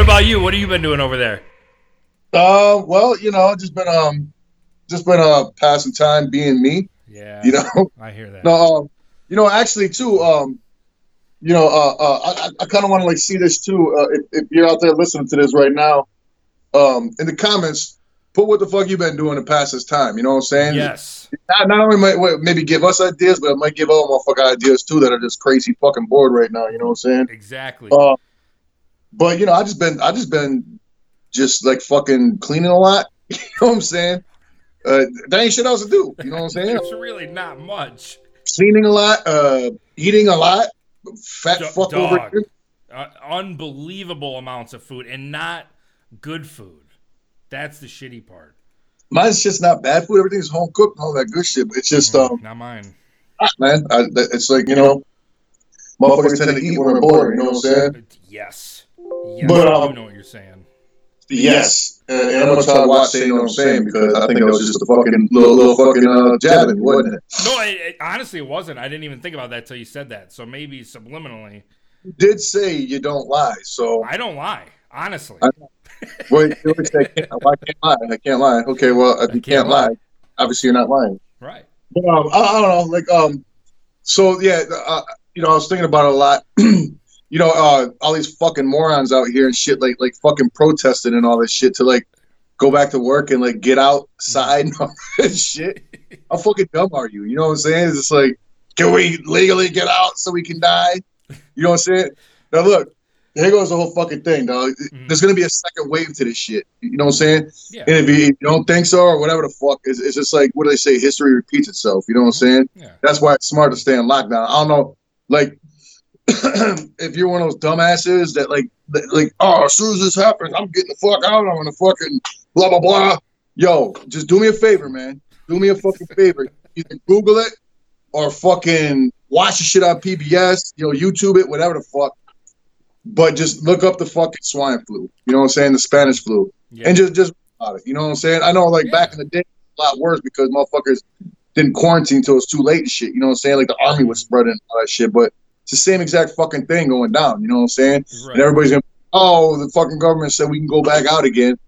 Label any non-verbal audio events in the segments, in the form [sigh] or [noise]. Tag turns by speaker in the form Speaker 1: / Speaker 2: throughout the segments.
Speaker 1: about you? What have you been doing over there?
Speaker 2: Uh, well, you know, just been um, just been uh passing time being me.
Speaker 1: Yeah.
Speaker 2: You know,
Speaker 1: I hear that.
Speaker 2: [laughs] no, um, you know, actually too, um, you know, uh, uh I- I, I kind of want to like see this too. Uh, if, if you're out there listening to this right now, um, in the comments, put what the fuck you been doing to pass this time. You know what I'm saying?
Speaker 1: Yes.
Speaker 2: Not, not only might might maybe give us ideas, but it might give other motherfucker ideas too that are just crazy fucking bored right now. You know what I'm saying?
Speaker 1: Exactly.
Speaker 2: Uh, but you know, I just been I just been just like fucking cleaning a lot. [laughs] You know what I'm saying? Uh, there ain't shit else to do. You know what I'm saying?
Speaker 1: It's really not much.
Speaker 2: cleaning a lot, uh, eating a lot, fat
Speaker 1: Do-
Speaker 2: fuck over
Speaker 1: dog.
Speaker 2: here.
Speaker 1: Uh, unbelievable amounts of food and not good food. That's the shitty part.
Speaker 2: Mine's just not bad food. Everything's home cooked and all that good shit. But it's just um,
Speaker 1: not mine.
Speaker 2: man, I, it's like you know, motherfuckers tend to eat when we're bored. You know what I'm saying?
Speaker 1: But yes. Yes.
Speaker 2: But,
Speaker 1: I do
Speaker 2: um,
Speaker 1: know what you're saying.
Speaker 2: Yes, and, and I'm gonna try to watch saying you know what I'm saying because I think it was just a fucking little little fucking uh, jab at me, wasn't it?
Speaker 1: No, it, it, honestly, it wasn't. I didn't even think about that till you said that. So maybe subliminally,
Speaker 2: You did say you don't lie, so
Speaker 1: I don't lie. Honestly,
Speaker 2: I- wait, you always say, I can't, I can't lie. I can't lie. Okay, well if you
Speaker 1: can't
Speaker 2: can't
Speaker 1: lie.
Speaker 2: lie, obviously you're not lying.
Speaker 1: right?
Speaker 2: But, um, I, I don't know, like um, so yeah, uh, you know, I was thinking about it a lot. [clears throat] you know, uh, all these fucking morons out here and shit, like like fucking protesting and all this shit to like go back to work and like get outside and all [laughs] that shit. How fucking dumb are you? You know what I'm saying? It's just like, can we legally get out so we can die? You know what I'm saying? Now look, here goes the whole fucking thing, dog. There's gonna be a second wave to this shit. You know what I'm saying?
Speaker 1: Yeah.
Speaker 2: And if you, if you don't think so or whatever the fuck, it's, it's just like what do they say? History repeats itself. You know what I'm saying?
Speaker 1: Mm-hmm. Yeah.
Speaker 2: That's why it's smart to stay in lockdown. I don't know, like [clears throat] if you're one of those dumbasses that like that, like oh as soon as this happens, I'm getting the fuck out. I'm gonna fucking blah blah blah. Yo, just do me a favor, man. Do me a fucking favor. Either Google it or fucking watch the shit on PBS. You know, YouTube it, whatever the fuck. But just look up the fucking swine flu. You know what I'm saying? The Spanish flu
Speaker 1: Yeah.
Speaker 2: and just just about it. You know what I'm saying? I know like back in the day, it was a lot worse because motherfuckers didn't quarantine till it was too late and shit. You know what I'm saying? Like the army was spreading and all that shit, but it's the same exact fucking thing going down. You know what I'm saying?
Speaker 1: right.
Speaker 2: And everybody's gonna oh the fucking government said we can go back out again,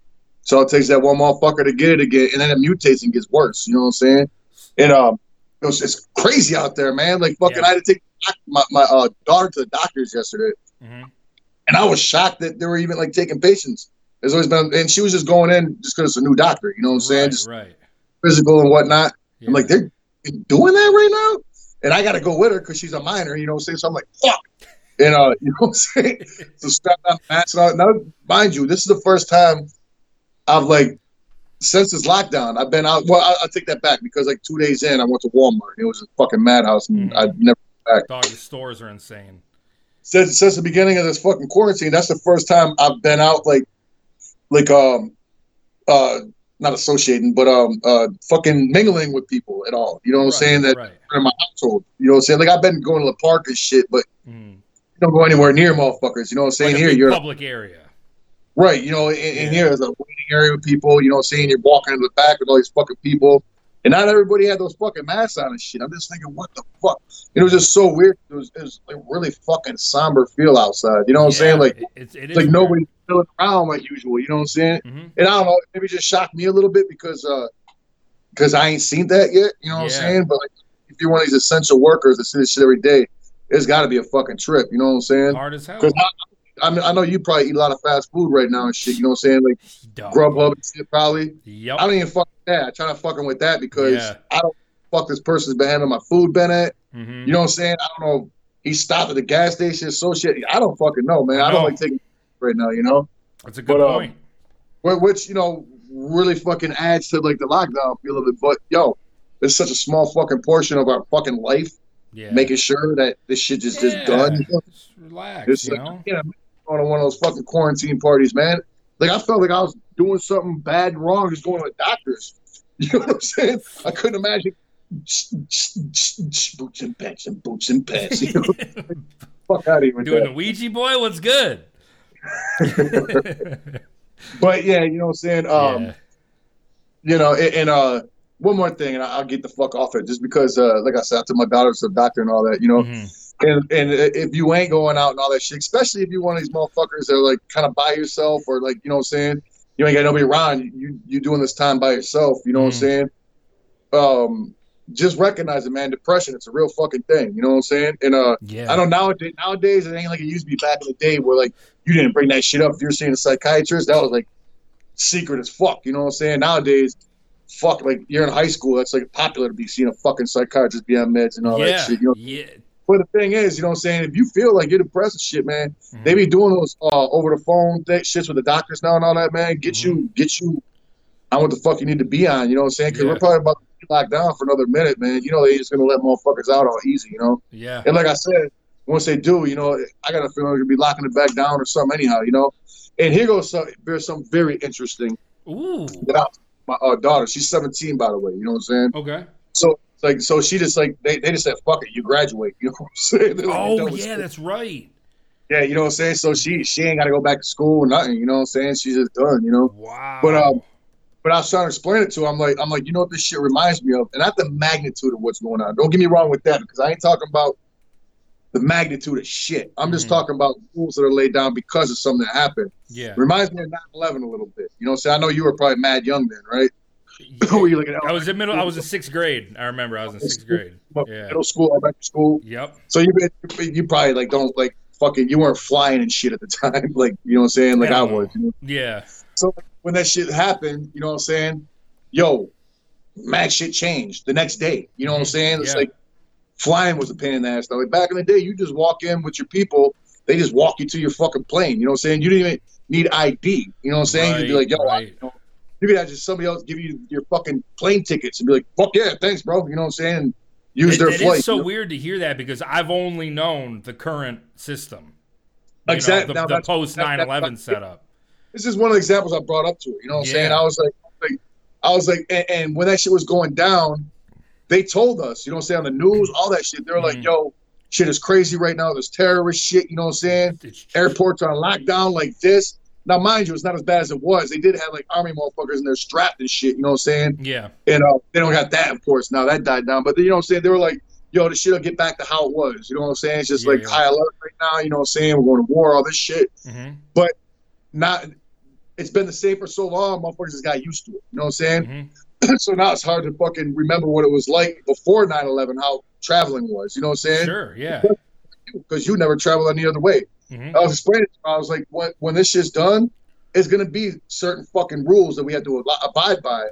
Speaker 2: so it takes that one motherfucker to get it again, and then it mutates and gets worse. You know what I'm saying? And um, it was, it's crazy out there, man. Like fucking,
Speaker 1: Yeah.
Speaker 2: I had to take my my uh, daughter to the doctors yesterday
Speaker 1: Mhm.
Speaker 2: and I was shocked that they were even like taking patients. There's always been, and she was just going in just because it's a new doctor. You know what I'm saying?
Speaker 1: Right,
Speaker 2: Just
Speaker 1: right.
Speaker 2: physical and whatnot.
Speaker 1: Yeah.
Speaker 2: I'm like, they're doing that right now, and I got to go with her because she's a minor. You know what I'm saying? So I'm like, fuck. And uh, [laughs] you know what I'm saying? so strap that mask on. Now, mind you, this is the first time I've like since this lockdown. I've been out. Well, I, I take that back because like two days in, I went to Walmart. It was a fucking madhouse, and
Speaker 1: Mhm.
Speaker 2: I never.
Speaker 1: dog. The stores are insane.
Speaker 2: since since the beginning of this fucking quarantine, that's the first time I've been out like like um uh not associating, but um uh fucking mingling with people at all. You know what I'm
Speaker 1: Right,
Speaker 2: saying? That
Speaker 1: right.
Speaker 2: in my household. You know what I'm saying? Like I've been going to the park and shit, but
Speaker 1: Mm.
Speaker 2: you don't go anywhere near motherfuckers. You know what I'm saying?
Speaker 1: Like a
Speaker 2: here
Speaker 1: big
Speaker 2: you're
Speaker 1: public area.
Speaker 2: right, you know, in,
Speaker 1: Yeah.
Speaker 2: in here there's a waiting area with people, you know what I'm saying? You're walking in the back with all these fucking people. And not everybody had those fucking masks on and shit. I'm just thinking, what the fuck? It was just so weird. It was, it was like really fucking somber feel outside. You know what I'm saying?
Speaker 1: Yeah,
Speaker 2: Like
Speaker 1: it- it's it is
Speaker 2: it's like
Speaker 1: weird.
Speaker 2: nobody's chilling around like usual. You know what I'm saying?
Speaker 1: Mhm.
Speaker 2: And I don't know, maybe it just shocked me a little bit because uh because I ain't seen that yet. You know what
Speaker 1: Yeah.
Speaker 2: I'm saying? But like, if you're one of these essential workers that see this shit every day, it's got to be a fucking trip. You know what I'm saying?
Speaker 1: Hard as hell.
Speaker 2: Because I, I, mean, I know you probably eat a lot of fast food right now and shit. You know what I'm saying? Like
Speaker 1: Dog.
Speaker 2: Grubhub and shit, probably.
Speaker 1: Yep.
Speaker 2: I don't even fuck with that. I try not fucking with that because
Speaker 1: Yeah.
Speaker 2: I don't fuck this person's been handling my food been at.
Speaker 1: Mhm.
Speaker 2: You know what I'm saying? I don't know. He stopped at the gas station, so shit. I don't fucking know, man. I
Speaker 1: No.
Speaker 2: don't like taking right now. You know.
Speaker 1: That's a good
Speaker 2: But, um,
Speaker 1: point.
Speaker 2: Wh- which you know really fucking adds to like the lockdown feel of it. But yo, it's such a small fucking portion of our fucking life,
Speaker 1: Yeah.
Speaker 2: making sure that this shit is just
Speaker 1: Yeah.
Speaker 2: done.
Speaker 1: Just relax.
Speaker 2: It's
Speaker 1: you
Speaker 2: like, [laughs]
Speaker 1: know.
Speaker 2: you know, going to one of those fucking quarantine parties, man. Like I felt like I was doing something bad and wrong, just going to the doctors. [laughs] You know what I'm saying? I couldn't imagine. Boots and pants and boots and pants. [laughs] You know,
Speaker 1: [laughs]
Speaker 2: fuck out of here. with
Speaker 1: Doing
Speaker 2: that.
Speaker 1: the Ouija boy. What's good? [laughs]
Speaker 2: But yeah, you know what I'm saying. [laughs] Um,
Speaker 1: Yeah.
Speaker 2: you know, and, and uh, one more thing, and I, I'll get the fuck off it just because, uh, like I said, I took my daughter to the doctor and all that, you know,
Speaker 1: Mhm.
Speaker 2: and and if you ain't going out and all that shit, especially if you one of these motherfuckers that are like kind of by yourself or like you know what I'm saying, you ain't got nobody around. You you, you doing this time by yourself. You know what I'm saying? Um, just recognize it, man. Depression, it's a real fucking thing. You know what I'm saying? And uh,
Speaker 1: Yeah.
Speaker 2: I don't nowadays. Nowadays, it ain't like it used to be back in the day where like you didn't bring that shit up. If you're seeing a psychiatrist, that was like secret as fuck. You know what I'm saying? Nowadays, fuck, like you're in high school, that's like popular to be seeing a fucking psychiatrist be on meds and all that
Speaker 1: yeah.
Speaker 2: shit. You know?
Speaker 1: yeah. Mm-hmm.
Speaker 2: But the thing is, you know what I'm saying? If you feel like you're depressed and shit, man,
Speaker 1: Mhm.
Speaker 2: they be doing those uh, over the phone th- shits with the doctors now and all that, man. Get
Speaker 1: Mm-hmm.
Speaker 2: you, get you on what the fuck you need to be on. You know what I'm saying? Because
Speaker 1: Yeah.
Speaker 2: we're probably about to be locked down for another minute, man. You know they just gonna let motherfuckers out all easy, you know.
Speaker 1: Yeah.
Speaker 2: And like I said, once they do, you know, I got a feeling they're gonna be locking it back down or something anyhow, you know. And here goes some, there's something very interesting
Speaker 1: Ooh.
Speaker 2: that I, my uh, daughter, she's 17 by the way, you know what I'm saying?
Speaker 1: Okay.
Speaker 2: So it's like, so she just like they, they just said, fuck it, you graduate, [laughs] you know what I'm saying? They're like, "You're
Speaker 1: Oh
Speaker 2: done with
Speaker 1: yeah,
Speaker 2: school."
Speaker 1: that's right.
Speaker 2: yeah, you know what I'm saying. So she she ain't got to go back to school, nothing, you know what I'm saying? She's just done, you know.
Speaker 1: Wow.
Speaker 2: But, um, But I was trying to explain it to her. I'm like, I'm like, you know what this shit reminds me of, and not the magnitude of what's going on. Don't get me wrong with that, because I ain't talking about the magnitude of shit. I'm just
Speaker 1: Mhm.
Speaker 2: talking about rules that are laid down because of something that happened. [laughs]
Speaker 1: yeah.
Speaker 2: Reminds me of 9/11 a little bit. You know, what I'm saying? I know you were probably mad young then, right? Were you looking at
Speaker 1: I was in middle. I was in sixth grade. I remember. I was in sixth
Speaker 2: [laughs]
Speaker 1: grade. Yeah.
Speaker 2: middle school, elementary school?
Speaker 1: Yep.
Speaker 2: So you you probably like don't like fucking you weren't flying and shit at the [laughs] time, like you know what I'm saying? Like I
Speaker 1: Hell no.
Speaker 2: was. You know?
Speaker 1: Yeah.
Speaker 2: So when that shit happened, you know what I'm saying? Yo, mad shit changed the next day. You know what I'm saying? It's
Speaker 1: Mm-hmm. Yeah.
Speaker 2: like flying was a pain in the ass. Now, like back in the day, you just walk in with your people, they just walk you to your fucking plane. You know what I'm saying? You didn't even need ID. You know what I'm saying? You'd be
Speaker 1: Right,
Speaker 2: like, yo, I,
Speaker 1: right.
Speaker 2: you know, you could have just somebody else give you your fucking plane tickets and be like, fuck yeah, thanks, bro. You know what I'm saying? Use
Speaker 1: It-
Speaker 2: their
Speaker 1: it
Speaker 2: flight.
Speaker 1: is so
Speaker 2: you know?
Speaker 1: weird to hear that because I've only known the current system.
Speaker 2: Exact-
Speaker 1: Exactly.
Speaker 2: now
Speaker 1: the
Speaker 2: that's-
Speaker 1: post
Speaker 2: that-
Speaker 1: 9
Speaker 2: that's-
Speaker 1: 11 setup.
Speaker 2: this is one of the examples I brought up to her. You know what I'm saying?
Speaker 1: Yeah.
Speaker 2: I was like, like- I was like, and, and when that shit was going down, they told us, you know what I'm saying, on the news, all that shit. They were
Speaker 1: Mhm.
Speaker 2: like, yo, shit is crazy right now. There's terrorist shit, you know what I'm saying?
Speaker 1: It's-
Speaker 2: Airports are on lockdown like this. Now, mind you, it's not as bad as it was. They did have like army motherfuckers and they're strapped and shit, you know what I'm saying?
Speaker 1: Yeah.
Speaker 2: And uh, they don't got that, of course. Now that died down. But you know what I'm saying? They were like, yo, this shit'll get back to how it was. You know what I'm saying? It's just
Speaker 1: Yeah,
Speaker 2: like
Speaker 1: yeah.
Speaker 2: high alert right now, you know what I'm saying? We're going to war, all this shit
Speaker 1: hmm
Speaker 2: not it's been the same for so long, motherfuckers just got used to it. You know what I'm saying? [clears throat]
Speaker 1: hmm
Speaker 2: so now it's hard to fucking remember what it was like before 9-11, how traveling was, you know what I'm saying?
Speaker 1: Sure. Yeah.
Speaker 2: Because you never traveled any other way.
Speaker 1: hmm
Speaker 2: I was explaining it to her, I was like, when, when this shit's done, it's gonna be certain fucking rules that we have to ab- abide by.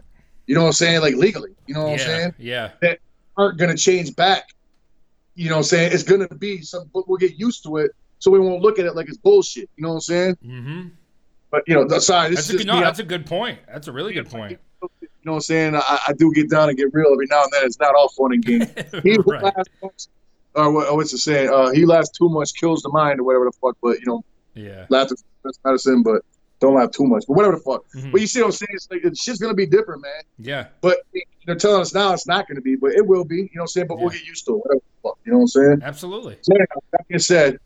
Speaker 2: You know what I'm saying? Like legally. You know what I'm
Speaker 1: Yeah.
Speaker 2: saying?
Speaker 1: Yeah.
Speaker 2: Aren't gonna change back. You know what I'm saying? It's gonna be some but we'll get used to it so we won't look at it like it's bullshit. You know what I'm saying?
Speaker 1: hmm
Speaker 2: But you know, th- sorry, this
Speaker 1: That's a good,
Speaker 2: is just
Speaker 1: no,
Speaker 2: me.
Speaker 1: that's a good point. That's a really good point. [laughs]
Speaker 2: You know what I'm saying? I, I do get down and get real every now and then. It's not all fun and
Speaker 1: [laughs]
Speaker 2: games. [laughs] He who
Speaker 1: right.
Speaker 2: laughs most- or what, what's it saying? Uh, he laughs too much kills the mind or whatever the fuck. But you know,
Speaker 1: Yeah.
Speaker 2: laughter is the best medicine. But don't laugh too much. But whatever the fuck.
Speaker 1: Mhm.
Speaker 2: But you see what I'm saying? It's like it's just gonna be different, man.
Speaker 1: Yeah.
Speaker 2: But they're telling us now it's not gonna be, but it will be. You know what I'm saying? But we'll
Speaker 1: Yeah.
Speaker 2: get used to it. Whatever the fuck. You know what I'm saying?
Speaker 1: Absolutely.
Speaker 2: So anyhow, that being said,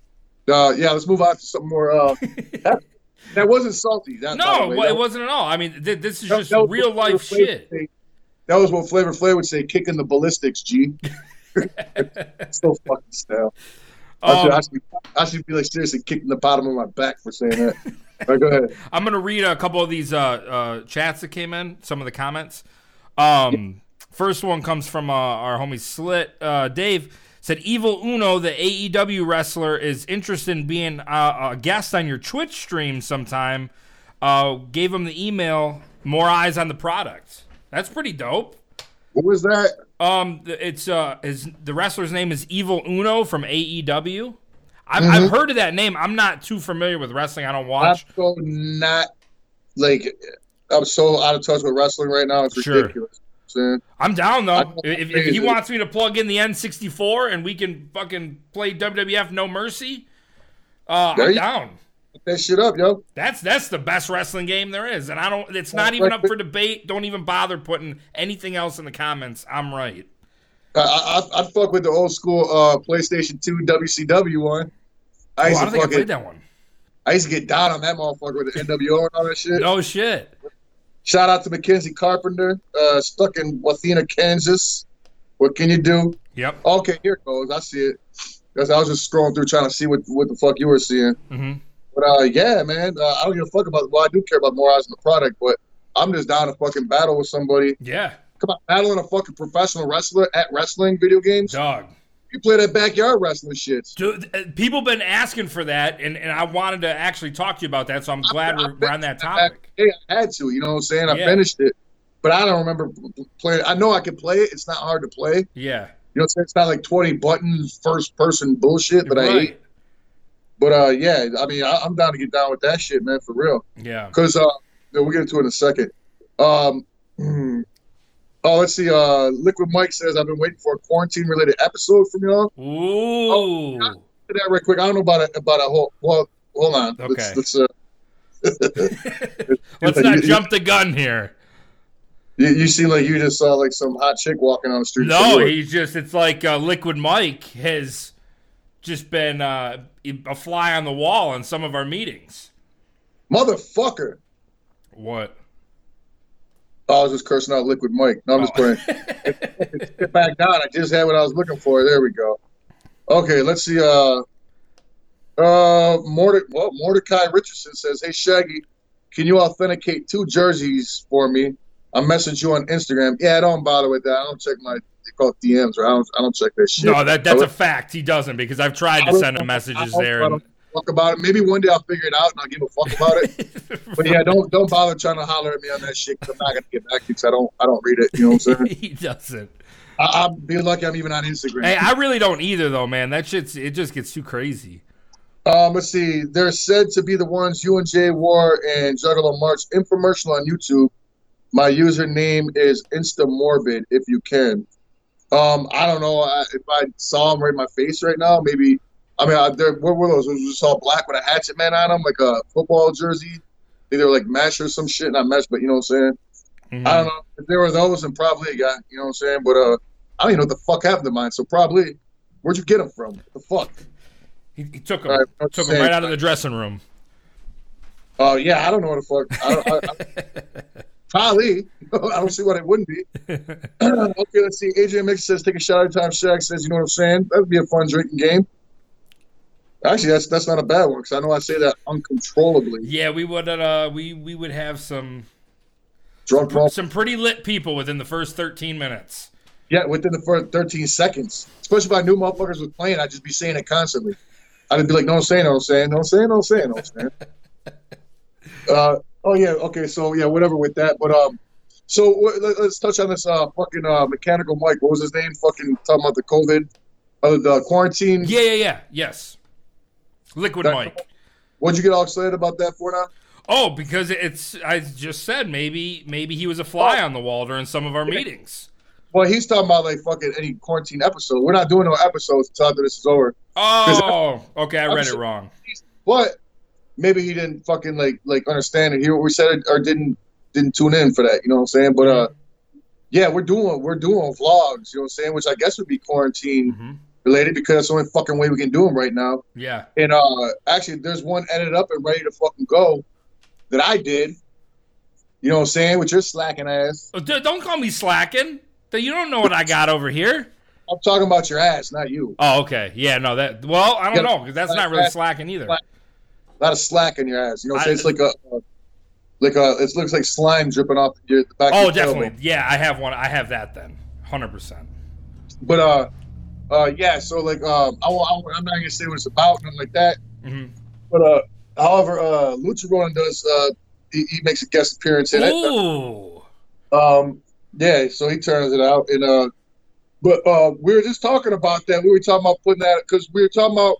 Speaker 2: uh, yeah, let's move on to something more.
Speaker 1: [laughs]
Speaker 2: Uh, that wasn't salty. That, by the
Speaker 1: no,
Speaker 2: way.
Speaker 1: well,
Speaker 2: That
Speaker 1: it wasn't at all. I mean, th- this is
Speaker 2: That-
Speaker 1: just
Speaker 2: that was
Speaker 1: real
Speaker 2: what Flavor
Speaker 1: life
Speaker 2: Flav would
Speaker 1: shit.
Speaker 2: say. That was what Flavor Flav would say, kicking the ballistics, G. [laughs]
Speaker 1: [laughs]
Speaker 2: So fucking style. I, should, I,
Speaker 1: Um,
Speaker 2: should be, I should be like seriously kicking the bottom of my back for saying that. All right, go ahead.
Speaker 1: I'm gonna read a couple of these uh, uh, chats that came in. Some of the comments. Um, first one comes from uh, our homie Slit. Uh, Dave said, "Evil Uno, the AEW wrestler, is interested in being uh, a guest on your Twitch stream sometime." Uh, gave him the email. More eyes on the product. That's pretty dope.
Speaker 2: What was that?
Speaker 1: Um, th- it's uh, his the wrestler's name is Evil Uno from AEW. I've, I've heard of that name. I'm not too familiar with wrestling. I don't
Speaker 2: I'm
Speaker 1: watch.
Speaker 2: so not like I'm so out of touch with wrestling right now. It's
Speaker 1: Sure.
Speaker 2: ridiculous. You know what I'm saying?
Speaker 1: I'm down though.
Speaker 2: I-
Speaker 1: If, if he wants me to plug in the N64 and we can fucking play WWF No Mercy, uh,
Speaker 2: There
Speaker 1: I'm
Speaker 2: you-
Speaker 1: down.
Speaker 2: Look that shit up, yo.
Speaker 1: That's that's the best wrestling game there is, and I don't. It's not even up for debate. Don't even bother putting anything else in the comments. I'm right.
Speaker 2: I, I, I I'd fuck with the old school uh, PlayStation 2 WCW one.
Speaker 1: Oh,
Speaker 2: I used
Speaker 1: I
Speaker 2: to
Speaker 1: don't think I
Speaker 2: fucking,
Speaker 1: played that one.
Speaker 2: I used to get down on that motherfucker with the NWO and all that shit.
Speaker 1: No Oh, shit.
Speaker 2: Shout out to Mackenzie Carpenter, uh, stuck in Wathena, Kansas. What can you do?
Speaker 1: Yep.
Speaker 2: Okay, here it goes. I see it. That's I was just scrolling through trying to see what what the fuck you were seeing.
Speaker 1: hmm
Speaker 2: But uh, yeah, man, uh, I don't give a fuck about. Well, I do care about morons in the product, but I'm just down to fucking battle with somebody.
Speaker 1: Yeah,
Speaker 2: Come on, battling a fucking professional wrestler at wrestling video games.
Speaker 1: dog.
Speaker 2: You play that backyard wrestling shit.
Speaker 1: Dude, uh, people been asking for that, and, and I wanted to actually talk to you about that, so I'm glad we're, we're on that topic.
Speaker 2: Hey, I had to. You know what I'm saying? I
Speaker 1: Yeah.
Speaker 2: finished it, but I don't remember playing. I know I can play it. It's not hard to play.
Speaker 1: Yeah,
Speaker 2: You know, what I'm saying? it's not like 20 button first person bullshit that I hate.
Speaker 1: right.
Speaker 2: But uh, yeah, I mean, I, I'm down to get down with that shit, man, for real.
Speaker 1: Yeah,
Speaker 2: Because uh, no, we'll get to it in a second. Um, hmm. oh, let's see. Uh, Liquid Mike says I've been waiting for a quarantine related episode from y'all.
Speaker 1: ooh,
Speaker 2: Look at That right quick. I don't know about a, about a whole. Well, hold on.
Speaker 1: Okay.
Speaker 2: Let's, let's, uh,
Speaker 1: let's not jump the gun here.
Speaker 2: You, you seem like you just saw like some hot chick walking on the street.
Speaker 1: No, he's just it's like uh, Liquid Mike has just been uh, a fly on the wall on some of our meetings.
Speaker 2: motherfucker.
Speaker 1: What?
Speaker 2: Oh, I was just cursing out Liquid Mike. No, I'm
Speaker 1: Oh.
Speaker 2: just playing. Get back down. I just had what I was looking for. There we go. Okay, let's see. Uh, uh, Morde- well, Mordecai Richardson says, "Hey Shaggy, can you authenticate two jerseys for me? I message you on Instagram. Yeah, I don't bother with that. I don't check my they call it DMs or I don't I don't check that
Speaker 1: [laughs]
Speaker 2: shit.
Speaker 1: no, that that's a fact. He doesn't because I've tried
Speaker 2: I
Speaker 1: to
Speaker 2: don't-
Speaker 1: send him
Speaker 2: I
Speaker 1: messages
Speaker 2: don't-
Speaker 1: there.
Speaker 2: I
Speaker 1: And,
Speaker 2: don't fuck about it. Maybe one day I'll figure it out and I'll give a fuck
Speaker 1: [laughs]
Speaker 2: about it. [laughs] But yeah, don't don't bother trying to holler at me on that shit 'cause I'm not gonna get back to you 'cause I don't I don't read it. You know what I'm saying?
Speaker 1: [laughs] he doesn't.
Speaker 2: I, I'll be lucky I'm even on Instagram.
Speaker 1: Hey, I really don't either, though, man. That shit's it just gets too crazy.
Speaker 2: Um, let's see. They're said to be the ones you and Jay War and Juggalo March infomercial on YouTube. My username is Instamorbid. If you can, um, I don't know I, if I saw him right in my face right now. Maybe I mean, I, they're- what were those? It was just all black with a hatchet man on them, like a football jersey. Either like mesh or some shit, not mesh, but you know what I'm saying. I don't know if there were those, and probably a guy. You know what I'm saying? But uh, I don't even know what the fuck happened to mine. So probably, where'd you get them from? What the fuck?
Speaker 1: He, he took him,
Speaker 2: All right, I'm
Speaker 1: took him
Speaker 2: saying-
Speaker 1: right out of the dressing room.
Speaker 2: Oh yeah, I don't know what the fuck. I don't, I, I, probably. [laughs] I don't see what it wouldn't be. [clears throat] okay, let's see. AJ Mix says take a shot at a time. Shaq says, you know what I'm saying? That'd be a fun drinking game. Actually, that's that's not a bad one because I know I say that uncontrollably.
Speaker 1: [laughs] Yeah, we would uh we we would have some
Speaker 2: Drunk drunk.
Speaker 1: some pretty lit people within the first 13 minutes.
Speaker 2: Yeah, within the first 13 seconds. Especially if I knew motherfuckers was playing, I'd just be saying it constantly. I'd be like, no, I'm saying, no, I'm saying, no, I'm saying, no, I'm saying, no, I'm saying. uh, oh, yeah, okay, so, yeah, whatever with that. But, um, so wh- let, let's touch on this uh, fucking uh, mechanical Mike. What was his name? Fucking talking about the COVID, uh, the quarantine.
Speaker 1: Yeah, yeah, yeah. Yes. Liquid
Speaker 2: That-
Speaker 1: Mike.
Speaker 2: What'd you get all excited about that for now?
Speaker 1: Oh, because it's I just said maybe maybe he was a fly on the wall during some of our meetings.
Speaker 2: Well, he's talking about, like, fucking any quarantine episode. We're not doing no episodes until after this is over.
Speaker 1: Oh, okay, I
Speaker 2: I'm
Speaker 1: read it
Speaker 2: so-
Speaker 1: wrong.
Speaker 2: But maybe he didn't fucking like like understand and hear what we said or didn't didn't tune in for that. You know what I'm saying? But uh, yeah, we're doing we're doing vlogs. You know what I'm saying? Which I guess would be quarantine
Speaker 1: Mhm.
Speaker 2: related because that's the only fucking way we can do them right now.
Speaker 1: Yeah.
Speaker 2: And uh, actually, there's one edited up and ready to fucking go that I did. You know what I'm saying? With your slacking ass.
Speaker 1: Oh, d- Don't call me slacking. You don't know what I got over here.
Speaker 2: I'm talking about your ass, not you.
Speaker 1: Oh, okay. Yeah, no, that. Well, I don't
Speaker 2: Yeah.
Speaker 1: know because that's not really slacking either.
Speaker 2: A lot of slack in your ass. You know what I'm saying? It's
Speaker 1: I-
Speaker 2: like a, a like a it looks like slime dripping off your the back. of
Speaker 1: Oh,
Speaker 2: your tailbone.
Speaker 1: definitely. Yeah, I have one. I have that then. 100%.
Speaker 2: But uh, uh, yeah. So like, um, I, won't- I, am not gonna say what it's about, nothing like that.
Speaker 1: hmm
Speaker 2: But uh, however, uh, Lucha Brown does. Uh, he, he makes a guest appearance in it.
Speaker 1: Ooh.
Speaker 2: Um, yeah. So he turns it out, and uh, but uh, we were just talking about that. We were talking about putting that because we were talking about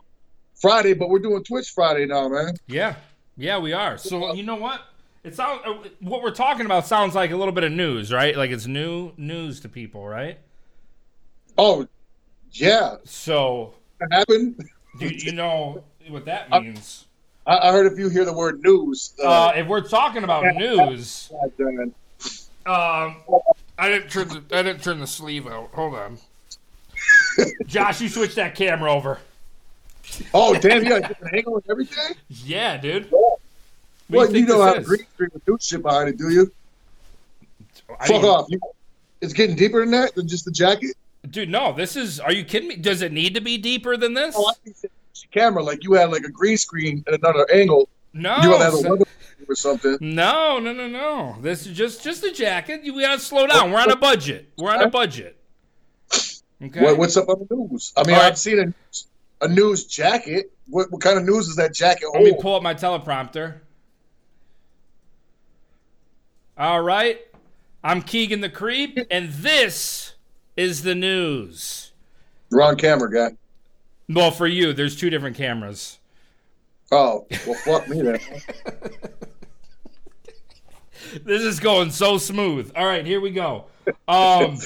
Speaker 2: Friday, but we're doing Twitch Friday now, man.
Speaker 1: Yeah. Yeah, we are. So, you know what? It sounds uh, what we're talking about sounds like a little bit of news, right? Like it's new news to people, right?
Speaker 2: Oh, yeah.
Speaker 1: So,
Speaker 2: It happened.
Speaker 1: you, you know what that
Speaker 2: Uh,
Speaker 1: means.
Speaker 2: I, I heard if you hear the word news,
Speaker 1: Uh,
Speaker 2: uh,
Speaker 1: if we're talking about news,
Speaker 2: then-
Speaker 1: um, I didn't turn the I didn't turn the sleeve out. Hold on. Josh, you switched that camera over.
Speaker 2: oh damn, you got a different angle and everything.
Speaker 1: Yeah, dude.
Speaker 2: Well, you know
Speaker 1: this
Speaker 2: how to
Speaker 1: is?
Speaker 2: green screen with new shit behind it, do you?
Speaker 1: I
Speaker 2: Fuck
Speaker 1: mean,
Speaker 2: off. You- It's getting deeper than that than just the jacket.
Speaker 1: Dude, no, this is. Are you kidding me? Does it need to be deeper than this?
Speaker 2: Oh, I think that it's a camera, like you had like a green screen at another angle.
Speaker 1: no,
Speaker 2: you would have a
Speaker 1: Oh, so-
Speaker 2: weather or something.
Speaker 1: no, no, no, no. This is just just a jacket. You- We gotta slow down. We're on a budget. We're on a budget. Okay.
Speaker 2: What, what's up on the news? I mean,
Speaker 1: All right.
Speaker 2: I've seen a, a news jacket. What, what kind of news is that jacket?
Speaker 1: Let me
Speaker 2: hold?
Speaker 1: pull up my teleprompter. All right. I'm Keegan the Creep, and this is the news.
Speaker 2: You're on camera, guy.
Speaker 1: Well, for you, there's two different cameras.
Speaker 2: Oh, well, fuck me then.
Speaker 1: This is going so smooth. All right, here we go. Um,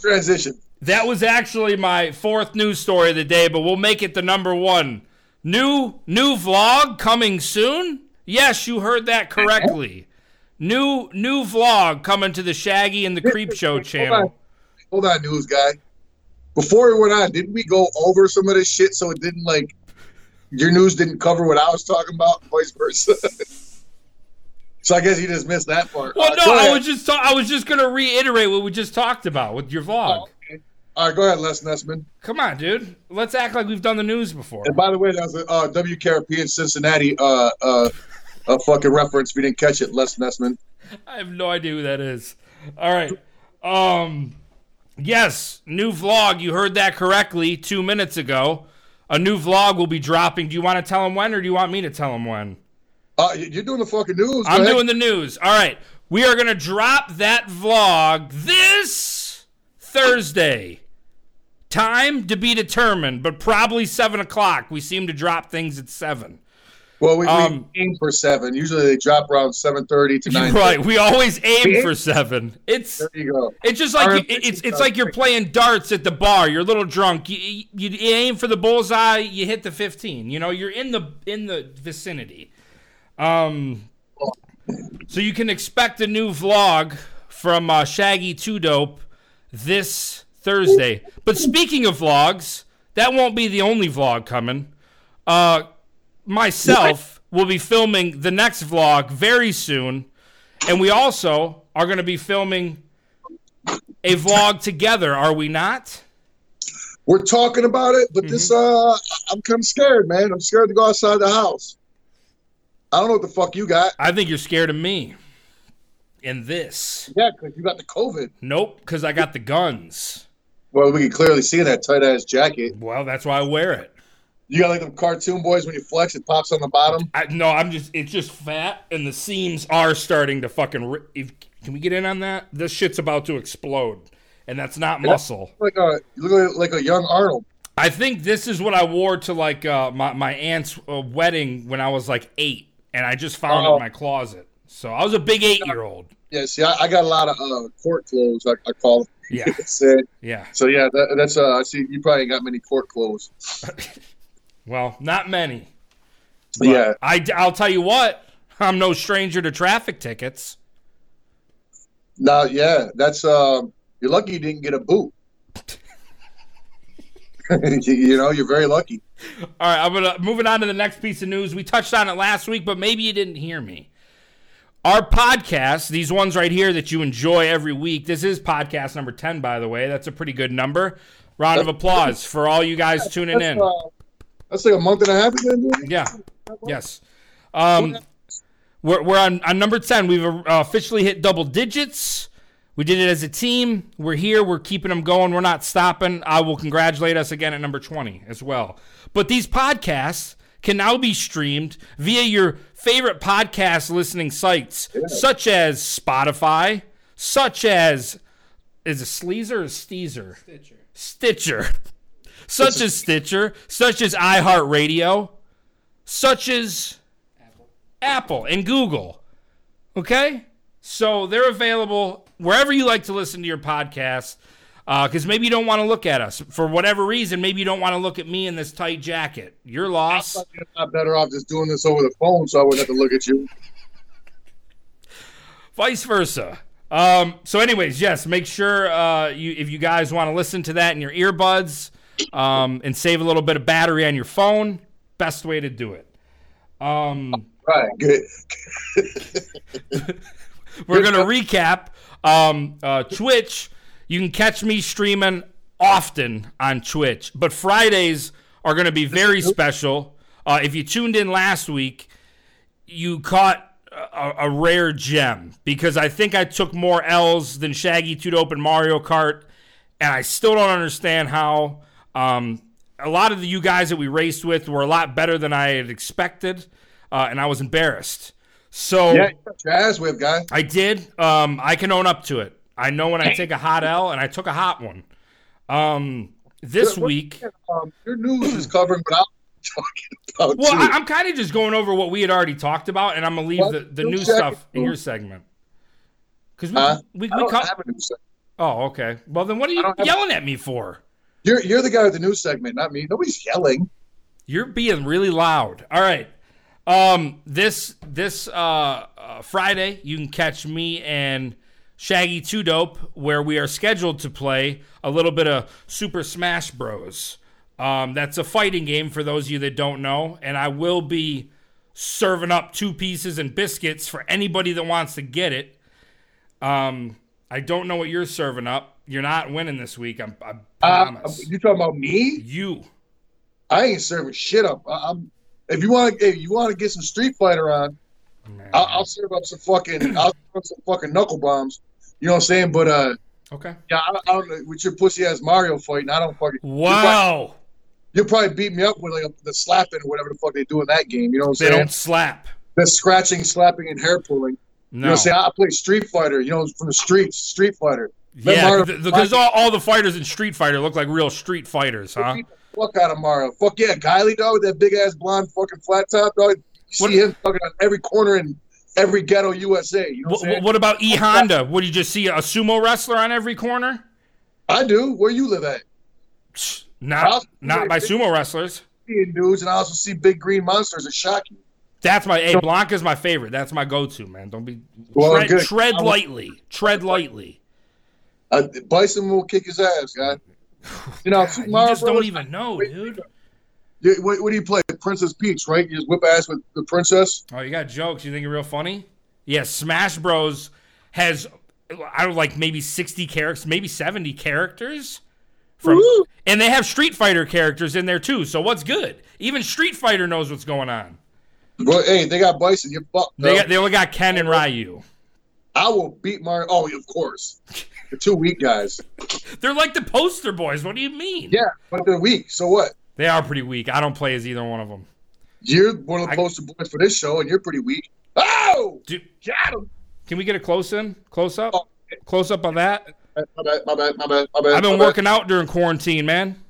Speaker 2: Transition.
Speaker 1: that was actually my fourth news story of the day, but we'll make it the number one. New new vlog coming soon. Yes, you heard that correctly. New new vlog coming to the Shaggy and the Creep Show channel.
Speaker 2: Hold on, news guy. Before we went on, didn't we go over some of this shit so it didn't like your news didn't cover what I was talking about, and vice versa? [laughs] so I guess you just missed that part.
Speaker 1: Well,
Speaker 2: Uh,
Speaker 1: no,
Speaker 2: go
Speaker 1: I
Speaker 2: ahead.
Speaker 1: was just ta- I was just gonna reiterate what we just talked about with your
Speaker 2: Oh.
Speaker 1: vlog.
Speaker 2: All right, go ahead, Les Nessman.
Speaker 1: Come on, dude. Let's act like we've done the news before.
Speaker 2: And by the way, that was a uh, WKRP in Cincinnati. Uh, uh, a fucking reference. If you didn't catch it, Les Nessman.
Speaker 1: I have no idea who that is. All right. Um yes, new vlog. You heard that correctly 2 minutes ago. A new vlog will be dropping. Do you want to tell them when or do you want me to tell them when?
Speaker 2: Uh, you- you're doing the fucking news.
Speaker 1: I'm doing the news. All right. We are going to drop that vlog this Thursday. Time to be determined, but probably 7 o'clock. We seem to drop things at 7.
Speaker 2: Well, we,
Speaker 1: um,
Speaker 2: we aim for seven. Usually they drop around seven thirty to nine.
Speaker 1: Right. We always aim
Speaker 2: aim-
Speaker 1: for 7. It's.
Speaker 2: There you go.
Speaker 1: It's just like
Speaker 2: Our
Speaker 1: you, it- it's it's like you're playing darts at the bar. You're a little drunk. You, you, you aim for the bullseye. You hit the 15. You know you're in the in the vicinity. Um, so you can expect a new vlog from uh, Shaggy Two Dope this Thursday. But speaking of vlogs, that won't be the only vlog coming. Uh, myself will be filming the next vlog very soon, and we also are going to be filming a vlog together, are we not?
Speaker 2: We're talking about it, but this uh, I'm kind of scared, man. I'm scared to go outside the house. I don't know what the fuck you got.
Speaker 1: I think you're scared of me. And this.
Speaker 2: Yeah, because you got the COVID.
Speaker 1: Nope, because I got the guns.
Speaker 2: Well, we can clearly see that tight ass jacket.
Speaker 1: Well, that's why I wear it.
Speaker 2: You got like them cartoon boys when you flex, it pops on the bottom.
Speaker 1: I, no, I'm just, it's just fat, and the seams are starting to fucking. Ri- if, can we get in on that? This shit's about to explode, and that's not muscle.
Speaker 2: Like a you look like, like a young Arnold.
Speaker 1: I think this is what I wore to like uh, my my aunt's uh, wedding when I was like eight, and I just found it
Speaker 2: Oh.
Speaker 1: in my closet. So I was a big eight year old.
Speaker 2: Yeah, see, I, I got a lot of uh, court clothes. I, I call them.
Speaker 1: Yeah,
Speaker 2: So,
Speaker 1: [laughs] yeah.
Speaker 2: so yeah, that, that's uh, I see you probably ain't got many court clothes.
Speaker 1: Well, not many.
Speaker 2: But yeah,
Speaker 1: I, will tell you what, I'm no stranger to traffic tickets.
Speaker 2: No, yeah, that's um. You're lucky you didn't get a boot. [laughs] you, you know, you're very lucky.
Speaker 1: All right, I'm gonna moving on to the next piece of news. We touched on it last week, but maybe you didn't hear me. Our podcast, these ones right here that you enjoy every week. This is podcast number 10, by the way. That's a pretty good number. Round of applause for all you guys tuning
Speaker 2: That's,
Speaker 1: in.
Speaker 2: uh, that's like a month and a half ago. dude.
Speaker 1: Yeah. Yes. Um, we're we're on, on number 10. We've uh, officially hit double digits. We did it as a team. We're here. We're keeping them going. We're not stopping. I will congratulate us again at number 20 as well. But these podcasts can now be streamed via your favorite podcast listening sites, such as Spotify, such as. Is it Sleazer or Steezer? Stitcher. Stitcher. [laughs] Such as Stitcher, such as iHeartRadio, such as Apple and Google. Okay? So they're available wherever you like to listen to your podcast. Because maybe you don't want to look at us for whatever reason. Maybe you don't want to look at me in this tight jacket. Your loss.
Speaker 2: You're not better off just doing this over the phone, so I wouldn't have to look at you.
Speaker 1: vice versa. Um, so, anyways, yes, make sure uh, you if you guys want to listen to that in your earbuds um, and save a little bit of battery on your phone. Best way to do it. Um,
Speaker 2: Right. Good.
Speaker 1: we're gonna recap um, uh, Twitch. You can catch me streaming often on Twitch, but Fridays are going to be very special. Uh, if you tuned in last week, you caught a, a rare gem because I think I took more L's than Shaggy to open Mario Kart, and I still don't understand how. Um, a lot of the you guys that we raced with were a lot better than I had expected, uh, and I was embarrassed. So
Speaker 2: Yeah, jazz whip guy.
Speaker 1: I did. Um, I can own up to it. I know when I take a hot L, and I took a hot one. Um, this
Speaker 2: What-
Speaker 1: week,
Speaker 2: Um, your news is covering what I'm talking about.
Speaker 1: well,
Speaker 2: too.
Speaker 1: I, I'm kind of just going over what we had already talked about, and I'm gonna leave
Speaker 2: What?
Speaker 1: the, the
Speaker 2: Who
Speaker 1: new
Speaker 2: checked
Speaker 1: stuff in
Speaker 2: who?
Speaker 1: your segment. Because we,
Speaker 2: Huh?
Speaker 1: we,
Speaker 2: I
Speaker 1: we
Speaker 2: don't
Speaker 1: co-
Speaker 2: have a news segment.
Speaker 1: oh okay. Well then, what are you
Speaker 2: don't have-
Speaker 1: yelling at me for?
Speaker 2: You're you're the guy with the news segment, not me. Nobody's yelling.
Speaker 1: You're being really loud. All right. Um, this this uh, uh, Friday, you can catch me and Shaggy Two Dope, where we are scheduled to play a little bit of Super Smash Bros. Um, that's a fighting game for those of you that don't know, and I will be serving up two pieces and biscuits for anybody that wants to get it. Um, I don't know what you're serving up. You're not winning this week. I'm, I
Speaker 2: Uh,
Speaker 1: promise.
Speaker 2: you talking about me?
Speaker 1: you.
Speaker 2: I ain't serving shit up. I, I'm. If you want to, if you want to get some Street Fighter on, I'll, I'll serve up some fucking, I'll serve up some fucking knuckle bombs. You know what I'm saying? But uh,
Speaker 1: okay.
Speaker 2: yeah, I, don't- I don't know with your pussy ass Mario fighting. I don't fucking.
Speaker 1: Wow.
Speaker 2: You'll probably beat me up with like a, the slapping or whatever the fuck they do in that game. You know what I'm
Speaker 1: They
Speaker 2: saying?
Speaker 1: don't slap.
Speaker 2: The scratching, slapping, and hair pulling. You
Speaker 1: No.
Speaker 2: know what I'm saying? I play Street Fighter. You know, from the streets, Street Fighter. Let
Speaker 1: yeah,
Speaker 2: Mario-
Speaker 1: because all, all the fighters in Street Fighter look like real Street Fighters, huh?
Speaker 2: Beat the fuck out of Mario. Fuck yeah, Kylie dog with that big ass blonde fucking flat top dog. You
Speaker 1: What-
Speaker 2: see him fucking on every corner in every ghetto USA. You know what,
Speaker 1: What,
Speaker 2: I'm saying?
Speaker 1: what about E Honda? What do you just see a sumo wrestler on every corner?
Speaker 2: I do. Where you live at?
Speaker 1: Psh,
Speaker 2: Well,
Speaker 1: Not not by sumo wrestlers.
Speaker 2: Seeing dudes, and I also see big green monsters that shock you.
Speaker 1: That's my hey Blanca's my favorite. That's my go-to man. Don't be
Speaker 2: Well,
Speaker 1: tread,
Speaker 2: good.
Speaker 1: tread
Speaker 2: I was-
Speaker 1: lightly. Tread lightly.
Speaker 2: Uh, Bison will kick his ass, guy. You know,
Speaker 1: [laughs]
Speaker 2: Super
Speaker 1: You
Speaker 2: Mario
Speaker 1: just don't e-
Speaker 2: Brothers,
Speaker 1: even know, dude.
Speaker 2: you- what, what do you play? Princess Peach, right? You just whip ass with the princess.
Speaker 1: Oh, you got jokes. You think you're real funny? Yeah, Smash Bros has I don't like maybe 60 characters, maybe 70 characters from
Speaker 2: Woo!
Speaker 1: and they have Street Fighter characters in there too. So what's good? Even Street Fighter knows what's going on.
Speaker 2: Well, hey, they got Bison. You fucked.
Speaker 1: They
Speaker 2: bro.
Speaker 1: got, they only got Ken and Ryu.
Speaker 2: I will beat Mario. Oh, of course. The two weak guys.
Speaker 1: They're like the poster boys. What do you mean?
Speaker 2: Yeah, but they're weak. So what?
Speaker 1: They are pretty weak. I don't play as either one of them.
Speaker 2: You're one of
Speaker 1: I-
Speaker 2: the poster boys for this show, and you're pretty weak. Oh,
Speaker 1: Dude,
Speaker 2: got him.
Speaker 1: can we get a close in? Close up?
Speaker 2: Oh.
Speaker 1: Close up on that?
Speaker 2: My bad, my bad, my bad, my bad.
Speaker 1: I've been
Speaker 2: my
Speaker 1: working out during quarantine, man.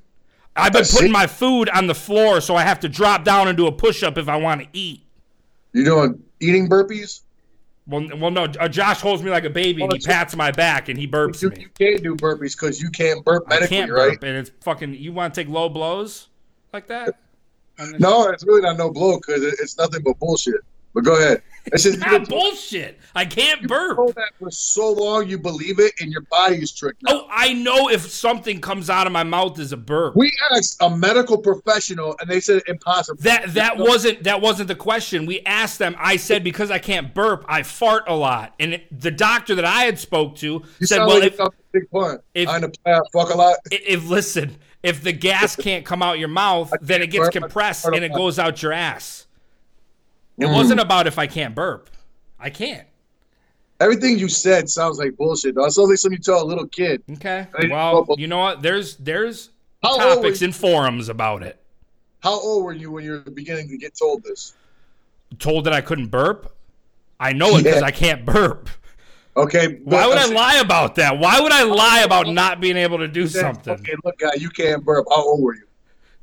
Speaker 1: I've been putting
Speaker 2: see.
Speaker 1: my food on the floor, so I have to drop down and do a push up if I want to eat.
Speaker 2: Bad. You doing eating burpees?
Speaker 1: Well, n- well, no. Uh, Josh holds me like a baby, and he
Speaker 2: that's right.
Speaker 1: pats my back, and he burps
Speaker 2: You,
Speaker 1: me.
Speaker 2: you can't do burpees because you can't burp
Speaker 1: I
Speaker 2: medically,
Speaker 1: can't burp,
Speaker 2: right?
Speaker 1: and it's fucking. You want to take low blows like that?
Speaker 2: No, it's really not no blow because it, it's nothing but bullshit. But go ahead.
Speaker 1: [laughs]
Speaker 2: It's just
Speaker 1: Ah,
Speaker 2: you've been
Speaker 1: bullshit! I can't
Speaker 2: told
Speaker 1: burp.
Speaker 2: that for so long you believe it, and your body is tricked. Now.
Speaker 1: Oh, I know if something comes out of my mouth is a burp.
Speaker 2: We asked a medical professional, and they said impossible.
Speaker 1: That
Speaker 2: [laughs]
Speaker 1: that wasn't that wasn't the question. We asked them. I said because I can't burp, I fart a lot, and it, the doctor that I had spoke to
Speaker 2: you
Speaker 1: said,
Speaker 2: sound
Speaker 1: "Well,
Speaker 2: like
Speaker 1: if,
Speaker 2: a big pun.
Speaker 1: if-
Speaker 2: I'm the player, fuck a lot.
Speaker 1: if, if listen, if the gas can't come out your mouth, then it gets
Speaker 2: burp. I
Speaker 1: compressed
Speaker 2: fart a
Speaker 1: and it
Speaker 2: lot."
Speaker 1: goes out your ass." It
Speaker 2: Mm.
Speaker 1: wasn't about if I can't burp. I can't.
Speaker 2: Everything you said sounds like bullshit. Though. It sounds like something you tell a little kid.
Speaker 1: Okay.
Speaker 2: I-
Speaker 1: Well, you know what? There's there's
Speaker 2: How old were
Speaker 1: topics in forums about it.
Speaker 2: How old were you when you were beginning to get told this?
Speaker 1: Told that I couldn't burp. I know it because
Speaker 2: Yeah.
Speaker 1: I can't burp.
Speaker 2: Okay.
Speaker 1: Why
Speaker 2: but-
Speaker 1: would I lie about that? Why would I lie about not being able to do something?
Speaker 2: Okay, look, guy, you can't burp. How old were you?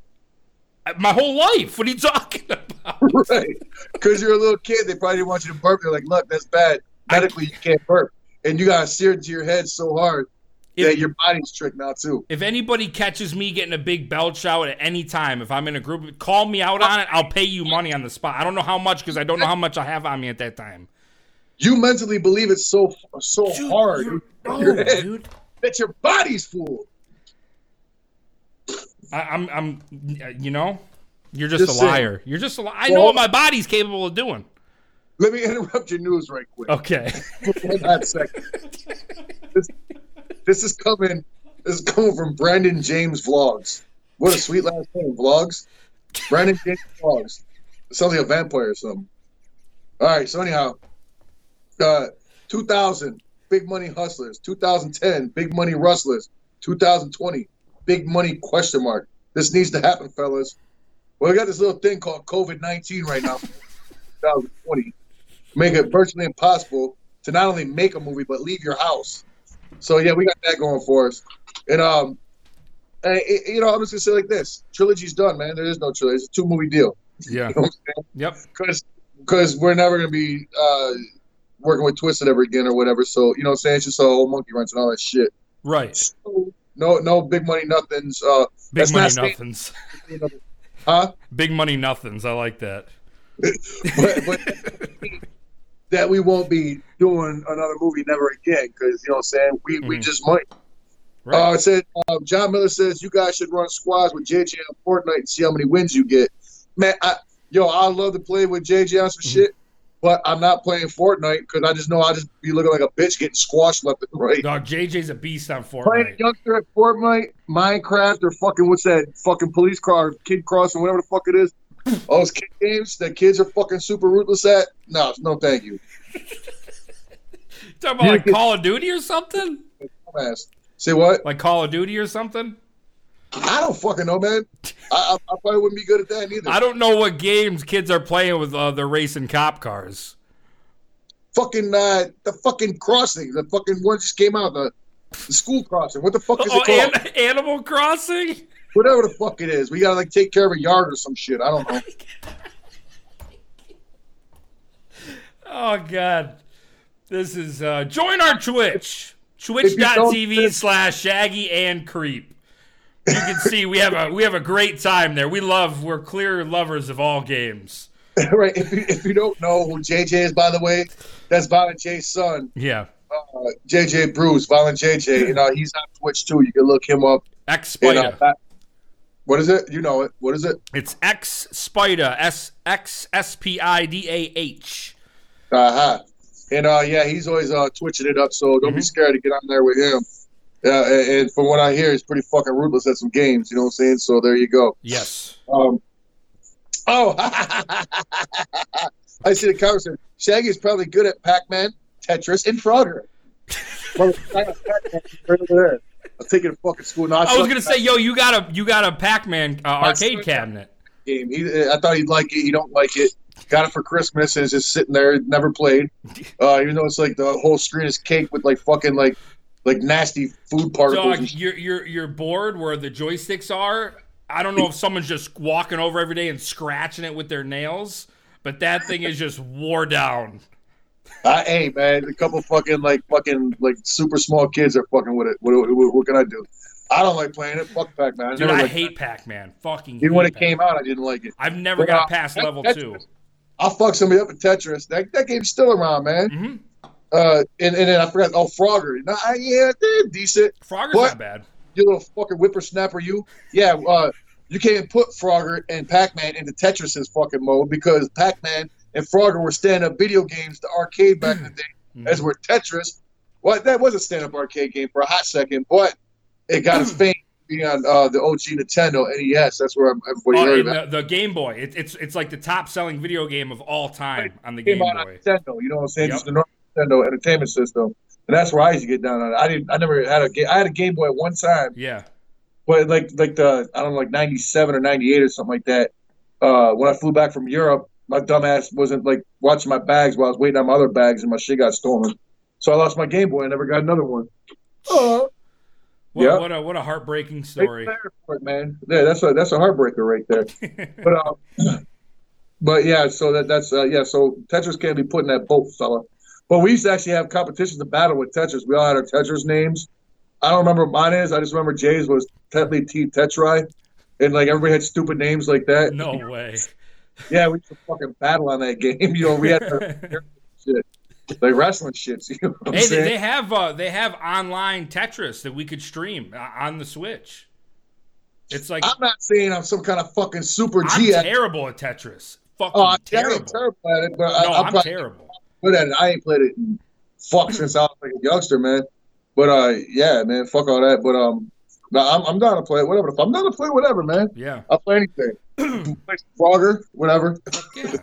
Speaker 2: [laughs]
Speaker 1: My whole life. What are you talking [laughs] about?
Speaker 2: right. Because you're a little kid, they probably didn't want you to burp. They're like, look, that's bad. Medically, you can't burp. And you got seared to your head so hard that
Speaker 1: If,
Speaker 2: your body's tricked now, too.
Speaker 1: if anybody catches me getting a big belch out at any time, if I'm in a group, call me out on it. I'll pay you money on the spot. I don't know how much because I don't know how much I have on me at that time.
Speaker 2: You mentally believe it's so so
Speaker 1: Dude,
Speaker 2: hard
Speaker 1: you're-
Speaker 2: in
Speaker 1: no,
Speaker 2: your head
Speaker 1: dude.
Speaker 2: that your body's fooled.
Speaker 1: I, I'm, I'm, you know, you're just,
Speaker 2: Just
Speaker 1: a
Speaker 2: saying.
Speaker 1: liar. You're just a liar. I know what my body's capable of doing.
Speaker 2: Let me [laughs] interrupt your news right quick.
Speaker 1: Okay.
Speaker 2: Hold on a second. This, this is coming This is coming from Brandon James Vlogs. What a sweet last name, Vlogs. Brandon James Vlogs. It sounds like a vampire or something. All right. So anyhow, uh, 2000 Big Money Hustlers. 2010 Big Money Rustlers. 2020 Big Money Question Mark. This needs to happen, fellas. Well, we got this little thing called COVID 19 right now, [laughs] 2020. Make it virtually impossible to not only make a movie, but leave your house. So, yeah, we got that going for us. And, um, and it- you know, I'm just going to say like this trilogy's done, man. There is no trilogy. It's a two movie deal.
Speaker 1: [laughs] Yeah.
Speaker 2: You know what I'm
Speaker 1: Yep.
Speaker 2: saying? Because we're never going to be uh, working with Twisted ever again or whatever. So, you know what I'm saying? It's just a whole monkey wrench and all that shit.
Speaker 1: Right.
Speaker 2: So, no, no big money, nothing's. Uh,
Speaker 1: Big
Speaker 2: That's
Speaker 1: money
Speaker 2: not saying-
Speaker 1: nothings.
Speaker 2: huh? [laughs]
Speaker 1: Big money nothings. I like that.
Speaker 2: but, but that we won't be doing another movie never again because you know what I'm saying we, we
Speaker 1: Mhm.
Speaker 2: just might. Uh,
Speaker 1: Right.
Speaker 2: it said uh, John Miller says you guys should run squads with JJ on Fortnite and see how many wins you get. Man, I yo I love to play with JJ on some
Speaker 1: Mhm.
Speaker 2: shit, but I'm not playing Fortnite because I just know I just be looking like a bitch getting squashed left and right.
Speaker 1: Dog, JJ's a beast on Fortnite.
Speaker 2: Playing a youngster at Fortnite, Minecraft, or fucking what's that fucking police car, Kid Crossing, whatever the fuck it [laughs] is. All those kid games that kids are fucking super ruthless at. No, no, thank you.
Speaker 1: Talking about like Call of Duty or something?
Speaker 2: Dumbass. Say what?
Speaker 1: Like Call of Duty or something?
Speaker 2: I don't fucking know, man. I, I, I probably wouldn't be good at that either.
Speaker 1: I don't know what games kids are playing with uh, the racing cop cars.
Speaker 2: fucking uh, the fucking crossing, the fucking one just came out, the, the school crossing. What the fuck is
Speaker 1: Oh,
Speaker 2: it called?
Speaker 1: An- Animal Crossing?
Speaker 2: Whatever the fuck it is, we gotta like take care of a yard or some shit. I don't know.
Speaker 1: [laughs]
Speaker 2: [laughs]
Speaker 1: Oh, God. This is. Uh, join our Twitch.
Speaker 2: If you don't-
Speaker 1: Twitch.tv slash shaggy and creep. You can see we have a we have a great time there. We love we're clear lovers of all games.
Speaker 2: right? If you, if you don't know who JJ is, by the way, that's Violent J's son.
Speaker 1: Yeah.
Speaker 2: uh, JJ Bruce, Violent JJ. You know, he's on Twitch too. You can look him up.
Speaker 1: X
Speaker 2: And,
Speaker 1: Spider.
Speaker 2: uh, that- what is it? You know it. What is it?
Speaker 1: It's X Spider. S X S P I D A H.
Speaker 2: Uh huh. And uh, yeah, he's always uh, twitching it up. So don't be
Speaker 1: Mhm.
Speaker 2: scared to get on there with him. Yeah, and, and from what I hear, he's pretty fucking ruthless at some games. You know what I'm saying? So there you go.
Speaker 1: Yes.
Speaker 2: Um, oh, [laughs] I see the conversation. Shaggy's probably good at Pac-Man, Tetris, and
Speaker 1: [laughs]
Speaker 2: Frogger. Well, I got Pac-Man right over there. I'll take it to fucking school. No,
Speaker 1: I was
Speaker 2: suck
Speaker 1: gonna
Speaker 2: at
Speaker 1: say, yo, you got a you got a Pac-Man uh, arcade cabinet.
Speaker 2: game. He, I thought he'd like it. He don't like it. Got it for Christmas and it's just sitting there, never played. Uh, even though it's like the whole screen is caked with like fucking like like nasty food particles.
Speaker 1: Dog,
Speaker 2: and shit.
Speaker 1: your your your board where the joysticks are. I don't know if someone's just walking over every day and scratching it with their nails, but that thing is just wore down.
Speaker 2: [laughs] I, hey man, a couple fucking like fucking like super small kids are fucking with it. What, what, what can I do? I don't like playing it. Fuck Pac Man. I
Speaker 1: Dude,
Speaker 2: never
Speaker 1: I
Speaker 2: liked
Speaker 1: hate Pac-Man. Fucking
Speaker 2: it. Even when
Speaker 1: hate
Speaker 2: it came out, I didn't like it.
Speaker 1: Pac-Man. I've never
Speaker 2: But,
Speaker 1: got
Speaker 2: uh,
Speaker 1: past
Speaker 2: that-
Speaker 1: level
Speaker 2: that's
Speaker 1: two.
Speaker 2: just- I'll fuck somebody up with Tetris. That that game's still around, man.
Speaker 1: Mhm.
Speaker 2: Uh, and, and then I forgot. Oh, Frogger. Nah, I- yeah, they're decent.
Speaker 1: Frogger's
Speaker 2: What?
Speaker 1: not bad.
Speaker 2: you little fucking whippersnapper, you. Yeah, uh, you can't put Frogger and Pac-Man into Tetris's fucking mode because Pac-Man and Frogger were stand-up video games, the arcade back in the day,
Speaker 1: Mhm.
Speaker 2: as were Tetris. Well, that was a stand-up arcade game for a hot second, but it
Speaker 1: [clears throat]
Speaker 2: got its fame being on uh, the OG Nintendo NES. That's where I'm- everybody
Speaker 1: Oh,
Speaker 2: heard
Speaker 1: and
Speaker 2: of it.
Speaker 1: the, the Game Boy. It, it's it's like the top selling video game of all time on the
Speaker 2: It
Speaker 1: Game
Speaker 2: came out on
Speaker 1: Boy.
Speaker 2: Nintendo, you know what I'm saying?
Speaker 1: Yep.
Speaker 2: Just the normal Nintendo entertainment system. And that's where I used to get down on it. I didn't. I never had a game. I had a Game Boy at one time,
Speaker 1: Yeah.
Speaker 2: but like like the I don't know like ninety seven or ninety eight or something like that. Uh, when I flew back from Europe, my dumbass wasn't like watching my bags while I was waiting on my other bags, and my shit got stolen. So I lost my Game Boy. I never got another one. Oh,
Speaker 1: What,
Speaker 2: Yeah.
Speaker 1: what a what a heartbreaking
Speaker 2: [laughs]
Speaker 1: story. [laughs]
Speaker 2: man. Yeah, that's a that's a heartbreaker right there. But uh, but yeah, so that that's uh, yeah. So Tetris can't be put in that boat, fella. But we used to actually have competitions to battle with Tetris. We all had our Tetris names. I don't remember what mine is. I just remember Jay's was Tetley T Tetri, and like everybody had stupid names like that.
Speaker 1: no way.
Speaker 2: Yeah, we used to fucking battle on that [laughs] game. You know, we had our shit, like wrestling shits. [laughs] You know what I'm
Speaker 1: Hey, they,
Speaker 2: saying?
Speaker 1: they have uh, they have online Tetris that we could stream uh, on the Switch. It's like
Speaker 2: I'm not saying I'm some kind of fucking super
Speaker 1: I'm
Speaker 2: G. at-
Speaker 1: terrible at Tetris. Fucking
Speaker 2: Oh, I ain't
Speaker 1: terrible.
Speaker 2: terrible at it, but I,
Speaker 1: No,
Speaker 2: I'm,
Speaker 1: I'm
Speaker 2: probably
Speaker 1: terrible.
Speaker 2: good at it. I
Speaker 1: [clears throat]
Speaker 2: ain't played it in fuck since I was like a youngster, man. But uh, yeah, man, fuck all that. But um, No, I'm, I'm down to play whatever. If I'm down to play whatever, man,
Speaker 1: Yeah.
Speaker 2: I'll
Speaker 1: [clears throat]
Speaker 2: play anything. play some Frogger, whatever.
Speaker 1: Fuck yeah.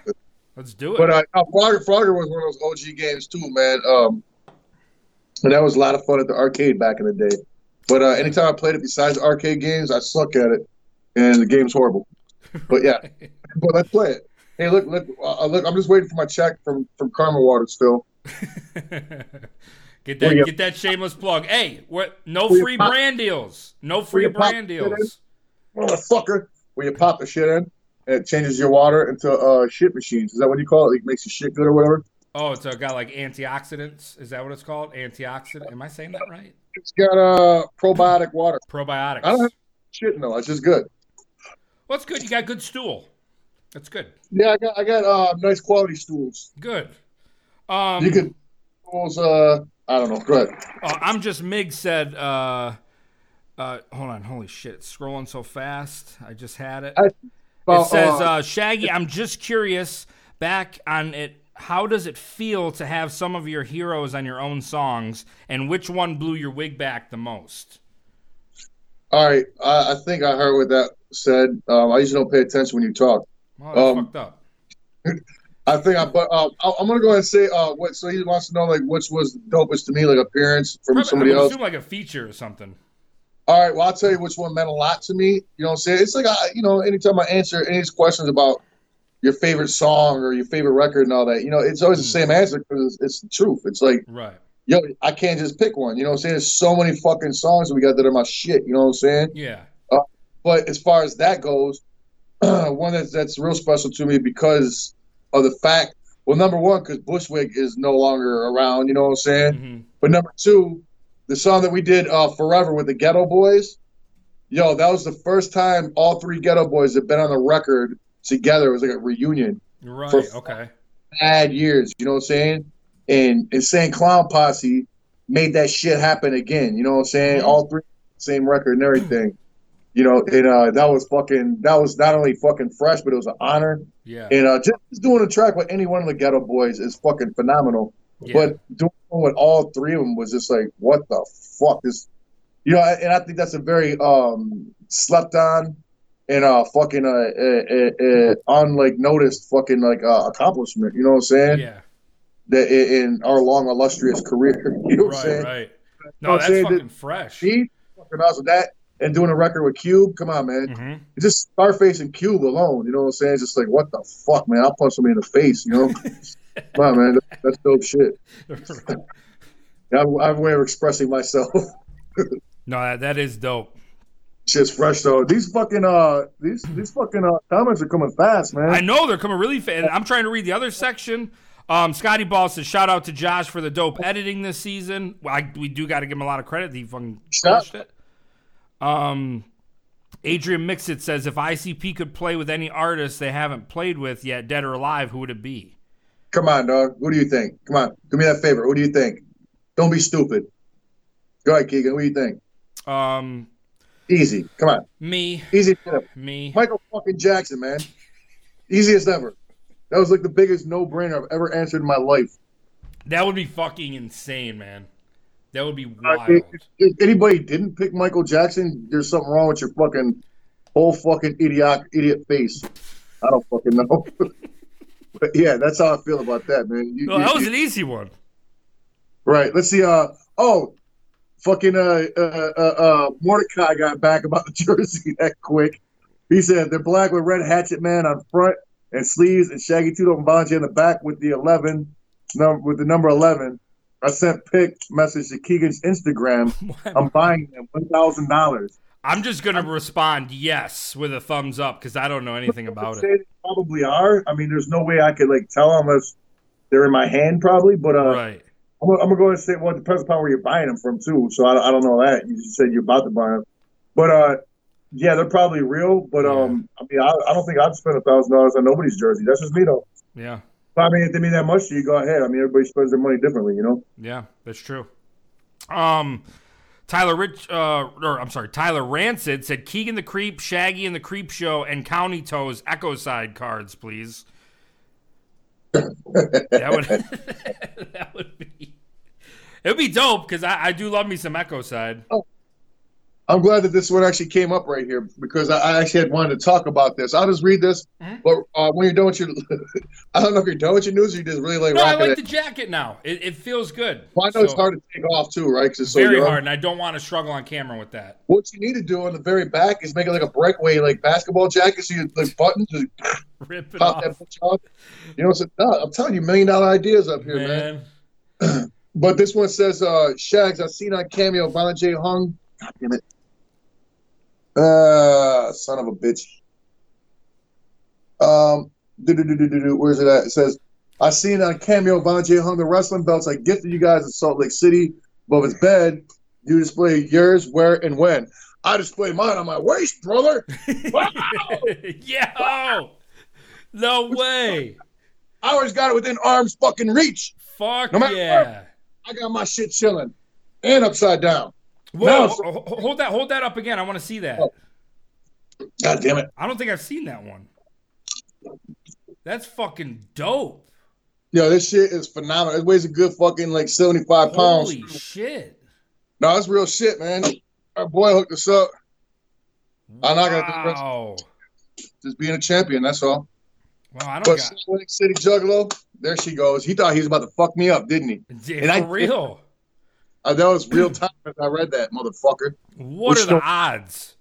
Speaker 1: Let's do it.
Speaker 2: But uh, no, Frogger, Frogger was one of those OG games too, man. Um, and that was a lot of fun at the arcade back in the day. But uh, anytime I played it besides arcade games, I suck at it, and the game's horrible. But yeah, but let's play it. Hey, look, look, uh, look! I'm just waiting for my check from from Karma Waters, Phil.
Speaker 1: [laughs] get that
Speaker 2: Free-
Speaker 1: get that shameless plug. Hey, what no
Speaker 2: Free
Speaker 1: free
Speaker 2: uh, pop-
Speaker 1: brand deals. No free
Speaker 2: Free pop-
Speaker 1: brand deals.
Speaker 2: Motherfucker, when you pop the shit in, and it changes your water into uh, shit machines. Is that what you call it? It makes your shit good or whatever.
Speaker 1: Oh, it's uh, got like antioxidants. Is that what it's called? Antioxidant. Am I saying that right?
Speaker 2: It's got uh, probiotic water.
Speaker 1: Probiotics.
Speaker 2: I don't
Speaker 1: Well,
Speaker 2: have shit no, It's just good.
Speaker 1: it's good. You got good stool. That's good.
Speaker 2: Yeah, I got I got uh, nice quality stools.
Speaker 1: Good. Um,
Speaker 2: You could stools. Uh, I don't know. Go ahead.
Speaker 1: uh, I'm just Mig said. Uh, uh, hold on. Holy shit! It's scrolling so fast. I just had it.
Speaker 2: I- Oh,
Speaker 1: it says uh, Shaggy. I'm just curious. Back on it. How does it feel to have some of your heroes on your own songs, and which one blew your wig back the most?
Speaker 2: all right. I, I think I heard what that said. Um, I usually don't pay attention when you talk.
Speaker 1: Well, that's
Speaker 2: Um,
Speaker 1: fucked up.
Speaker 2: I think I, but um, I, I'm gonna go ahead and say uh, what. So he wants to know like which was the dopest to me, like appearance from
Speaker 1: Probably,
Speaker 2: somebody
Speaker 1: I would
Speaker 2: else.
Speaker 1: assume like a feature or something.
Speaker 2: All right, well, I'll tell you which one meant a lot to me. You know what I'm saying? It's like, I, you know, anytime I answer any of these questions about your favorite song or your favorite record and all that, you know, it's always the
Speaker 1: Hmm.
Speaker 2: same answer because it's, it's the truth. It's like,
Speaker 1: Right.
Speaker 2: yo, I can't just pick one. You know what I'm saying? There's so many fucking songs that we got that are my shit. You know what I'm saying?
Speaker 1: Yeah.
Speaker 2: But as far as that goes, [clears throat] one that's, that's real special to me because of the fact, well, number one, because Bushwick is no longer around. You know what I'm saying?
Speaker 1: hmm
Speaker 2: But number two, the song that we did uh, "Forever" with the Ghetto Boys, yo, that was the first time all three Ghetto Boys had been on the record together. It was like a reunion,
Speaker 1: mm-hmm, Right.
Speaker 2: For-
Speaker 1: okay.
Speaker 2: bad years. You know what I'm saying? And Insane Clown Posse made that shit happen again. You know what I'm saying? All three same record and everything. You know, and uh, that was fucking. That was not only fucking fresh, but it was an honor.
Speaker 1: Yeah.
Speaker 2: And uh, just doing a track with any one of the Ghetto Boys is fucking phenomenal.
Speaker 1: yeah.
Speaker 2: But doing it with all three of them was just like, what the fuck is, you know? And I think that's a very um slept on and uh fucking uh, uh, uh, uh on like noticed fucking like uh, accomplishment. You know what I'm saying?
Speaker 1: yeah.
Speaker 2: That in, in our long illustrious career, [laughs] you know what I'm
Speaker 1: Right.
Speaker 2: saying?
Speaker 1: Right.
Speaker 2: I'm
Speaker 1: No, that's
Speaker 2: saying that-
Speaker 1: fucking fresh.
Speaker 2: He fucking awesome that. And doing a record with Cube, come on, man.
Speaker 1: hmm
Speaker 2: Just Starface and Cube alone, you know what I'm saying? It's just like, what the fuck, man? I'll punch somebody in the face,
Speaker 1: [laughs]
Speaker 2: you know? come on, man. That's, that's dope shit.
Speaker 1: Mm-hmm.
Speaker 2: I, I have a way of expressing myself.
Speaker 1: [laughs]
Speaker 2: [laughs]
Speaker 1: no, that, that is dope.
Speaker 2: Shit's fresh though. These fucking uh, these these fucking uh, comments are coming fast, man.
Speaker 1: I know they're coming really fast. I'm trying to read the other section. Um, Scotty Ball says, "Shout out to Josh for the dope editing this season. Well, I, we do got to give him a lot of credit. He fucking
Speaker 2: Shout-
Speaker 1: crushed it." Um, Adrian Mixit says, "If ICP could play with any artist they haven't played with yet, dead or alive, who would it be?"
Speaker 2: Come on, dog. Who do you think? Come on, do me that favor. Who do you think? Don't be stupid. Go ahead, Keegan. What do you think?
Speaker 1: Um,
Speaker 2: Easy. Come on,
Speaker 1: me,
Speaker 2: easy. as ever.
Speaker 1: me.
Speaker 2: Michael fucking Jackson, man. Easiest ever. That was like the biggest no-brainer I've ever answered in my life.
Speaker 1: That would be fucking insane, man. That would be wild.
Speaker 2: If, if anybody didn't pick Michael Jackson, there's something wrong with your fucking whole fucking idiot idiot face. I don't fucking know. [laughs] but yeah, that's how I feel about that, man. You-
Speaker 1: No,
Speaker 2: you-
Speaker 1: that was
Speaker 2: you-
Speaker 1: an easy one.
Speaker 2: right. Let's see. Uh oh, fucking uh, uh uh uh Mordecai got back about the [laughs] jersey that quick. He said they're black with red hatchet man on front and sleeves and shaggy two and Bonji on the back with the eleven num- with the number eleven. I sent pic message to Keegan's Instagram. I'm buying them one thousand dollars.
Speaker 1: [laughs] I'm just gonna respond yes with a thumbs up because I don't know anything about
Speaker 2: [laughs]
Speaker 1: it.
Speaker 2: They probably are. I mean, there's no way I could like tell unless they're in my hand, probably. But uh,
Speaker 1: Right.
Speaker 2: I'm, gonna- I'm gonna go ahead and say, well, it depends upon where you're buying them from too. So I, I don't know that. You just said you're about to buy them, but uh, yeah, they're probably real. But um, I mean, I, I don't think I'd spend a thousand dollars on nobody's jersey. That's just me though.
Speaker 1: Yeah.
Speaker 2: But, I mean, if they mean that much to you, go ahead. I mean, everybody spends their money differently, you know.
Speaker 1: Yeah. That's true. Um, Tyler Rich, uh, or I'm sorry, Tyler Rancid said Keegan the Creep, Shaggy and the Creep Show, and County Toes Echo Side cards, please. that would [laughs] that would be it would be dope because I, I do love me some Echo Side.
Speaker 2: I'm glad that this one actually came up right here because I, I actually had wanted to talk about this. I'll just read this,
Speaker 1: Mhm.
Speaker 2: but uh, when you're done with your, [laughs] I don't know if you're done with your news or you just really like
Speaker 1: No, I
Speaker 2: rocking
Speaker 1: like
Speaker 2: it.
Speaker 1: the jacket now. It, it feels good.
Speaker 2: well, I know it's
Speaker 1: So,
Speaker 2: hard to take off too, right? 'Cause it's so
Speaker 1: very
Speaker 2: young.
Speaker 1: hard, and I don't want to struggle on camera with that.
Speaker 2: What you need to do on the very back is make it like a breakaway, like basketball jacket, so you like buttons to
Speaker 1: Rip it
Speaker 2: pop
Speaker 1: off, [laughs]
Speaker 2: that bitch off. You know, it's a, no, I'm telling you, million dollar ideas up here,
Speaker 1: man. [laughs]
Speaker 2: man. But this one says, uh, Shags, I've seen on Cameo Violent J Hung. God damn it. Uh, son of a bitch. Um, do-do-do-do-do-do, where's it at? It says, I've seen on Cameo Violent J Hung the wrestling belts I gifted you guys in Salt Lake City above his bed. You display yours, where, and when. I display mine on my waist, brother. Wow!
Speaker 1: Yo, oh! no way.
Speaker 2: I always got it within arm's fucking reach.
Speaker 1: Fuck
Speaker 2: No matter
Speaker 1: yeah.
Speaker 2: I got my shit chilling and upside down.
Speaker 1: Whoa,
Speaker 2: No.
Speaker 1: ho- ho- hold that, hold that up again. I want to see that.
Speaker 2: Oh. God damn it.
Speaker 1: I don't think I've seen that one. That's fucking dope.
Speaker 2: Yo, this shit is phenomenal. It weighs a good fucking like 75 pounds.
Speaker 1: Holy shit.
Speaker 2: No, that's real shit, man. Our boy hooked us up. I'm not gonna do the rest.
Speaker 1: Wow.
Speaker 2: Just being a champion, that's all.
Speaker 1: Well, I don't
Speaker 2: But
Speaker 1: got
Speaker 2: Salt Lake City Juggalo, there she goes. He thought he was about to fuck me up, didn't he?
Speaker 1: Dude,
Speaker 2: and I-
Speaker 1: for real.
Speaker 2: Uh, that was real time as I read that, motherfucker.
Speaker 1: What
Speaker 2: Which
Speaker 1: are the
Speaker 2: don't-
Speaker 1: odds?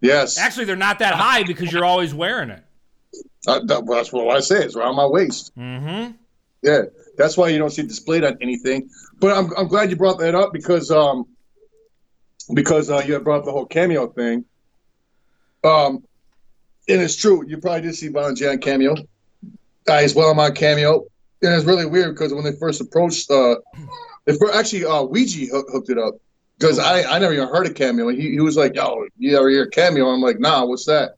Speaker 2: Yes.
Speaker 1: Actually, they're not that high because you're always wearing it.
Speaker 2: Uh, that- that's what I say. It's around my waist.
Speaker 1: Mm-hmm.
Speaker 2: Yeah. That's why you don't see it displayed on anything. But I'm, I'm glad you brought that up because um because uh, you had brought up the whole cameo thing. Um, and it's true. You probably did see Von Jan cameo. I as well. I'm on cameo, and it's really weird because when they first approached, uh, they fir- actually uh, Ouija hook, hooked it up because I, I never even heard of cameo. He, he was like, "Yo, you ever hear of cameo?" I'm like, "Nah, what's that?"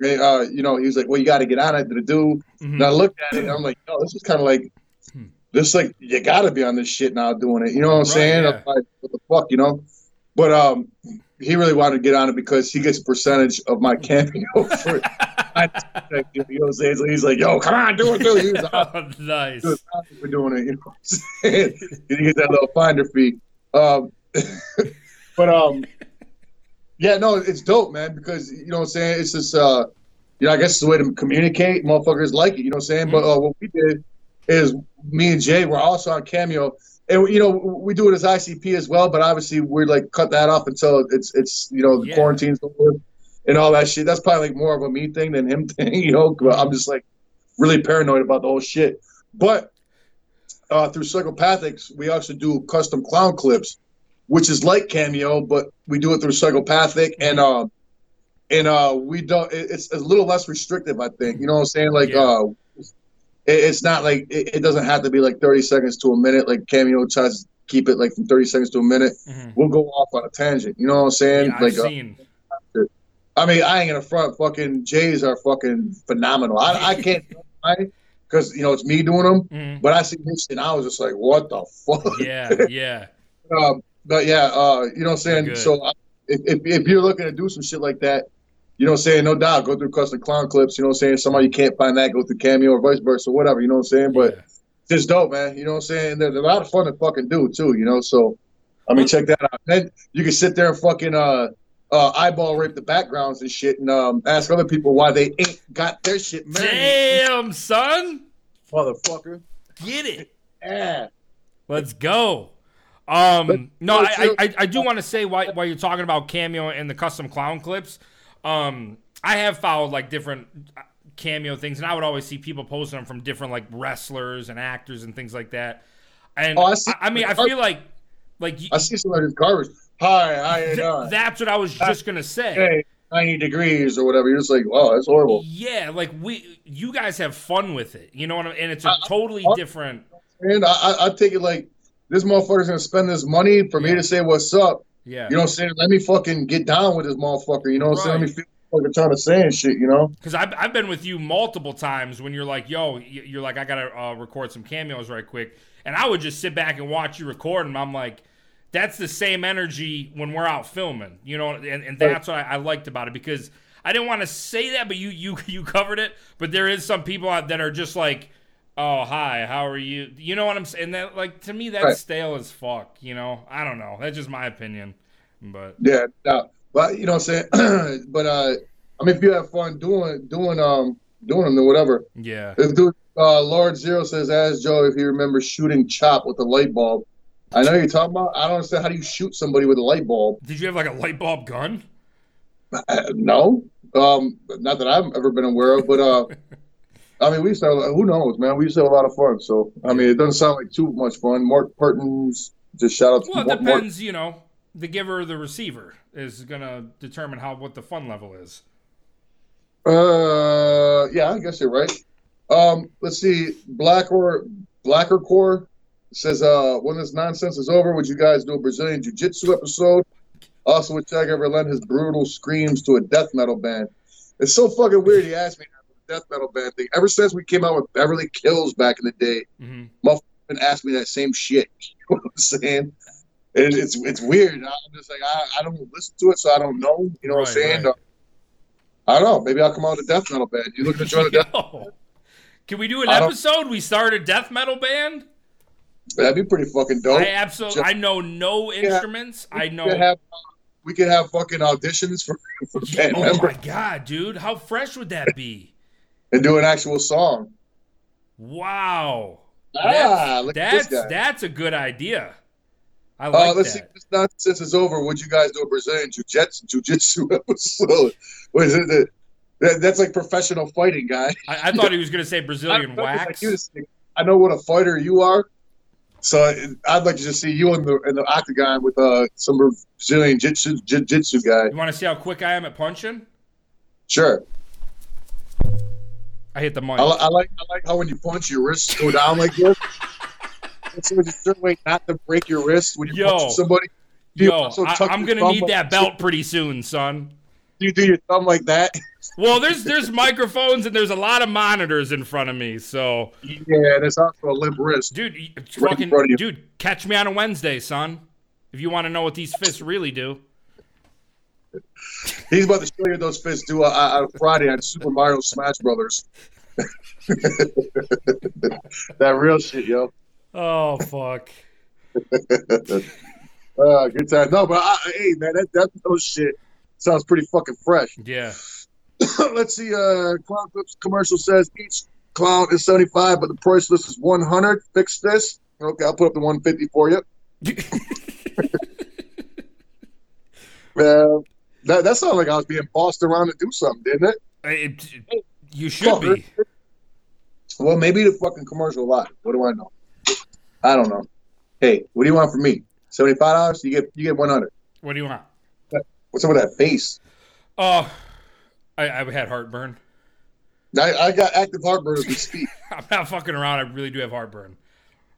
Speaker 2: And, uh, you know, he was like, "Well, you got to get on it to do."
Speaker 1: Mm-hmm. [laughs]
Speaker 2: And I looked at it, and I'm like, "Yo, this is kind of like."
Speaker 1: Hmm.
Speaker 2: This like you gotta be on this shit now doing it. You know what I'm
Speaker 1: Right,
Speaker 2: saying?
Speaker 1: yeah.
Speaker 2: I'm like, what the fuck, you know? But um, he really wanted to get on it because he gets a percentage of my [laughs] cameo. For, I like, you know, so he's, he's like, "Yo, come on, do it, do it." He was out
Speaker 1: Oh, nice.
Speaker 2: for doing it. You know what I'm saying? [laughs] he gets that little finder fee. Um, [laughs] but um, yeah, no, it's dope, man. Because you know what I'm saying. It's just uh, you know, I guess it's a way to communicate. Motherfuckers like it. You know what I'm saying. But uh, what we did is me and Jay were also on Cameo. And you know we do it as ICP as well, but obviously we're like cut that off until it's it's you know the
Speaker 1: Yeah.
Speaker 2: quarantine's over and all that shit. That's probably like more of a me thing than him [laughs] thing, you know. But I'm just like really paranoid about the whole shit. But uh, through Psychopathics, we also do custom clown clips, which is like Cameo, but we do it through Psychopathic, and um, and uh, we don't. it- It's a little less restrictive, I think. You know what I'm saying? Like,
Speaker 1: Yeah.
Speaker 2: uh, it, it's not like it, it doesn't have to be like 30 seconds to a minute. Like Cameo tries to keep it like from 30 seconds to a minute.
Speaker 1: Mhm.
Speaker 2: We'll go off on a tangent. You know what I'm saying?
Speaker 1: Yeah, I've
Speaker 2: like, uh,
Speaker 1: seen.
Speaker 2: I mean, I ain't gonna front. Fucking Jays are fucking phenomenal. I, I can't [laughs] because you know it's me doing them.
Speaker 1: Mhm.
Speaker 2: But I see this and I was just like, what the fuck? [laughs]
Speaker 1: Yeah, yeah.
Speaker 2: Um, but yeah, uh, you know what I'm saying?
Speaker 1: Good.
Speaker 2: So I- if, if, if you're looking to do some shit like that, you know what I'm saying? No doubt, go through custom clown clips. You know what I'm saying? Somebody you can't find that, go through Cameo or vice versa, whatever. You know what I'm saying? But
Speaker 1: Yeah.
Speaker 2: just dope, man. You know what I'm saying? There's a lot of fun to fucking do too. You know, so I mean, check that out. Then you can sit there and fucking uh, uh, eyeball rape the backgrounds and shit, and um, ask other people why they ain't got their shit married,
Speaker 1: damn son,
Speaker 2: motherfucker.
Speaker 1: get it.
Speaker 2: Yeah.
Speaker 1: Let's go. Um, no,
Speaker 2: let's
Speaker 1: I,
Speaker 2: do-
Speaker 1: I, I do want to say why while you're talking about cameo and the custom clown clips, um, I have followed like different uh, cameo things, and I would always see people posting them from different like wrestlers and actors and things like that. And
Speaker 2: Oh,
Speaker 1: I,
Speaker 2: I see-
Speaker 1: I mean, I feel like like you,
Speaker 2: I see some of this garbage. Hi, how you
Speaker 1: th-
Speaker 2: doing?
Speaker 1: that's what I was just gonna say.
Speaker 2: hey, 90 degrees or whatever. You're just like, wow, that's horrible.
Speaker 1: Yeah, like we, you guys have fun with it, you know what I mean? And it's a totally
Speaker 2: I-
Speaker 1: different.
Speaker 2: And I, I, I take it like this motherfucker's gonna spend this money for me
Speaker 1: Yeah.
Speaker 2: to say what's up.
Speaker 1: Yeah,
Speaker 2: You know what I'm saying? Let me fucking get down with this motherfucker. You know what I'm saying? Let me feel what they're trying to say and shit. You know?
Speaker 1: Because I've, I've been with you multiple times when you're like, yo, y- you're like, I got to uh, record some cameos right quick. And I would just sit back and watch you record. And I'm like, that's the same energy when we're out filming, you know? And, and that's what I, I liked about it because I didn't want to say that, but you, you, [laughs] you covered it. But there is some people out that are just like, oh, hi, how are you? You know what I'm saying? And that, like, to me, that's
Speaker 2: Right.
Speaker 1: stale as fuck, you know? I don't know. That's just my opinion. But
Speaker 2: Yeah, no, but you know what I'm saying. [clears throat] but uh, I mean, if you have fun doing doing um doing them, then whatever.
Speaker 1: yeah,
Speaker 2: This dude, uh, Lord Zero says, ask Joe if he remembers shooting Chop with a light bulb. I know you're talking about. I don't understand how do you shoot somebody with a light bulb.
Speaker 1: did you have like a light bulb gun?
Speaker 2: Uh, [laughs] no, um, not that I've ever been aware of. But uh, I mean, we used to. Have, who knows, man? We used to have a lot of fun. So I mean, it doesn't sound like too much fun. Mark Pertins just shout out. to
Speaker 1: Well, it
Speaker 2: Mark- Mark-
Speaker 1: depends. You know, the giver or the receiver is gonna determine how what the fun level is.
Speaker 2: Uh, yeah, I guess you're right. Um, let's see. Black or Blacker Core says, uh, when this nonsense is over, would you guys do a Brazilian Jiu Jitsu episode? Also, would Jack ever lend his brutal screams to a death metal band? It's so fucking weird. He asked me that death metal band thing. Ever since we came out with Beverly Kills back in the day,
Speaker 1: hmm
Speaker 2: and asked me that same shit. [laughs] You know what I'm saying? And it's it's weird. I'm just like I, I don't listen to it, so I don't know. You know what I'm
Speaker 1: Right,
Speaker 2: saying?
Speaker 1: right.
Speaker 2: I don't know. Maybe I'll come out with a death metal band. You looking to
Speaker 1: [laughs]
Speaker 2: join a death?
Speaker 1: Yo. Can we do an
Speaker 2: I don't-
Speaker 1: episode? We start a death metal band.
Speaker 2: That'd be pretty fucking dope.
Speaker 1: I absolutely. I know no instruments. I know.
Speaker 2: We could have, we could have fucking auditions for, [laughs] for band
Speaker 1: oh
Speaker 2: members
Speaker 1: my god, dude! How fresh would that be?
Speaker 2: and do an actual song.
Speaker 1: Wow.
Speaker 2: Ah,
Speaker 1: that's
Speaker 2: look at this
Speaker 1: that's,
Speaker 2: guy.
Speaker 1: that's a good idea. I
Speaker 2: Uh,
Speaker 1: like
Speaker 2: let's see.
Speaker 1: that.
Speaker 2: If this nonsense is over, would you guys do a Brazilian jiu-jitsu, jiu-jitsu [laughs] episode? What is it? The- that- that's like professional fighting, guy.
Speaker 1: I, I thought he was going to say Brazilian
Speaker 2: I know, like,
Speaker 1: wax.
Speaker 2: you just- I know what a fighter you are, so I'd like to just see you in the in the octagon with uh some Brazilian jitsu jiu- jitsu guy.
Speaker 1: You want to see how quick I am at punching?
Speaker 2: Sure,
Speaker 1: I hit the mic.
Speaker 2: I, li- I like I like how when you punch your wrists go down like this. [laughs] It's a certain way not to break your wrist when you
Speaker 1: Yo.
Speaker 2: punch somebody. Do you
Speaker 1: Yo,
Speaker 2: also
Speaker 1: I,
Speaker 2: tuck
Speaker 1: I'm
Speaker 2: your
Speaker 1: going to
Speaker 2: thumb
Speaker 1: need
Speaker 2: like-
Speaker 1: that belt pretty soon, son.
Speaker 2: Do you do your thumb like that? [laughs]
Speaker 1: Well, there's there's microphones and there's a lot of monitors in front of me, so
Speaker 2: Yeah, and it's also a limp wrist.
Speaker 1: dude, you- it's
Speaker 2: Right in
Speaker 1: fucking
Speaker 2: front of you.
Speaker 1: dude, catch me on a Wednesday, son. If you want to know what these fists really do,
Speaker 2: He's about to show you those fists do on, on Friday on Super Mario Smash Brothers. [laughs] that real shit, yo.
Speaker 1: oh fuck.
Speaker 2: Uh, good time. No, but I, hey, man, that that metal shit sounds pretty fucking fresh. [coughs]
Speaker 1: Yeah,
Speaker 2: Let's see. Uh, Clown Clips commercial says each clown is seventy five, but the price list is one hundred. Fix this. Okay, I'll put up the one fifty for you. Man, that that sounded like I was being bossed around to do something, didn't it?
Speaker 1: It- it- you should be.
Speaker 2: Well, maybe the fucking commercial lied. What do I know? I don't know. Hey, what do you want from me? Seventy five dollars? You get you get one hundred.
Speaker 1: What do you want?
Speaker 2: What's up with that face?
Speaker 1: Oh, I, I had heartburn. [laughs]
Speaker 2: I, I got active heartburn as we speak.
Speaker 1: I'm not fucking around. I really do have heartburn.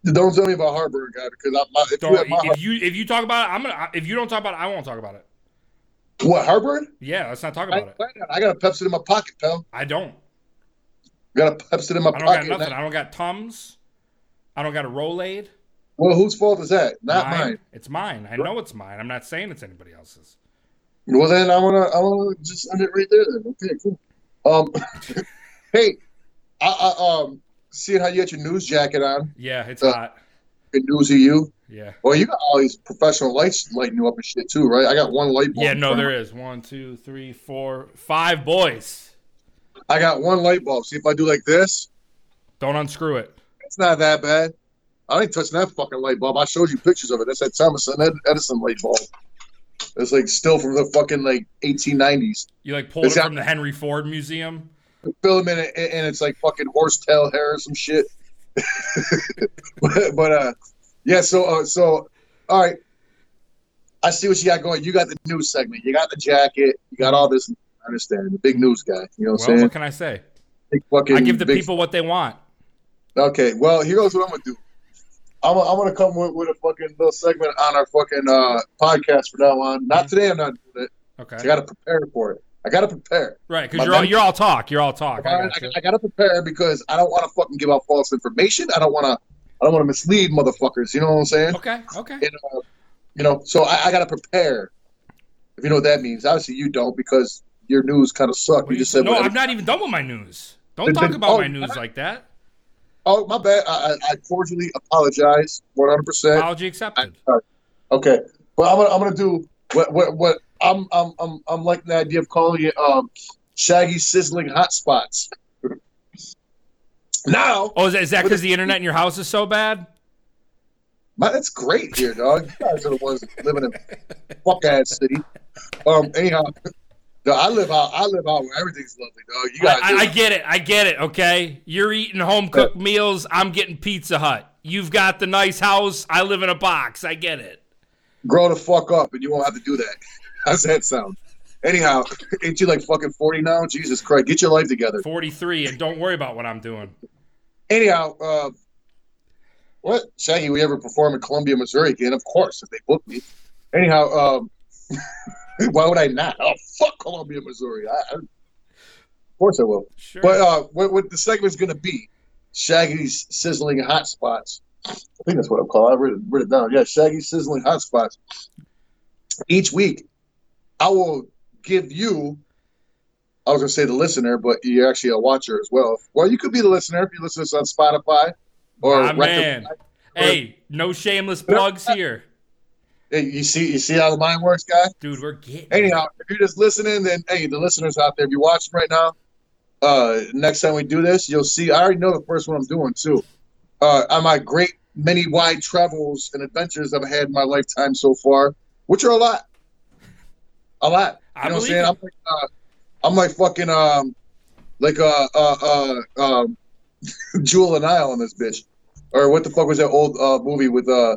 Speaker 2: Don't tell me about heartburn, guy, because I, my, if you
Speaker 1: Don't,
Speaker 2: have my heart,
Speaker 1: if you if you talk about it, I'm gonna. If you don't talk about it, I won't talk about it.
Speaker 2: what heartburn?
Speaker 1: Yeah, let's not talk
Speaker 2: I,
Speaker 1: about it.
Speaker 2: I got a Pepsi in my pocket, pal.
Speaker 1: I don't.
Speaker 2: Got a Pepsi in my
Speaker 1: I don't got
Speaker 2: pocket.
Speaker 1: nothing. I don't got tums. I don't got a Rolade.
Speaker 2: well, whose fault is that? Not mine.
Speaker 1: It's mine. I know it's mine. I'm not saying it's anybody else's.
Speaker 2: Well, then I wanna, I wanna just end it right there. Then okay, cool. Um, [laughs] hey, I, I um, seeing how you got your news jacket on,
Speaker 1: Yeah, it's
Speaker 2: Uh,
Speaker 1: hot.
Speaker 2: good news of you.
Speaker 1: Yeah.
Speaker 2: Well, you got all these professional lights lighting you up and shit too, right? I got one light bulb.
Speaker 1: Yeah. No,
Speaker 2: in front of
Speaker 1: there is one, two, three, four, five boys.
Speaker 2: me. I got one light bulb. See if I do like this.
Speaker 1: Don't unscrew it.
Speaker 2: It's not that bad. I ain't touching that fucking light bulb. I showed you pictures of it. That's that Thomas Ed- Edison light bulb. It's like still from the fucking like 1890s.
Speaker 1: You like pulled it
Speaker 2: It's got-
Speaker 1: from the Henry Ford Museum.
Speaker 2: Film in it, and it's like fucking horsetail hair or some shit. [laughs] but, but uh, yeah. So uh, so all right. I see what you got going. You got the news segment. You got the jacket. You got all this. I understand. The big news guy. You know what I'm
Speaker 1: Well,
Speaker 2: saying?
Speaker 1: what can I say?
Speaker 2: Big fucking
Speaker 1: I give the
Speaker 2: big-
Speaker 1: people what they want.
Speaker 2: Okay, well, here goes what I'm gonna do. I'm, I'm gonna come with, with a fucking little segment on our fucking uh, podcast from now on.
Speaker 1: Mm-hmm.
Speaker 2: Not today, I'm not doing it.
Speaker 1: Okay.
Speaker 2: I gotta prepare for it. I gotta prepare.
Speaker 1: Right,
Speaker 2: My
Speaker 1: because you're all,
Speaker 2: mem-
Speaker 1: you're all talk. You're all talk. I
Speaker 2: I,
Speaker 1: gotcha.
Speaker 2: I gotta prepare because I don't want to fucking give out false information. I don't want to. I don't want to mislead motherfuckers. You know what I'm saying?
Speaker 1: Okay, okay.
Speaker 2: And, uh, you know, so I, I gotta prepare. If you know what that means, obviously you don't because your news kind of
Speaker 1: What
Speaker 2: suck. You
Speaker 1: do you
Speaker 2: just said
Speaker 1: no,
Speaker 2: whatever.
Speaker 1: I'm not even done with my news. Don't
Speaker 2: Then-
Speaker 1: talk
Speaker 2: then-
Speaker 1: about
Speaker 2: oh,
Speaker 1: my news like that.
Speaker 2: Oh, my bad. I, I I cordially apologize. 100. percent
Speaker 1: Apology accepted.
Speaker 2: Okay, but I'm gonna I'm gonna do What what what? I'm I'm I'm I'm liking the idea of calling it um, Shaggy sizzling hot spots. now
Speaker 1: Oh, is that- is that because the internet in your house is so bad?
Speaker 2: Man, that's great here, dog. You guys are the ones living in fuck ass city. Um, anyhow, dog, I live out. I live out where everything's lovely, dog. You guys,
Speaker 1: I, I, I get it. I get it. Okay, you're eating home cooked meals. I'm getting Pizza Hut. You've got the nice house. I live in a box. I get it.
Speaker 2: grow the fuck up, and you won't have to do that. [laughs] How's that sound? Anyhow, [laughs] ain't you like fucking forty now? Jesus Christ, get your life together.
Speaker 1: 43, and don't worry about what I'm doing.
Speaker 2: Anyhow, uh, what Shaggy? We ever perform in Columbia, Missouri again? Of course, if they book me. Anyhow, um, [laughs] why would I not? Oh fuck, Columbia, Missouri. I, I, of course, I will.
Speaker 1: Sure.
Speaker 2: But uh, what, what the segment's going to be? Shaggy's sizzling hot spots. I think that's what I'm calling. I wrote it, wrote it down. Yeah, Shaggy's sizzling hot spots. Each week, I will give you. I was going to say the listener, but you're actually a watcher as well. Well, you could be the listener if you listen to this on Spotify or
Speaker 1: My
Speaker 2: Recti-
Speaker 1: man. Hey, no shameless plugs
Speaker 2: uh,
Speaker 1: here,
Speaker 2: Hey, you see, you see how the mind works, guy.
Speaker 1: dude. We're getting. it.
Speaker 2: Anyhow, if you're just listening, then hey, the listeners out there, if you're watching right now, uh, next time we do this, you'll see. I already know the first one I'm doing too. Uh, on my great many wide travels and adventures I've had in my lifetime so far, which are a lot, a lot. You
Speaker 1: I
Speaker 2: know what I'm
Speaker 1: believe
Speaker 2: saying?
Speaker 1: it.
Speaker 2: I'm like, uh, I'm like fucking um, like uh uh uh um, [laughs] Jewel and I on this bitch, or what the fuck was that old uh movie with uh,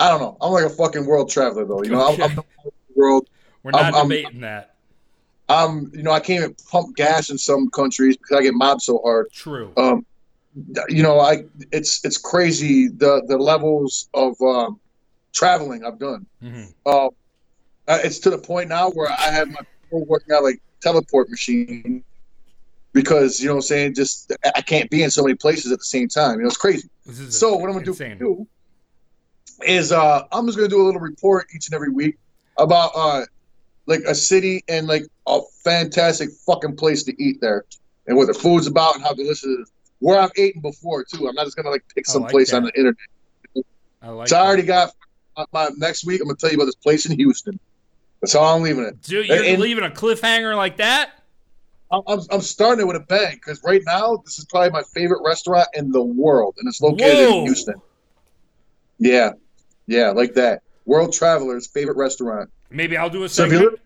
Speaker 2: I don't know. I'm like a fucking world traveler though. You know, I'm- I'm,
Speaker 1: Okay.
Speaker 2: I'm world.
Speaker 1: We're not
Speaker 2: I'm- I'm-
Speaker 1: debating that.
Speaker 2: Um, you know, I can't even pump gas in some countries because I get mobbed so hard.
Speaker 1: True.
Speaker 2: Um, th- you know, I it's it's crazy the the levels of um, traveling I've done.
Speaker 1: Mhm.
Speaker 2: Um, uh, it's to the point now where I have my phone working out like teleport machine because you know what I'm saying just I- I can't be in so many places at the same time. You know, it's crazy.
Speaker 1: This is
Speaker 2: So what I'm gonna do
Speaker 1: insane.
Speaker 2: for you is uh, I'm just gonna do a little report each and every week about uh, like a city and like a fantastic fucking place to eat there, and what the food's about and how delicious it is. Where I've eaten before too. I'm not just gonna like pick
Speaker 1: Oh, I
Speaker 2: some
Speaker 1: like
Speaker 2: place
Speaker 1: that.
Speaker 2: on the internet.
Speaker 1: I like.
Speaker 2: so I already
Speaker 1: that.
Speaker 2: got my, my next week. I'm gonna tell you about this place in Houston. That's all I'm leaving it.
Speaker 1: Dude, you're
Speaker 2: and-
Speaker 1: leaving a cliffhanger like that?
Speaker 2: I'm, I'm, I'm starting it with a bang because right now this is probably my favorite restaurant in the world, and it's located
Speaker 1: Whoa.
Speaker 2: in Houston. Yeah, yeah, like that. World travelers' favorite restaurant.
Speaker 1: Maybe I'll do a
Speaker 2: So if you
Speaker 1: segment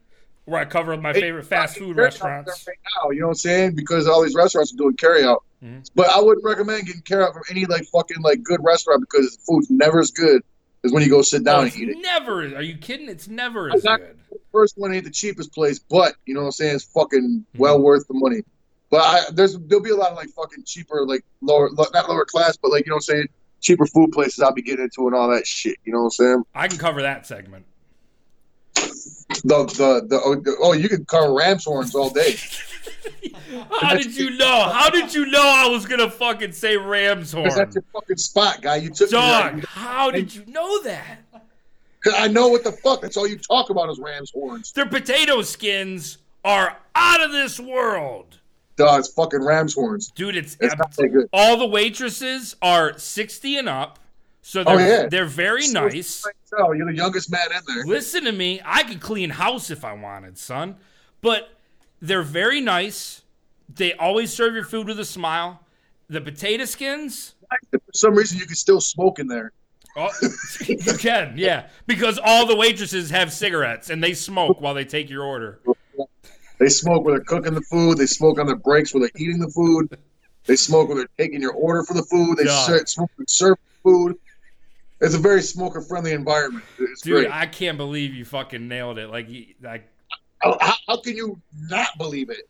Speaker 1: where I cover my
Speaker 2: Hey,
Speaker 1: favorite fast food
Speaker 2: Right
Speaker 1: restaurants.
Speaker 2: now, you know what I'm saying? Because all these restaurants are doing carryout.
Speaker 1: Mhm.
Speaker 2: But I wouldn't recommend getting carryout from any like fucking like good restaurant because the food's never as good as when you go sit down
Speaker 1: Oh,
Speaker 2: and
Speaker 1: it's
Speaker 2: eat it.
Speaker 1: never. Are you kidding? It's never
Speaker 2: I'm
Speaker 1: as
Speaker 2: not-
Speaker 1: good.
Speaker 2: First one ain't the cheapest place, but you know what I'm saying? It's fucking
Speaker 1: Mhm.
Speaker 2: well worth the money. But I, there's there'll be a lot of like fucking cheaper like lower lo- not lower class, but like you know what I'm saying cheaper food places I'll be getting into and all that shit. You know what I'm saying?
Speaker 1: I can cover that segment.
Speaker 2: The the the oh, the- oh you can cover ram's horns all day.
Speaker 1: How did you know? How did you know I was gonna fucking say Rams horn?
Speaker 2: Because that's your fucking spot, guy. You took me there.
Speaker 1: Dog, how did you know that?
Speaker 2: 'Cause I know what the fuck. That's all you talk about is Rams horns.
Speaker 1: Their potato skins are out of this world.
Speaker 2: Duh, it's fucking Rams horns.
Speaker 1: Dude, it's,
Speaker 2: It's not that good.
Speaker 1: all the waitresses are 60 and up. So they're,
Speaker 2: Oh, yeah.
Speaker 1: they're very nice.
Speaker 2: So you're the youngest man in there.
Speaker 1: Listen to me. I could clean house if I wanted, son. But they're very nice. They always serve your food with a smile. The potato skins,
Speaker 2: If for some reason, you can still smoke in there.
Speaker 1: oh, [laughs] you can, yeah, because all the waitresses have cigarettes and they smoke while they take your order.
Speaker 2: They smoke when they're cooking the food. They smoke on their breaks when they're eating the food. They smoke when they're taking your order for the food. They
Speaker 1: Duh.
Speaker 2: ser- smoke when serving food. It's a very smoker-friendly environment. It's
Speaker 1: Dude,
Speaker 2: great.
Speaker 1: I can't believe you fucking nailed it. Like, you- like
Speaker 2: how, how- how can you not believe it?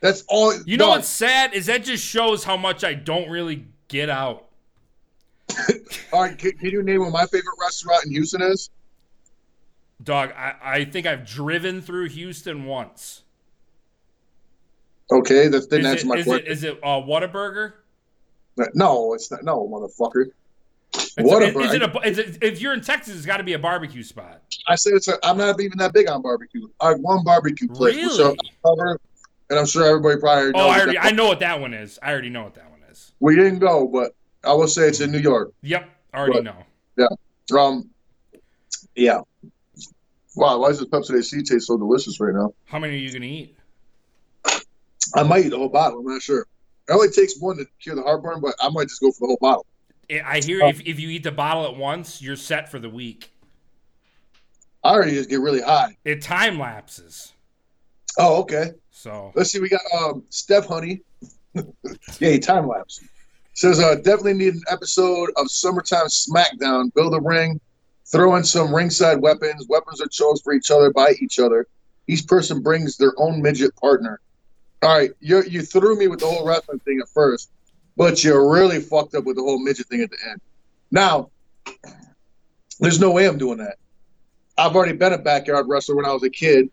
Speaker 2: That's all.
Speaker 1: you know
Speaker 2: Dog,
Speaker 1: what's sad is that just shows how much I don't really get out.
Speaker 2: All right, can, can you name what my favorite restaurant in Houston is?
Speaker 1: Dog, I, I think I've driven through Houston once.
Speaker 2: Okay, that
Speaker 1: is
Speaker 2: didn't answer
Speaker 1: it,
Speaker 2: my
Speaker 1: is
Speaker 2: question.
Speaker 1: it is it uh, Whataburger?
Speaker 2: No, it's not. No, motherfucker.
Speaker 1: It's-
Speaker 2: What
Speaker 1: is, is it
Speaker 2: a,
Speaker 1: a, is it, if you're in Texas, it's got to be a barbecue spot.
Speaker 2: I said it's a, I'm not even that big on barbecue. I have one barbecue place, which
Speaker 1: Really?
Speaker 2: I'll cover, and I'm sure everybody probably knows.
Speaker 1: Oh, I
Speaker 2: what
Speaker 1: already,
Speaker 2: that-
Speaker 1: I know what that one is. I already know what that one is.
Speaker 2: we didn't go, but I will say it's in New York.
Speaker 1: Yep, I already
Speaker 2: What?
Speaker 1: know.
Speaker 2: Um, yeah, Wow, why is this Pepsi Day Sea taste so delicious right now?
Speaker 1: How many are you gonna eat?
Speaker 2: I might eat the whole bottle. I'm not sure. It only takes one to cure the heartburn, but I might just go for the whole bottle.
Speaker 1: I I
Speaker 2: Uh,
Speaker 1: hear if, if you eat the bottle at once, you're set for the week.
Speaker 2: I already just get really high.
Speaker 1: It time lapses.
Speaker 2: Oh, okay.
Speaker 1: So
Speaker 2: Let's see. We got um, Steph Honey. [laughs] Yay, time lapse. Says, uh, definitely need an episode of Summertime SmackDown. Build a ring, throw in some ringside weapons. Weapons are chose for each other by each other. Each person brings their own midget partner. All right, you you threw me with the whole wrestling thing at first, but you really fucked up with the whole midget thing at the end. Now, there's no way I'm doing that. I've already been a backyard wrestler when I was a kid.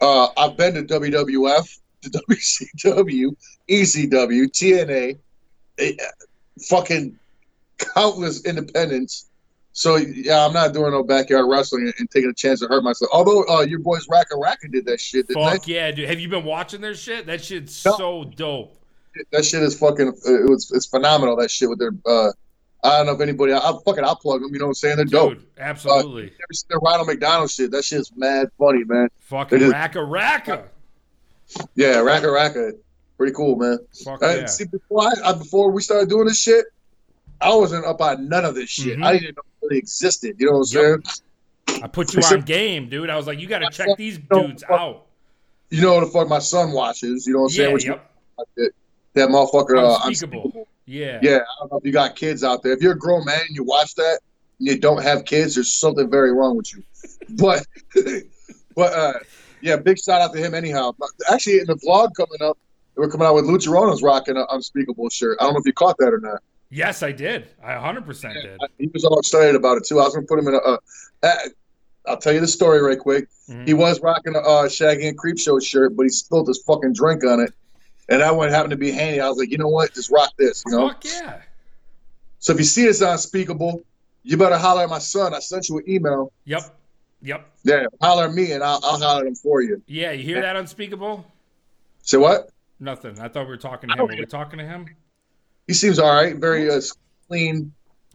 Speaker 2: Uh, I've been to WWF, to [laughs] WCW, ECW, TNA, eh, fucking countless independents. So yeah, I'm not doing no backyard wrestling and, and taking a chance to hurt myself. Although uh, your boys Racka Racka did that shit. Didn't
Speaker 1: fuck yeah, dude. Have you been watching their shit? That shit's
Speaker 2: No.
Speaker 1: so dope.
Speaker 2: they? That shit is fucking. uh, It was it's phenomenal. That shit with their. Uh, I don't know if anybody. I, I fucking I'll plug them. You know what I'm saying? They're dope. Uh,
Speaker 1: Dude, absolutely.
Speaker 2: You ever seen the Ronald McDonald shit? That shit's mad funny, man.
Speaker 1: Fucking
Speaker 2: it is-
Speaker 1: racka racka.
Speaker 2: Yeah, Racka Racka, pretty cool, man.
Speaker 1: Fuck
Speaker 2: Uh,
Speaker 1: yeah.
Speaker 2: See, before I, I before we started doing this shit, I wasn't up on none of this shit.
Speaker 1: Mhm.
Speaker 2: I didn't even know it really existed. You know what I'm
Speaker 1: Yep.
Speaker 2: saying?
Speaker 1: I put you on
Speaker 2: Except-
Speaker 1: game, dude. I was like, you gotta check
Speaker 2: fuck-
Speaker 1: these
Speaker 2: no,
Speaker 1: dudes
Speaker 2: fuck-
Speaker 1: out.
Speaker 2: You know what the fuck my son watches. You know what I'm saying?
Speaker 1: Yeah,
Speaker 2: Which
Speaker 1: yep.
Speaker 2: that, that motherfucker. Uh,
Speaker 1: Unspeakable. Yeah.
Speaker 2: Yeah, I don't know if you got kids out there. If you're a grown man and you watch that and you don't have kids, there's something very wrong with you. [laughs] But but uh, yeah, big shout out to him anyhow. But Actually, in the vlog coming up, we're coming out with Lucharona's rocking an unspeakable shirt. I don't know if you caught that or not.
Speaker 1: Yes, I did. I 100% did.
Speaker 2: He was all excited about it too. I was gonna put him in a. Uh, uh, I'll tell you the story right quick.
Speaker 1: Mhm.
Speaker 2: He was rocking a uh, Shaggy and Creep Show shirt, but he spilled his fucking drink on it. And I went happened to be handy. I was like, you know what? Just rock this. You know.
Speaker 1: Fuck yeah.
Speaker 2: So if you see it's unspeakable, you better holler at my son. I sent you an email.
Speaker 1: Yep. Yep.
Speaker 2: Yeah, holler at me and I'll, I'll holler at him for you.
Speaker 1: Yeah, you hear that unspeakable?
Speaker 2: Say what?
Speaker 1: Nothing. I thought we were talking to him. Were we talking to him?
Speaker 2: He seems all right. Very uh, clean,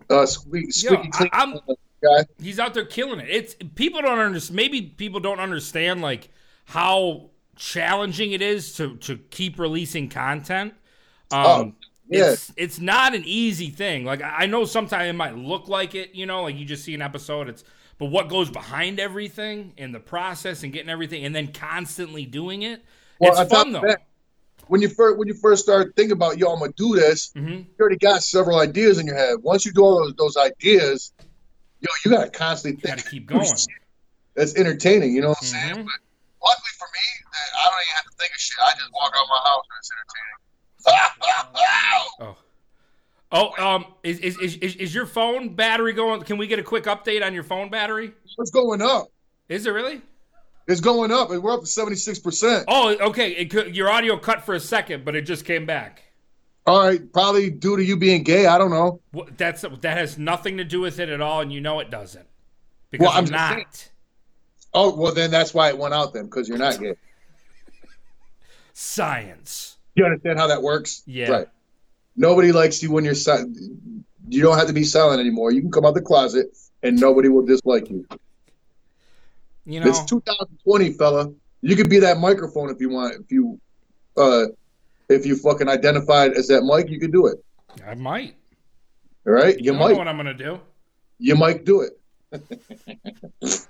Speaker 2: uh, squeaky,
Speaker 1: Yo,
Speaker 2: squeaky
Speaker 1: I,
Speaker 2: clean
Speaker 1: I'm
Speaker 2: guy.
Speaker 1: he's out there killing it. It's people don't understand. Maybe people don't understand like how challenging it is to to keep releasing content. Um,
Speaker 2: Oh, yeah.
Speaker 1: it's it's not an easy thing. Like I I know sometimes it might look like it, you know, like you just see an episode. It's but what goes behind everything and the process and getting everything and then constantly doing it.
Speaker 2: Well, on
Speaker 1: it's
Speaker 2: top
Speaker 1: fun
Speaker 2: of
Speaker 1: though.
Speaker 2: that, When you first when you first start thinking about yo, I'm gonna do this.
Speaker 1: Mhm.
Speaker 2: You already got several ideas in your head. Once you do all those, those ideas, yo, you gotta constantly
Speaker 1: You got
Speaker 2: think.
Speaker 1: to
Speaker 2: [laughs]
Speaker 1: keep going.
Speaker 2: That's entertaining. You know what I'm saying?
Speaker 1: Mhm.
Speaker 2: Luckily for me, I don't even have to think of shit. I just walk out my house and it's entertaining.
Speaker 1: Oh. Oh, um, is, is, is, is is your phone battery going? Can we get a quick update on your phone battery?
Speaker 2: What's going up?
Speaker 1: Is it really?
Speaker 2: It's going up. We're up to seventy six percent.
Speaker 1: Oh, okay. It could, your audio cut for a second, but it just came back.
Speaker 2: All right, probably due to you being gay. I don't know.
Speaker 1: Wha- That's that has nothing to do with it at all, and you know it doesn't because
Speaker 2: Well, I'm
Speaker 1: I'm,
Speaker 2: just
Speaker 1: not.
Speaker 2: saying. Oh well, then that's why it went out then because you're not gay.
Speaker 1: Science.
Speaker 2: You understand how that works?
Speaker 1: Yeah.
Speaker 2: Right. Nobody likes you when you're silent. You don't have to be silent anymore. You can come out the closet and nobody will dislike you.
Speaker 1: You know.
Speaker 2: It's 2020, fella. You could be that microphone if you want. If you, uh, if you fucking identified as that mic, you could do it.
Speaker 1: I might.
Speaker 2: All right,
Speaker 1: You,
Speaker 2: you,
Speaker 1: know
Speaker 2: might.
Speaker 1: what I'm gonna do?
Speaker 2: You might do it. [laughs]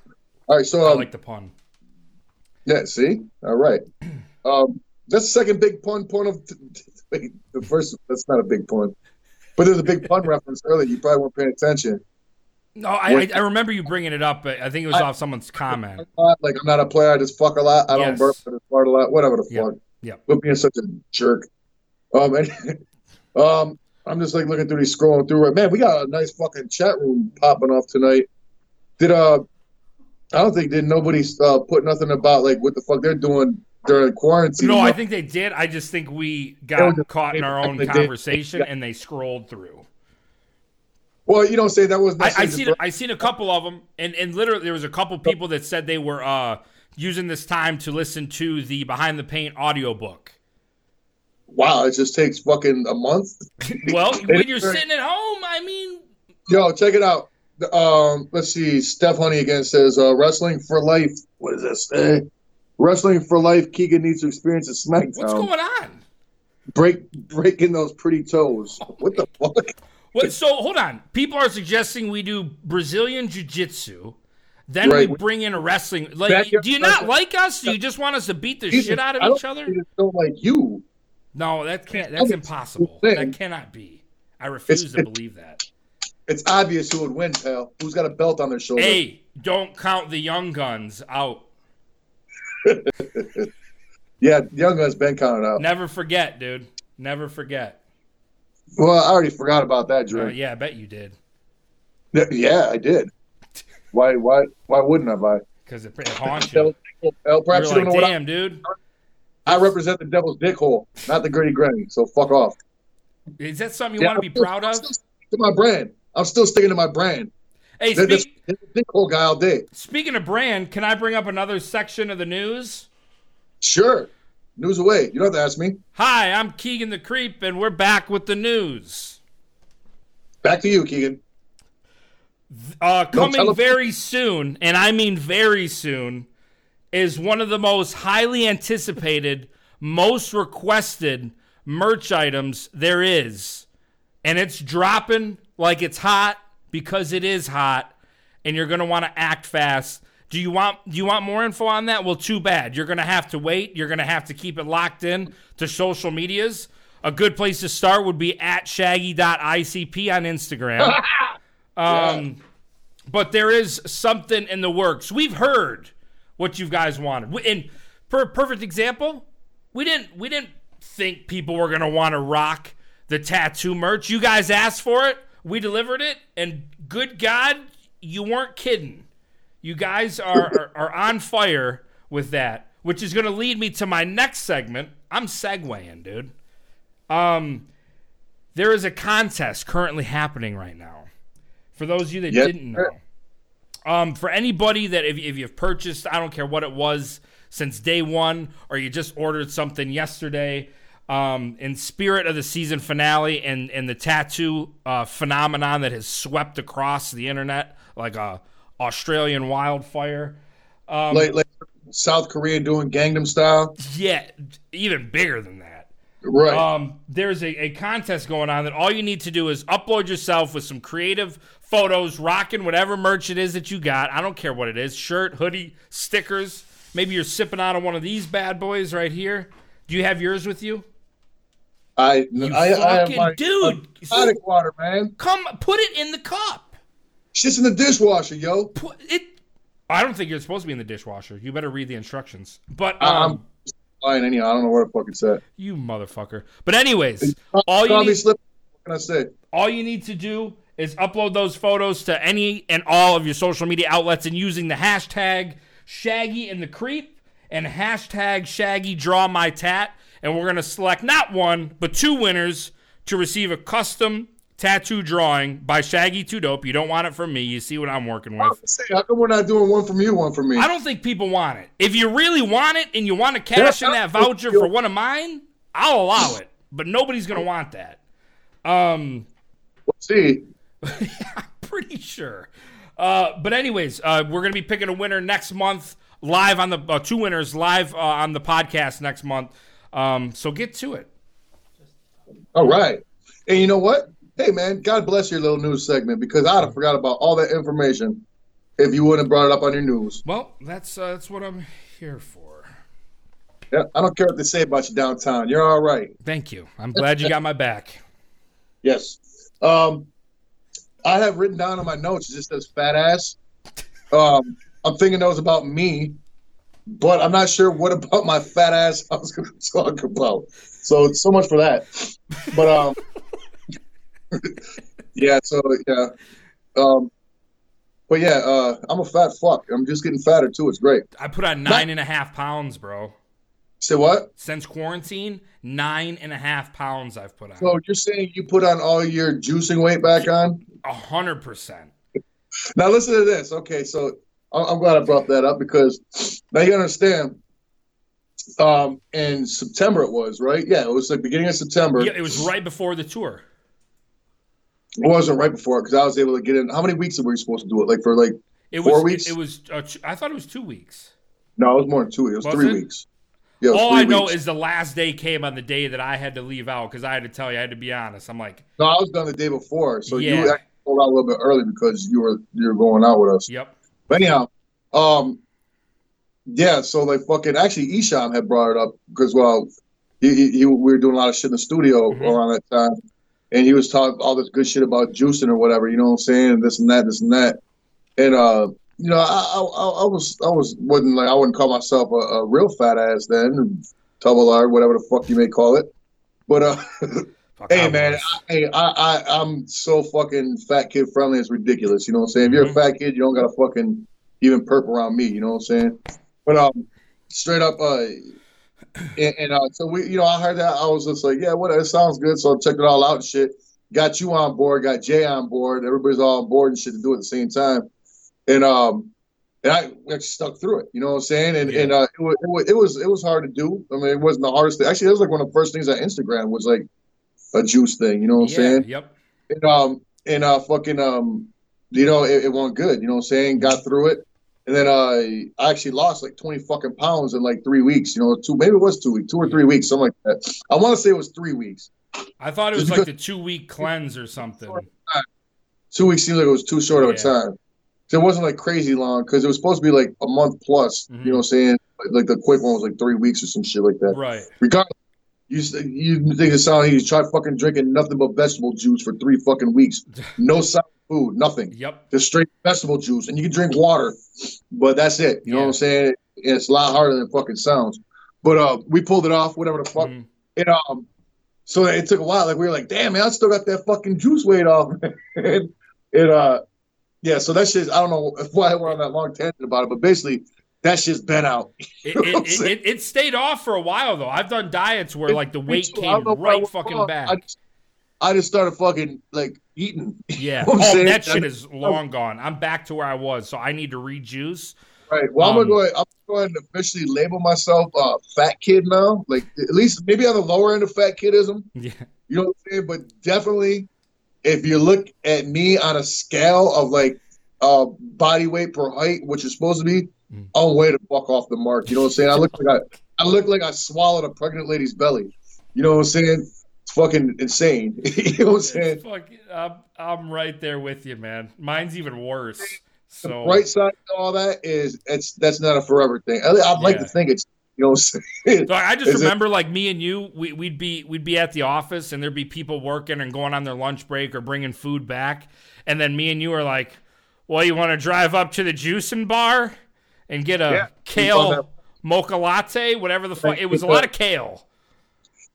Speaker 2: All right, so
Speaker 1: I
Speaker 2: um,
Speaker 1: like the pun.
Speaker 2: Yeah, see? All right. Um, that's the second big pun pun of [laughs] wait, the first that's not a big pun. But there's a big pun reference earlier. You probably weren't paying attention.
Speaker 1: No, I, I I remember you bringing it up, but I think it was
Speaker 2: I-
Speaker 1: off someone's comment.
Speaker 2: Uh, Like I'm not a player, I just fuck a lot. I don't
Speaker 1: Yes.
Speaker 2: burp, I just fart a lot, whatever the
Speaker 1: Yep,
Speaker 2: fuck.
Speaker 1: yep.
Speaker 2: But being such a jerk. Um and [laughs] um I'm just like looking through these scrolling through it. Man, we got a nice fucking chat room popping off tonight. Did uh I don't think did nobody uh, put nothing about like what the fuck they're doing during quarantine.
Speaker 1: No, I think they did. I just think we
Speaker 2: was
Speaker 1: got
Speaker 2: just-
Speaker 1: caught in our own
Speaker 2: they did.
Speaker 1: conversation and they scrolled through.
Speaker 2: Well, you don't say that was
Speaker 1: I, I
Speaker 2: necessarily
Speaker 1: seen I seen a couple of them, and and literally there was a couple people that said they were uh, using this time to listen to the Behind the Paint audiobook.
Speaker 2: wow, it just takes fucking a month. [laughs]
Speaker 1: Well, when you're sitting at home, I mean,
Speaker 2: Yo, check it out. um, let's see. Steph Honey again says uh, wrestling for life. What is this? Eh. Wrestling for life. Keegan needs to experience a SmackDown.
Speaker 1: What's going on?
Speaker 2: Break breaking those pretty toes. what the fuck?
Speaker 1: What? So hold on. People are suggesting we do Brazilian jiu-jitsu, then
Speaker 2: Right.
Speaker 1: we bring in a wrestling. Like,
Speaker 2: Backyard
Speaker 1: do you not
Speaker 2: wrestling.
Speaker 1: like us? Do you just want us to beat the shit out
Speaker 2: I
Speaker 1: of
Speaker 2: don't
Speaker 1: each other?
Speaker 2: think it's so like you.
Speaker 1: No, that can't. That's
Speaker 2: It's
Speaker 1: impossible.
Speaker 2: insane.
Speaker 1: That cannot be. I refuse to
Speaker 2: it's-
Speaker 1: believe that.
Speaker 2: It's obvious who would win, pal. Who's got a belt on their shoulder?
Speaker 1: Hey, don't count the young guns out.
Speaker 2: Yeah, Young Gun's been counted out.
Speaker 1: Never forget, dude. Never forget.
Speaker 2: Well, I already forgot about that,
Speaker 1: Uh,
Speaker 2: Drew.
Speaker 1: yeah, I bet you did.
Speaker 2: yeah. I did. Why? Why? Why wouldn't I? Why?
Speaker 1: Because it, it haunts
Speaker 2: Devil's
Speaker 1: you.
Speaker 2: dick hole. Perhaps
Speaker 1: You're
Speaker 2: you don't know
Speaker 1: like,
Speaker 2: what I,
Speaker 1: damn, dude.
Speaker 2: I represent. The devil's dick hole, not the gritty granny. So fuck off.
Speaker 1: Is that something you
Speaker 2: Yeah,
Speaker 1: want to be
Speaker 2: I'm still-
Speaker 1: proud
Speaker 2: I'm
Speaker 1: of?
Speaker 2: still sticking To my brand. I'm still sticking to my brand.
Speaker 1: Hey,
Speaker 2: They're
Speaker 1: speak,
Speaker 2: this- they're the dickhole guy all day.
Speaker 1: speaking of brand, can I bring up another section of the news?
Speaker 2: Sure. News away. You don't have to ask me.
Speaker 1: Hi, I'm Keegan the Creep, and we're back with the news.
Speaker 2: Back to you, Keegan.
Speaker 1: Uh,
Speaker 2: tell
Speaker 1: coming
Speaker 2: 'em.
Speaker 1: very soon, and I mean very soon, is one of the most highly anticipated, most requested merch items there is. And it's dropping like it's hot because it is hot, and you're gonna want to act fast. Do you want do you want more info on that? Well, too bad. You're gonna have to wait. You're gonna have to keep it locked in to social medias. A good place to start would be at shaggy.icp on Instagram. Um, But there is something in the works. We've heard what you guys wanted. We- And per perfect example, we didn't we didn't think people were gonna want to rock the tattoo merch. You guys asked for it. We delivered it, and good God, you weren't kidding. You guys are are, are on fire with that, which is gonna lead me to my next segment. I'm segueing, dude. Um, there is a contest currently happening right now. For those of you that
Speaker 2: Yes,
Speaker 1: didn't know,
Speaker 2: sir.
Speaker 1: um, for anybody that if, if you've purchased, I don't care what it was since day one, or you just ordered something yesterday, um, in spirit of the season finale and and the tattoo uh, phenomenon that has swept across the internet like a Australian wildfire. Um,
Speaker 2: Like, like South Korea doing Gangnam Style.
Speaker 1: yeah, even bigger than that.
Speaker 2: Right.
Speaker 1: Um, there's a, a contest going on that all you need to do is upload yourself with some creative photos, rocking whatever merch it is that you got. I don't care what it is shirt, hoodie, stickers. Maybe you're sipping out of one of these bad boys right here. Do you have yours with you?
Speaker 2: I, I, I have
Speaker 1: fucking
Speaker 2: my
Speaker 1: dude.
Speaker 2: exotic water, man.
Speaker 1: Come, put it in the cup.
Speaker 2: Shit's in the dishwasher, yo.
Speaker 1: Put it. I don't think you're supposed to be in the dishwasher. You better read the instructions. But
Speaker 2: I-
Speaker 1: um,
Speaker 2: I'm lying anyhow. I don't know where the fuck it's at.
Speaker 1: you motherfucker. But anyways, all oh, you
Speaker 2: Call me
Speaker 1: need
Speaker 2: slip. What can I say?
Speaker 1: All you need to do is upload those photos to any and all of your social media outlets and using the hashtag Shaggy and the Creep and hashtag Shaggy Draw My Tat. And we're going to select not one, but two winners to receive a custom tattoo drawing by Shaggy Too Dope. You don't want it from me. You see what I'm working
Speaker 2: I was
Speaker 1: with.
Speaker 2: gonna say, How come we're not doing one from you, one from me?
Speaker 1: I don't think people want it. If you really want it and you want to cash in that voucher for one of mine, I'll allow it. But nobody's going to want that. Um,
Speaker 2: We'll see.
Speaker 1: pretty sure. Uh, but anyways, uh, we're gonna be picking a winner next month, live on the uh, two winners live uh, on the podcast next month. Um, so get to it.
Speaker 2: All right. And you know what? Hey, man, God bless your little news segment because I'd have forgot about all that information if you wouldn't have brought it up on your news.
Speaker 1: Well, that's uh, that's what I'm here for.
Speaker 2: Yeah, I don't care what they say about you downtown. You're all right.
Speaker 1: Thank you. I'm glad you got my back.
Speaker 2: Yes. Um, I have written down on my notes. It just says fat ass. Um, I'm thinking that was about me, but I'm not sure what about my fat ass I was going to [laughs] talk about. So so much for that. But um, [laughs] yeah. So yeah. Um, but yeah, uh, I'm a fat fuck. I'm just getting fatter too. It's great.
Speaker 1: I put on nine and a half pounds, bro.
Speaker 2: Say what?
Speaker 1: Since quarantine, nine and a half pounds I've put on.
Speaker 2: So you're saying you put on all your juicing weight back on?
Speaker 1: A hundred percent.
Speaker 2: Now listen to this. Okay, so I- I'm glad I brought that up because now you understand. Um, in September it was right. Yeah, it was like beginning of September.
Speaker 1: Yeah, it was right before the tour.
Speaker 2: It wasn't right before because I was able to get in. How many weeks were you supposed to do it? Like for like
Speaker 1: It was
Speaker 2: Four weeks?
Speaker 1: It, was. Uh, ch- I thought it was two weeks.
Speaker 2: no, it was more than two. It was,
Speaker 1: Was
Speaker 2: three
Speaker 1: it?
Speaker 2: weeks. Yeah, [laughs] it was
Speaker 1: All
Speaker 2: three
Speaker 1: I know
Speaker 2: weeks.
Speaker 1: is the last day came on the day that I had to leave out because I had to tell you. I had to be honest. I'm like,
Speaker 2: no, I was done the day before, so
Speaker 1: Yeah.
Speaker 2: you actually pulled out a little bit early because you were you were going out with us.
Speaker 1: yep.
Speaker 2: But anyhow, um, yeah. So like fucking actually, Isham had brought it up because well, he, he, he we were doing a lot of shit in the studio
Speaker 1: Mhm.
Speaker 2: around that time, and he was talking all this good shit about juicing or whatever. You know what I'm saying? And this and that, this and that, and uh. You know, I, I I I was I was wasn't like I wouldn't call myself a, a real fat ass then, tubular, whatever the fuck you may call it. But uh,
Speaker 1: Fuck,
Speaker 2: Hey,
Speaker 1: I
Speaker 2: man,
Speaker 1: was-
Speaker 2: Hey, I, I, I'm so fucking fat kid friendly. It's ridiculous. You know what I'm saying? If you're
Speaker 1: Mhm.
Speaker 2: a fat kid, you don't got to fucking even perp around me. You know what I'm saying? But um, straight up, uh, and, and uh, so we, you know, I heard that. I was just like, yeah, whatever. It sounds good. So I checked it all out and shit. Got you on board. Got Jay on board. Everybody's all on board and shit to do it at the same time. And um, and I we actually stuck through it. You know what I'm saying? And
Speaker 1: Yeah.
Speaker 2: and uh, it, was, it was it was it was hard to do. I mean, it wasn't the hardest thing. Actually, it was like one of the first things on Instagram was like a juice thing. You know what I'm
Speaker 1: yeah,
Speaker 2: saying?
Speaker 1: Yep.
Speaker 2: And um and uh fucking um you know it, it went good. You know what I'm saying? Got through it. And then uh, I actually lost like 20 fucking pounds in like three weeks. You know, two maybe it was two weeks, two or three weeks, something like that. I want to say it was three weeks.
Speaker 1: I thought it was
Speaker 2: Just
Speaker 1: like the two week cleanse or something.
Speaker 2: Two weeks seemed like it was too short of a
Speaker 1: Yeah.
Speaker 2: time. So it wasn't like crazy long because it was supposed to be like a month plus.
Speaker 1: Mhm.
Speaker 2: You know what I'm saying? Like, Like the quick one was like three weeks or some shit like that.
Speaker 1: Right.
Speaker 2: Regardless, you s- you think it sounds like you try fucking drinking nothing but vegetable juice for three fucking weeks, no solid food, nothing.
Speaker 1: Yep.
Speaker 2: just straight vegetable juice, and you can drink water, but that's it. You know what I'm saying? And it's a lot harder than it fucking sounds. But uh, we pulled it off, whatever the fuck.
Speaker 1: Mhm.
Speaker 2: And um, so it took a while. Like we were like, damn man, I still got that fucking juice weight off. [laughs] and, and uh, yeah, so that shit. I don't know why we're on that long tangent about it, but basically that shit's been out.
Speaker 1: It,
Speaker 2: [laughs] You know what I'm
Speaker 1: it, it,
Speaker 2: saying?
Speaker 1: it, it stayed off for a while though. I've done diets where
Speaker 2: It-
Speaker 1: like the weight
Speaker 2: So I
Speaker 1: came
Speaker 2: don't know why
Speaker 1: right
Speaker 2: we're
Speaker 1: fucking
Speaker 2: wrong. I
Speaker 1: back.
Speaker 2: just, [laughs] I just started fucking like eating.
Speaker 1: Yeah.
Speaker 2: I'm
Speaker 1: Oh,
Speaker 2: saying-
Speaker 1: that shit is long gone. I'm back to where I was, so I need to rejuice.
Speaker 2: Right. Well,
Speaker 1: Um,
Speaker 2: I'm gonna go. Ahead, I'm gonna go ahead and officially label myself uh, fat kid now. Like at least maybe on the lower end of fat kidism.
Speaker 1: Yeah.
Speaker 2: You know what I'm saying? But definitely, if you look at me on a scale of like uh, body weight per height, which is supposed to be,
Speaker 1: Mm.
Speaker 2: I'm way the fuck off the mark. You know what I'm saying? I look like I, I look like I swallowed a pregnant lady's belly. You know what I'm saying? It's fucking insane. [laughs] you know what I'm saying?
Speaker 1: It's fucking, I'm, I'm right there with you, man. Mine's even worse. So
Speaker 2: Bright side to all that is it's that's not a forever thing. I, I'd like
Speaker 1: Yeah.
Speaker 2: to think it's. You know what I'm saying? [laughs]
Speaker 1: So I just
Speaker 2: Is it-
Speaker 1: remember, like me and you, we, we'd be we'd be at the office, and there'd be people working and going on their lunch break or bringing food back, and then me and you are like, "Well, you want to drive up to the juicing bar and get a
Speaker 2: Yeah. Love that.
Speaker 1: kale mocha latte, whatever the fuck." It was a lot of kale.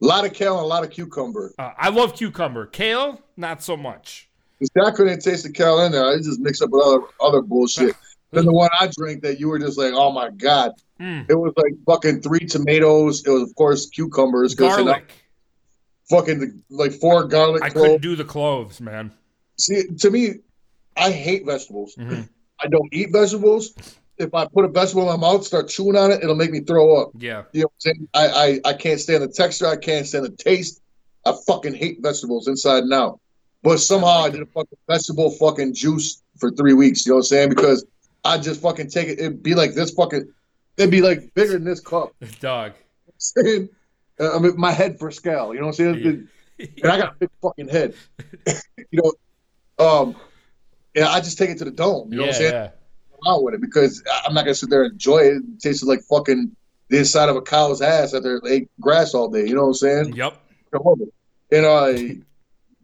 Speaker 2: A lot of kale and a lot of cucumber.
Speaker 1: Uh, I love cucumber. Kale, not so much.
Speaker 2: See, I couldn't taste the kale in there. I just mixed up with other other bullshit. then the one I drank that you were just like, oh my god,
Speaker 1: Mm.
Speaker 2: it was like fucking three tomatoes. It was of course cucumbers. 'cause then I
Speaker 1: Garlic.
Speaker 2: Fucking like four garlic
Speaker 1: I couldn't
Speaker 2: cloves.
Speaker 1: do the cloves, man.
Speaker 2: See, to me, I hate vegetables.
Speaker 1: Mhm.
Speaker 2: I don't eat vegetables. If I put a vegetable in my mouth, start chewing on it, it'll make me throw up.
Speaker 1: Yeah. [laughs]
Speaker 2: You know what I'm saying? I, I, I can't stand the texture. I can't stand the taste. I fucking hate vegetables inside and out. But somehow I did a fucking vegetable fucking juice for three weeks. You know what I'm saying? Because I just fucking take it. It'd be like this fucking. It'd be like bigger than this cup. [laughs]
Speaker 1: Dog.
Speaker 2: Saying, uh, I mean, my head for scale. You know what I'm saying?
Speaker 1: [laughs]
Speaker 2: And I got a big fucking head. [laughs] you know, um, and I just take it to the dome. You know what I'm saying?
Speaker 1: yeah.
Speaker 2: around with it because I- I'm not gonna sit there and enjoy it. It tasted like fucking the inside of a cow's ass after they ate grass all day. You know what I'm
Speaker 1: yeah.
Speaker 2: saying?
Speaker 1: Yep.
Speaker 2: I love it. And I,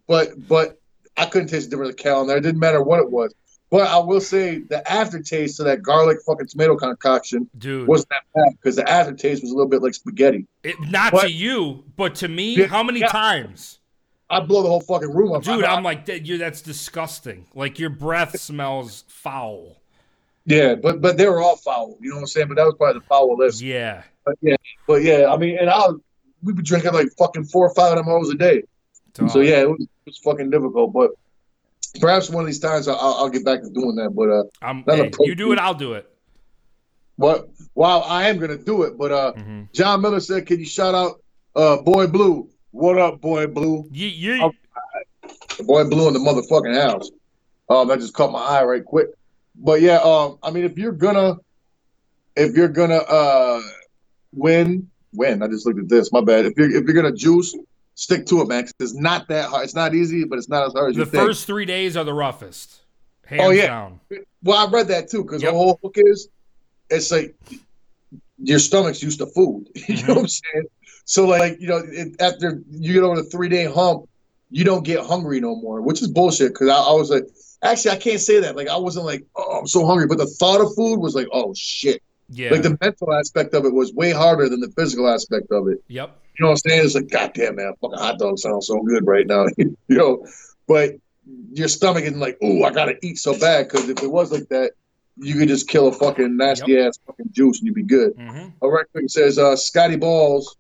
Speaker 2: but but I couldn't taste the difference of cow in there. It didn't matter what it was. But I will say the aftertaste to that garlic fucking tomato concoction
Speaker 1: Dude.
Speaker 2: wasn't that bad because the aftertaste was a little bit like spaghetti.
Speaker 1: It, not
Speaker 2: But-
Speaker 1: to you, but to me,
Speaker 2: Yeah,
Speaker 1: how many
Speaker 2: yeah. Oh,
Speaker 1: times?
Speaker 2: I blow the whole fucking room up,
Speaker 1: Dude,
Speaker 2: I-
Speaker 1: I'm like, that, you that's disgusting. Like, your breath smells foul.
Speaker 2: yeah, but but they were all foul. You know what I'm saying? But that was probably the foul list.
Speaker 1: Yeah.
Speaker 2: But yeah, but yeah, I mean, and I we'd be drinking like fucking four or five MOs a day.
Speaker 1: Dog.
Speaker 2: So yeah, it was, it was fucking difficult, but perhaps one of these times I'll, I'll get back to doing that. But uh,
Speaker 1: I'm,
Speaker 2: not a
Speaker 1: hey,
Speaker 2: pro-
Speaker 1: you do it, I'll do it.
Speaker 2: what? Wow, I am gonna do it. But uh,
Speaker 1: Mhm.
Speaker 2: John Miller said, "Can you shout out uh Boy Blue? What up, Boy Blue?
Speaker 1: You, you,
Speaker 2: I'll- The boy blew in the motherfucking house. Um, that just caught my eye right quick. But yeah, um, I mean, if you're gonna, if you're gonna uh, win, win. I just looked at this. My bad. If you're if you're gonna juice, stick to it, man. 'cause it's not that hard. It's not easy, but it's not as hard as
Speaker 1: The
Speaker 2: you think.
Speaker 1: first three days are the roughest. Hands
Speaker 2: Oh, yeah.
Speaker 1: down.
Speaker 2: Well, I read that too because
Speaker 1: Yep.
Speaker 2: the whole hook is it's like your stomach's used to food. [laughs] you
Speaker 1: Mm-hmm.
Speaker 2: know what I'm saying? So like you know, it, after you get over the three day hump, you don't get hungry no more, which is bullshit. Because I, I was like, actually, I can't say that. Like I wasn't like, oh, I'm so hungry, but the thought of food was like, oh shit.
Speaker 1: Yeah.
Speaker 2: Like the mental aspect of it was way harder than the physical aspect of it.
Speaker 1: yep.
Speaker 2: You know what I'm saying? It's like, goddamn, man, fucking hot dog sounds so good right now. [laughs] you know, but your stomach isn't like, oh, I gotta eat so bad because if it was like that, you could just kill a fucking nasty ass fucking juice and you'd be good.
Speaker 1: hmm
Speaker 2: All right, quick says uh, Scotty Balls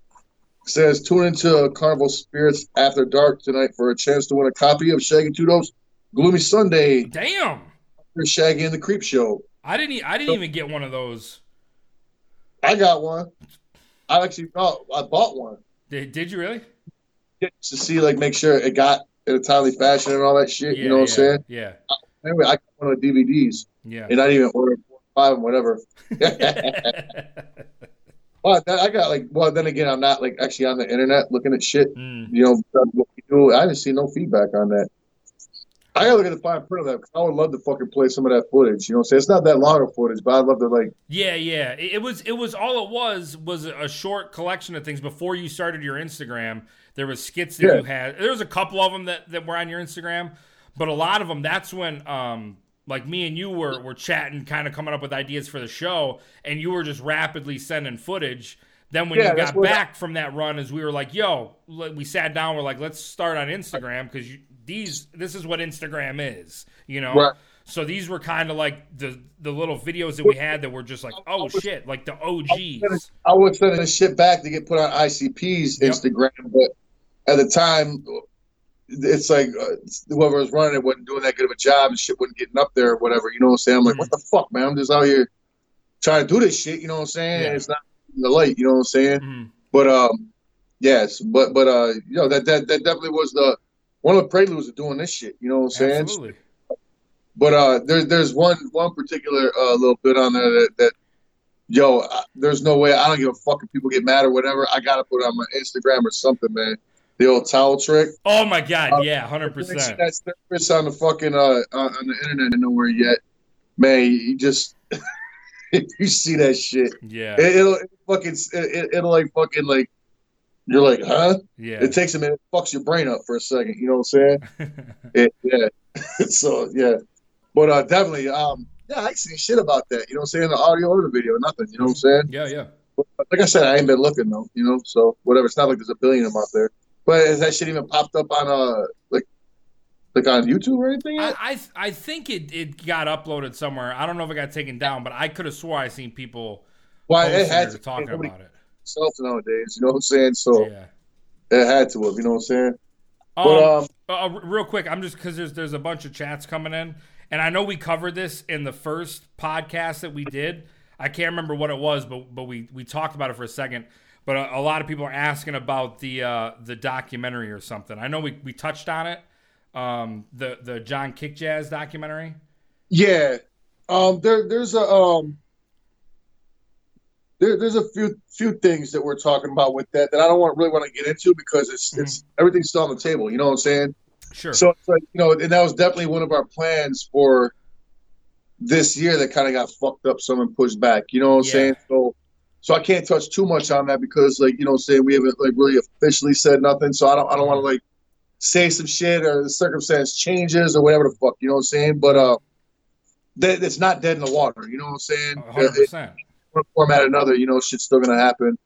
Speaker 2: says tune into Carnival Spirits After Dark tonight for a chance to win a copy of Shaggy Two Dope's Gloomy Sunday
Speaker 1: Damn.
Speaker 2: for Shaggy and the Creep Show.
Speaker 1: I didn't. E- I didn't even get one of those.
Speaker 2: I got one. I actually bought I bought one.
Speaker 1: Did, did you really?
Speaker 2: just to see like make sure it got in a timely fashion and all that shit. you know what I'm saying?
Speaker 1: Yeah.
Speaker 2: Anyway, I got one of the DVDs
Speaker 1: Yeah.
Speaker 2: and I didn't even order four, five
Speaker 1: [laughs]
Speaker 2: and whatever. [laughs] but that, I got like well, then again, I'm not like actually on the internet looking at shit.
Speaker 1: Mm.
Speaker 2: You know what we do. I didn't see no feedback on that. I gotta look at the fine print of that 'cause I would love to fucking play some of that footage. You know what I'm saying? It's not that long of footage, but I'd love to like
Speaker 1: Yeah. Yeah. It, it was. It was all it was was a short collection of things before you started your Instagram. There was skits that
Speaker 2: Yeah.
Speaker 1: you had. There was a couple of them that that were on your Instagram, but a lot of them. That's when um. Like me and you were, were chatting, kind of coming up with ideas for the show, and you were just rapidly sending footage. Then when
Speaker 2: Yeah,
Speaker 1: you
Speaker 2: that's
Speaker 1: got
Speaker 2: what I-
Speaker 1: back from that run, is we were like, "Yo," like, we sat down. We're like, "Let's start on Instagram because these this is what Instagram is," you know.
Speaker 2: Right.
Speaker 1: So these were kind of like the the little videos that we had that were just like, oh shit, like the OGs.
Speaker 2: I would send this shit back to get put on ICP's
Speaker 1: Yep.
Speaker 2: Instagram, but at the time, it's like uh, whoever was running it wasn't doing that good of a job, and shit wasn't getting up there or whatever. You know what I'm saying? I'm like,
Speaker 1: Mhm.
Speaker 2: what the fuck, man? I'm just out here trying to do this shit. You know what I'm saying?
Speaker 1: Yeah.
Speaker 2: It's not in the light. You know what I'm saying?
Speaker 1: Mhm.
Speaker 2: But um, yes, but but uh, you know that that that definitely was the one of the preludes of doing this shit. You know what I'm saying?
Speaker 1: Absolutely.
Speaker 2: But uh, there's there's one one particular uh, little bit on there that, that yo, I- there's no way I don't give a fuck if people get mad or whatever. I gotta put it on my Instagram or something, man. The old towel trick.
Speaker 1: Oh my
Speaker 2: Uh,
Speaker 1: god, yeah, hundred percent.
Speaker 2: That service on the fucking uh, on on the internet and nowhere yet, man. You just [laughs] if you see that shit,
Speaker 1: Yeah,
Speaker 2: it, it'll it fucking it, it'll like fucking like you're like, huh?
Speaker 1: yeah.
Speaker 2: It takes a minute, it fucks your brain up for a second. You know what I'm saying? It, yeah. [laughs] so yeah, but uh, definitely. Um, yeah, I ain't seen shit about that. You know what I'm saying? The audio or the video, nothing. You know what I'm saying?
Speaker 1: [laughs] yeah, yeah.
Speaker 2: But like I said, I ain't been looking though. You know, so whatever. It's not like there's a billion of them out there. But has that shit even popped up on uh like like on YouTube or anything?
Speaker 1: I,
Speaker 2: Yet?
Speaker 1: I I think it, it got uploaded somewhere. I don't know if it got taken down, but I could have swore I seen people
Speaker 2: Why it
Speaker 1: posting
Speaker 2: had
Speaker 1: or
Speaker 2: to
Speaker 1: talking
Speaker 2: nobody
Speaker 1: about it.
Speaker 2: itself nowadays. You know what I'm saying? So
Speaker 1: Yeah.
Speaker 2: it had to have. You know what I'm saying?
Speaker 1: Um,
Speaker 2: But um,
Speaker 1: Uh, uh, r- real quick, I'm just because there's there's a bunch of chats coming in, and I know we covered this in the first podcast that we did. I can't remember what it was, but but we we talked about it for a second. But a, a lot of people are asking about the uh, the documentary or something. I know we, we touched on it, um, the the John Kick Jazz documentary.
Speaker 2: Yeah. Um there there's a um there, there's a few few things that we're talking about with that that I don't want really want to get into because it's it's everything's still on the table, you know what I'm saying?
Speaker 1: Sure.
Speaker 2: So it's like, you know, and that was definitely one of our plans for this year that kind of got fucked up some and pushed back, you know what I'm
Speaker 1: Yeah.
Speaker 2: saying? So so I can't touch too much on that because like, you know what I'm saying, we haven't like really officially said nothing, so I don't I don't want to like say some shit or the circumstance changes or whatever the fuck, you know what I'm saying? But uh that it's not dead in the water, you know what I'm saying?
Speaker 1: Uh, hundred
Speaker 2: It-
Speaker 1: percent.
Speaker 2: one format or another, you know, shit's still gonna happen.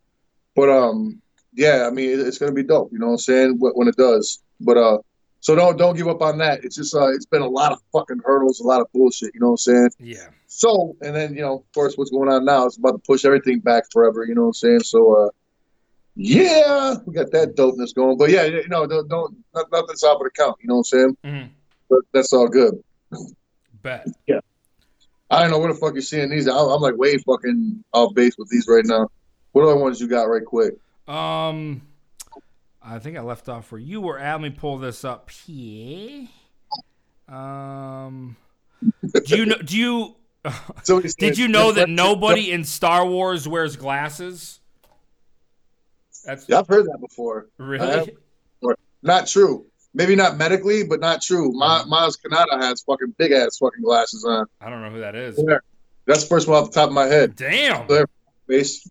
Speaker 2: But um, yeah, I mean, it, it's gonna be dope. You know what I'm saying? When, when it does, but uh, so don't don't give up on that. It's just uh, it's been a lot of fucking hurdles, a lot of bullshit. You know what I'm saying?
Speaker 1: Yeah.
Speaker 2: So and then you know, of course, what's going on now is about to push everything back forever. You know what I'm saying? So uh, yeah, we got that dopeness going. But yeah, you know, don't don't not, nothing's out of the count. You know what I'm saying?
Speaker 1: Mhm.
Speaker 2: But that's all good.
Speaker 1: Bet.
Speaker 2: I don't know where the fuck you're seeing these. I, I'm like way fucking off base with these right now. What other ones you got right quick?
Speaker 1: Um, I think I left off where you were at. Let me pull this up here. Um, do you know? Do you?
Speaker 2: So he said,
Speaker 1: Did you know that nobody in Star Wars wears glasses? That's
Speaker 2: Yeah, I've heard that before.
Speaker 1: really.
Speaker 2: Not true. Maybe not medically, but not true. My, Miles Kanata has fucking big ass fucking glasses on.
Speaker 1: I don't know who that is.
Speaker 2: Yeah. That's the first one off the top of my head.
Speaker 1: Damn.
Speaker 2: Yeah. Base.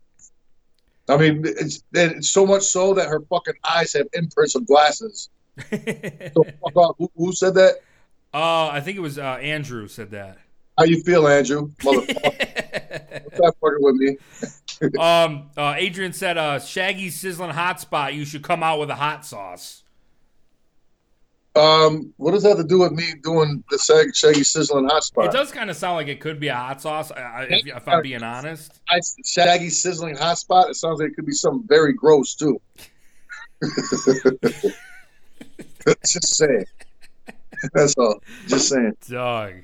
Speaker 2: I mean, it's, it's so much so that her fucking eyes have imprints of glasses. So fuck off. Who, who said that?
Speaker 1: [laughs] Uh, I think it was uh, Andrew said that. [laughs]
Speaker 2: How you feel, Andrew? Motherfucker, stop fucking with me.
Speaker 1: um, uh, Adrian said, uh, "Shaggy sizzling hot spot. You should come out with a hot sauce."
Speaker 2: Um, what does that have to do with me doing the sag, shaggy sizzling hot
Speaker 1: It
Speaker 2: spot?
Speaker 1: does kind of sound like it could be a hot sauce. I- I, if, if I'm being honest,
Speaker 2: I, shaggy sizzling hot spot. It sounds like it could be something very gross too. [laughs] just saying. That's all. Just saying.
Speaker 1: Doug.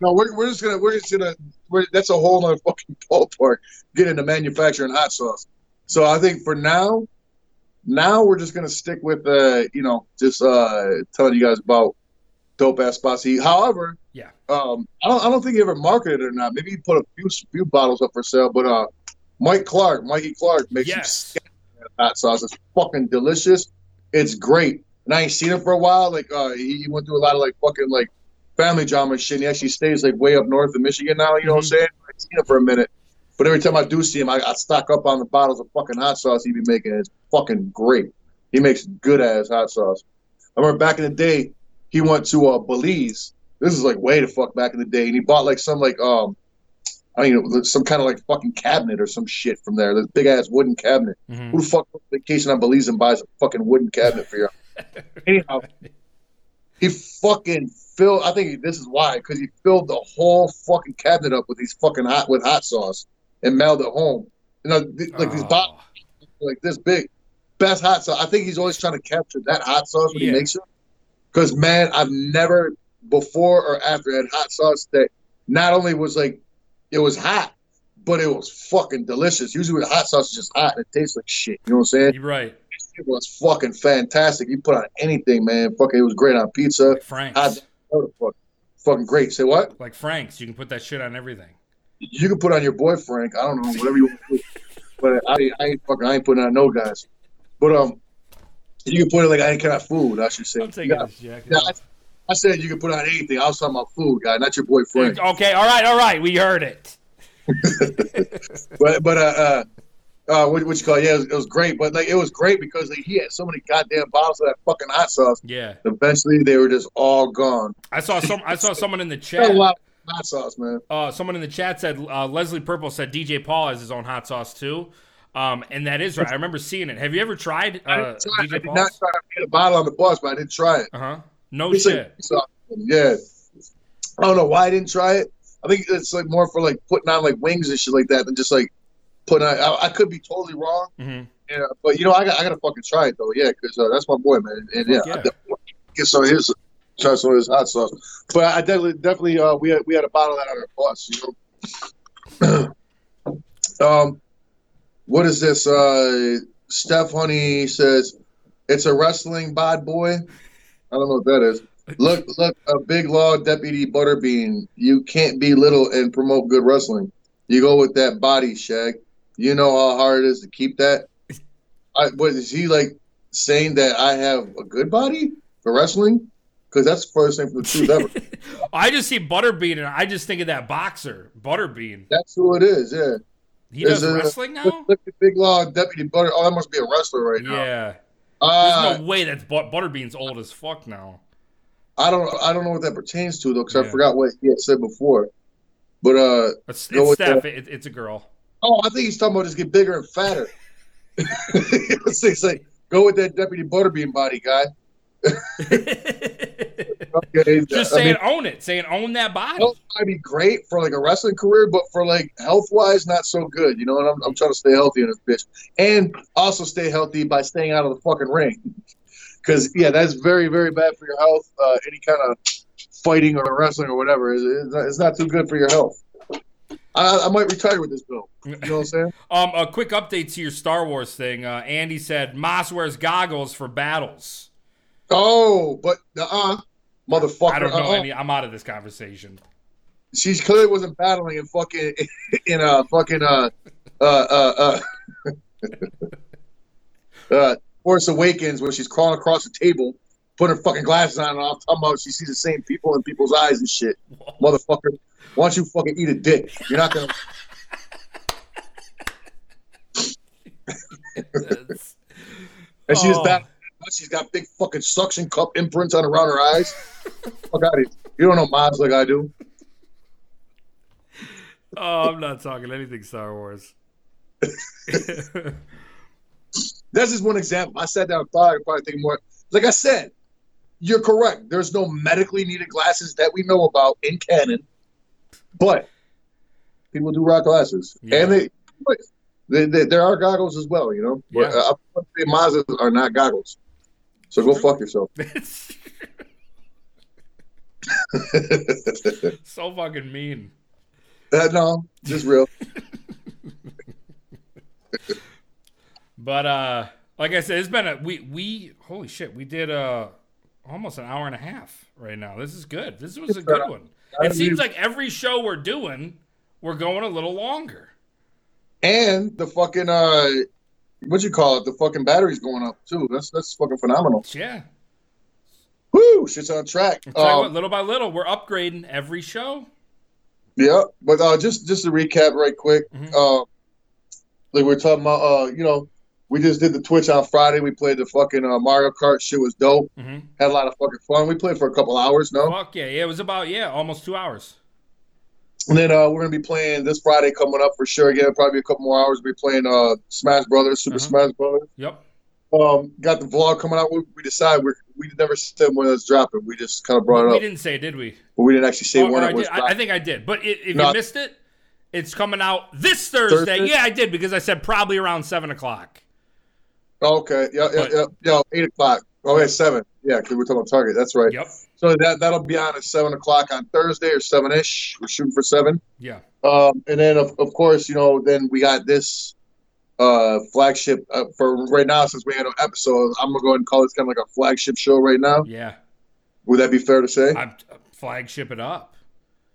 Speaker 2: No, we're, we're just gonna we're just gonna we're, that's a whole other fucking [laughs] ballpark. Get into manufacturing hot sauce. So I think for now, now we're just gonna stick with uh you know just uh telling you guys about dope ass spots. to eat. However,
Speaker 1: Yeah.
Speaker 2: um I don't I don't think he ever marketed it or not. Maybe he put a few few bottles up for sale, but uh Mike Clark, Mikey Clark makes you
Speaker 1: Yes.
Speaker 2: hot sauce. It's fucking delicious. It's great. And I ain't seen it for a while. Like uh he, he went through a lot of like fucking like family drama and shit. And he actually stays like way up north of Michigan now, you know what I'm saying? I ain't seen him for a minute. But every time I do see him, I, I stock up on the bottles of fucking hot sauce he be making. It's fucking great. He makes good ass hot sauce. I remember back in the day, he went to uh Belize. This is like way the fuck back in the day, and he bought like some like um I don't even know, some kind of like fucking cabinet or some shit from there. This big ass wooden cabinet.
Speaker 1: Mhm.
Speaker 2: Who the fuck goes on vacation on Belize and buys a fucking wooden cabinet for you? Anyhow, he fucking filled. I think this is why, because he filled the whole fucking cabinet up with these fucking hot with hot sauce and mailed it home. You know, th- like these
Speaker 1: Oh.
Speaker 2: bottles are, like this big, best hot sauce. I think he's always trying to capture that hot sauce when
Speaker 1: Yeah.
Speaker 2: he makes it. Because man, I've never before or after had hot sauce that not only was like it was hot, but it was fucking delicious. Usually with hot sauce, it's just hot and it tastes like shit. You know what I'm saying?
Speaker 1: You're right,
Speaker 2: It was fucking fantastic. You put on anything, man. Fucking, it was great on pizza.
Speaker 1: like Frank's.
Speaker 2: Hot Oh, the fuck. Fucking great. Say what?
Speaker 1: Like Frank's, you can put that shit on everything.
Speaker 2: You can put on your boy Frank. I don't know, whatever you want to do. But I, I ain't fucking. I ain't putting on no guys. But um, you can put it like I ain't kind of food. I should say.
Speaker 1: I'm taking
Speaker 2: Yeah,
Speaker 1: this jacket
Speaker 2: Yeah,
Speaker 1: off.
Speaker 2: I said you can put on anything. I was talking about food, guy, not your boy Frank.
Speaker 1: Okay, all right, all right. We heard it.
Speaker 2: But but uh, uh, uh what, what you call? It? Yeah, it was, it was great. But like it was great because like, he had so many goddamn bottles of that fucking hot sauce.
Speaker 1: Yeah,
Speaker 2: Eventually, they were just all gone.
Speaker 1: I saw some. I saw someone in
Speaker 2: [laughs]
Speaker 1: the chat.
Speaker 2: Got a lot of hot sauce, man.
Speaker 1: uh, someone in the chat said uh, Leslie Purple said DJ Paul has his own hot sauce too, um, and that is right. I remember seeing it. Have you ever tried
Speaker 2: I,
Speaker 1: uh,
Speaker 2: didn't try it. I
Speaker 1: DJ
Speaker 2: did not try to get a bottle on the bus, but I didn't try it.
Speaker 1: Uh huh. No
Speaker 2: It's like-
Speaker 1: shit.
Speaker 2: it's awesome. yeah. I don't know why I didn't try it. I think it's like more for like putting on like wings and shit like that than just like putting on. I, I could be totally wrong,
Speaker 1: hmm
Speaker 2: yeah, but you know I got I gotta fucking try it though, yeah, because uh, that's my boy, man, and yeah,
Speaker 1: Yeah.
Speaker 2: I definitely wanna get some of his try some of his hot sauce. But I definitely definitely uh, we had we had a bottle of that on our bus, you know. [clears throat] um, what is this? Uh, Steph Honey says it's a wrestling bod boy. I don't know what that is. Look, look, a big law deputy Butterbean. You can't be little and promote good wrestling. You go with that body, Shag. You know how hard it is to keep that. I, what is he like saying that I have a good body for wrestling? Because that's the first thing from the truth ever.
Speaker 1: [laughs] I just see Butterbean and I just think of that boxer Butterbean.
Speaker 2: That's who it is. Yeah.
Speaker 1: He
Speaker 2: Is
Speaker 1: does
Speaker 2: it-
Speaker 1: wrestling now.
Speaker 2: Look, look at Big Law Deputy Butter. Oh, that must be a wrestler right now.
Speaker 1: Yeah. There's
Speaker 2: Uh,
Speaker 1: no way that's but- Butterbean's old as fuck now.
Speaker 2: I don't. I don't know what that pertains to though, because
Speaker 1: Yeah.
Speaker 2: I forgot what he had said before. But uh,
Speaker 1: It's,
Speaker 2: Go
Speaker 1: it's
Speaker 2: with
Speaker 1: Steph. It, it's a
Speaker 2: [laughs]
Speaker 1: girl.
Speaker 2: Oh, I think he's talking about just get bigger and fatter. [laughs] it's, it's like go with that deputy butterbean body guy.
Speaker 1: just
Speaker 2: Okay, I mean,
Speaker 1: saying, own it. Saying own that body.
Speaker 2: health might be great for like a wrestling career, but for like health wise, not so good. You know, and I'm, I'm trying to stay healthy in this bitch, and also stay healthy by staying out of the fucking ring. [laughs] Because yeah, that's very very bad for your health. Uh, any kind of fighting or wrestling or whatever is is not- it's not too good for your health. I, I might retire with this bill. You know what
Speaker 1: [laughs]
Speaker 2: I'm saying?
Speaker 1: Um, a quick update to your Star Wars thing. Uh, Andy said Moss wears goggles for battles.
Speaker 2: Oh, but uh, motherfucker.
Speaker 1: I don't know
Speaker 2: uh-uh.
Speaker 1: any. I'm out of this conversation.
Speaker 2: She clearly wasn't battling in fucking in a fucking uh uh uh uh, [laughs] uh Force Awakens where she's crawling across the table, putting her fucking glasses on and off, talking about she sees the same people in people's eyes and shit. Motherfucker, why don't you fucking eat a dick? You're not gonna.
Speaker 1: That's-
Speaker 2: And she just
Speaker 1: Oh.
Speaker 2: that. She's got big fucking suction cup imprints on around her eyes. Fuck out of here. You don't know Maz like I do.
Speaker 1: oh, I'm not talking anything Star
Speaker 2: [laughs]
Speaker 1: Wars. [laughs]
Speaker 2: That's just one example. I sat down and thought I could probably think more. Like I said, you're correct. There's no medically needed glasses that we know about in canon, but people do rock glasses,
Speaker 1: Yeah.
Speaker 2: and they, but they, they there are goggles as well. You know, but
Speaker 1: Yeah.
Speaker 2: uh, I would say Mazdas are not goggles. So go fuck yourself.
Speaker 1: it's [laughs] so fucking mean.
Speaker 2: Uh, no, just real.
Speaker 1: But uh like I said, it's been a we we holy shit, we did uh almost an hour and a half right now. This is good. This was a good one. It seems like every show we're doing, we're going a little longer.
Speaker 2: And the fucking uh, what you call it? The fucking battery's going up too. That's that's fucking phenomenal.
Speaker 1: Yeah.
Speaker 2: Woo, shit's on track.
Speaker 1: Tell you
Speaker 2: Um,
Speaker 1: what, little by little, we're upgrading every show.
Speaker 2: Yeah, but uh, just just to recap right quick,
Speaker 1: Mhm.
Speaker 2: uh, like we we're talking about, uh, you know, we just did the Twitch on Friday. We played the fucking uh, Mario Kart. Shit was dope.
Speaker 1: hmm
Speaker 2: Had a lot of fucking fun. We played for a couple hours, no,
Speaker 1: Fuck yeah. Yeah, it was about yeah, almost two hours.
Speaker 2: and then uh, we're gonna be playing this Friday coming up for sure. Again, probably a couple more hours. We'll be playing uh, Smash Brothers, Super
Speaker 1: Uh-huh.
Speaker 2: Smash Brothers.
Speaker 1: Yep.
Speaker 2: Um, got the vlog coming out. We, we decided we we never said when it's dropping. We just kind of brought
Speaker 1: we
Speaker 2: it up,
Speaker 1: didn't say, did we?
Speaker 2: but we didn't actually say
Speaker 1: Or- or
Speaker 2: when
Speaker 1: Oh, I,
Speaker 2: it was
Speaker 1: did, I, I
Speaker 2: dropping.
Speaker 1: think I did. But i if
Speaker 2: No.
Speaker 1: you missed it, it's coming out this Thursday.
Speaker 2: Thursday?
Speaker 1: Yeah, I did because I said probably around seven o'clock.
Speaker 2: Okay, yeah, yeah,
Speaker 1: But-
Speaker 2: yeah, yeah, eight o'clock. Oh, yeah, seven. Yeah, because we're talking about Target. That's right.
Speaker 1: Yep.
Speaker 2: So that that'll be on at seven o'clock on Thursday or seven ish. We're shooting for seven.
Speaker 1: Yeah.
Speaker 2: Um, and then of, of course, you know, then we got this uh flagship uh, for right now since we had an episode. I'm gonna go ahead and call this kind of like a flagship show right now.
Speaker 1: Yeah.
Speaker 2: Would that be fair to say?
Speaker 1: I'm uh, flagship it up.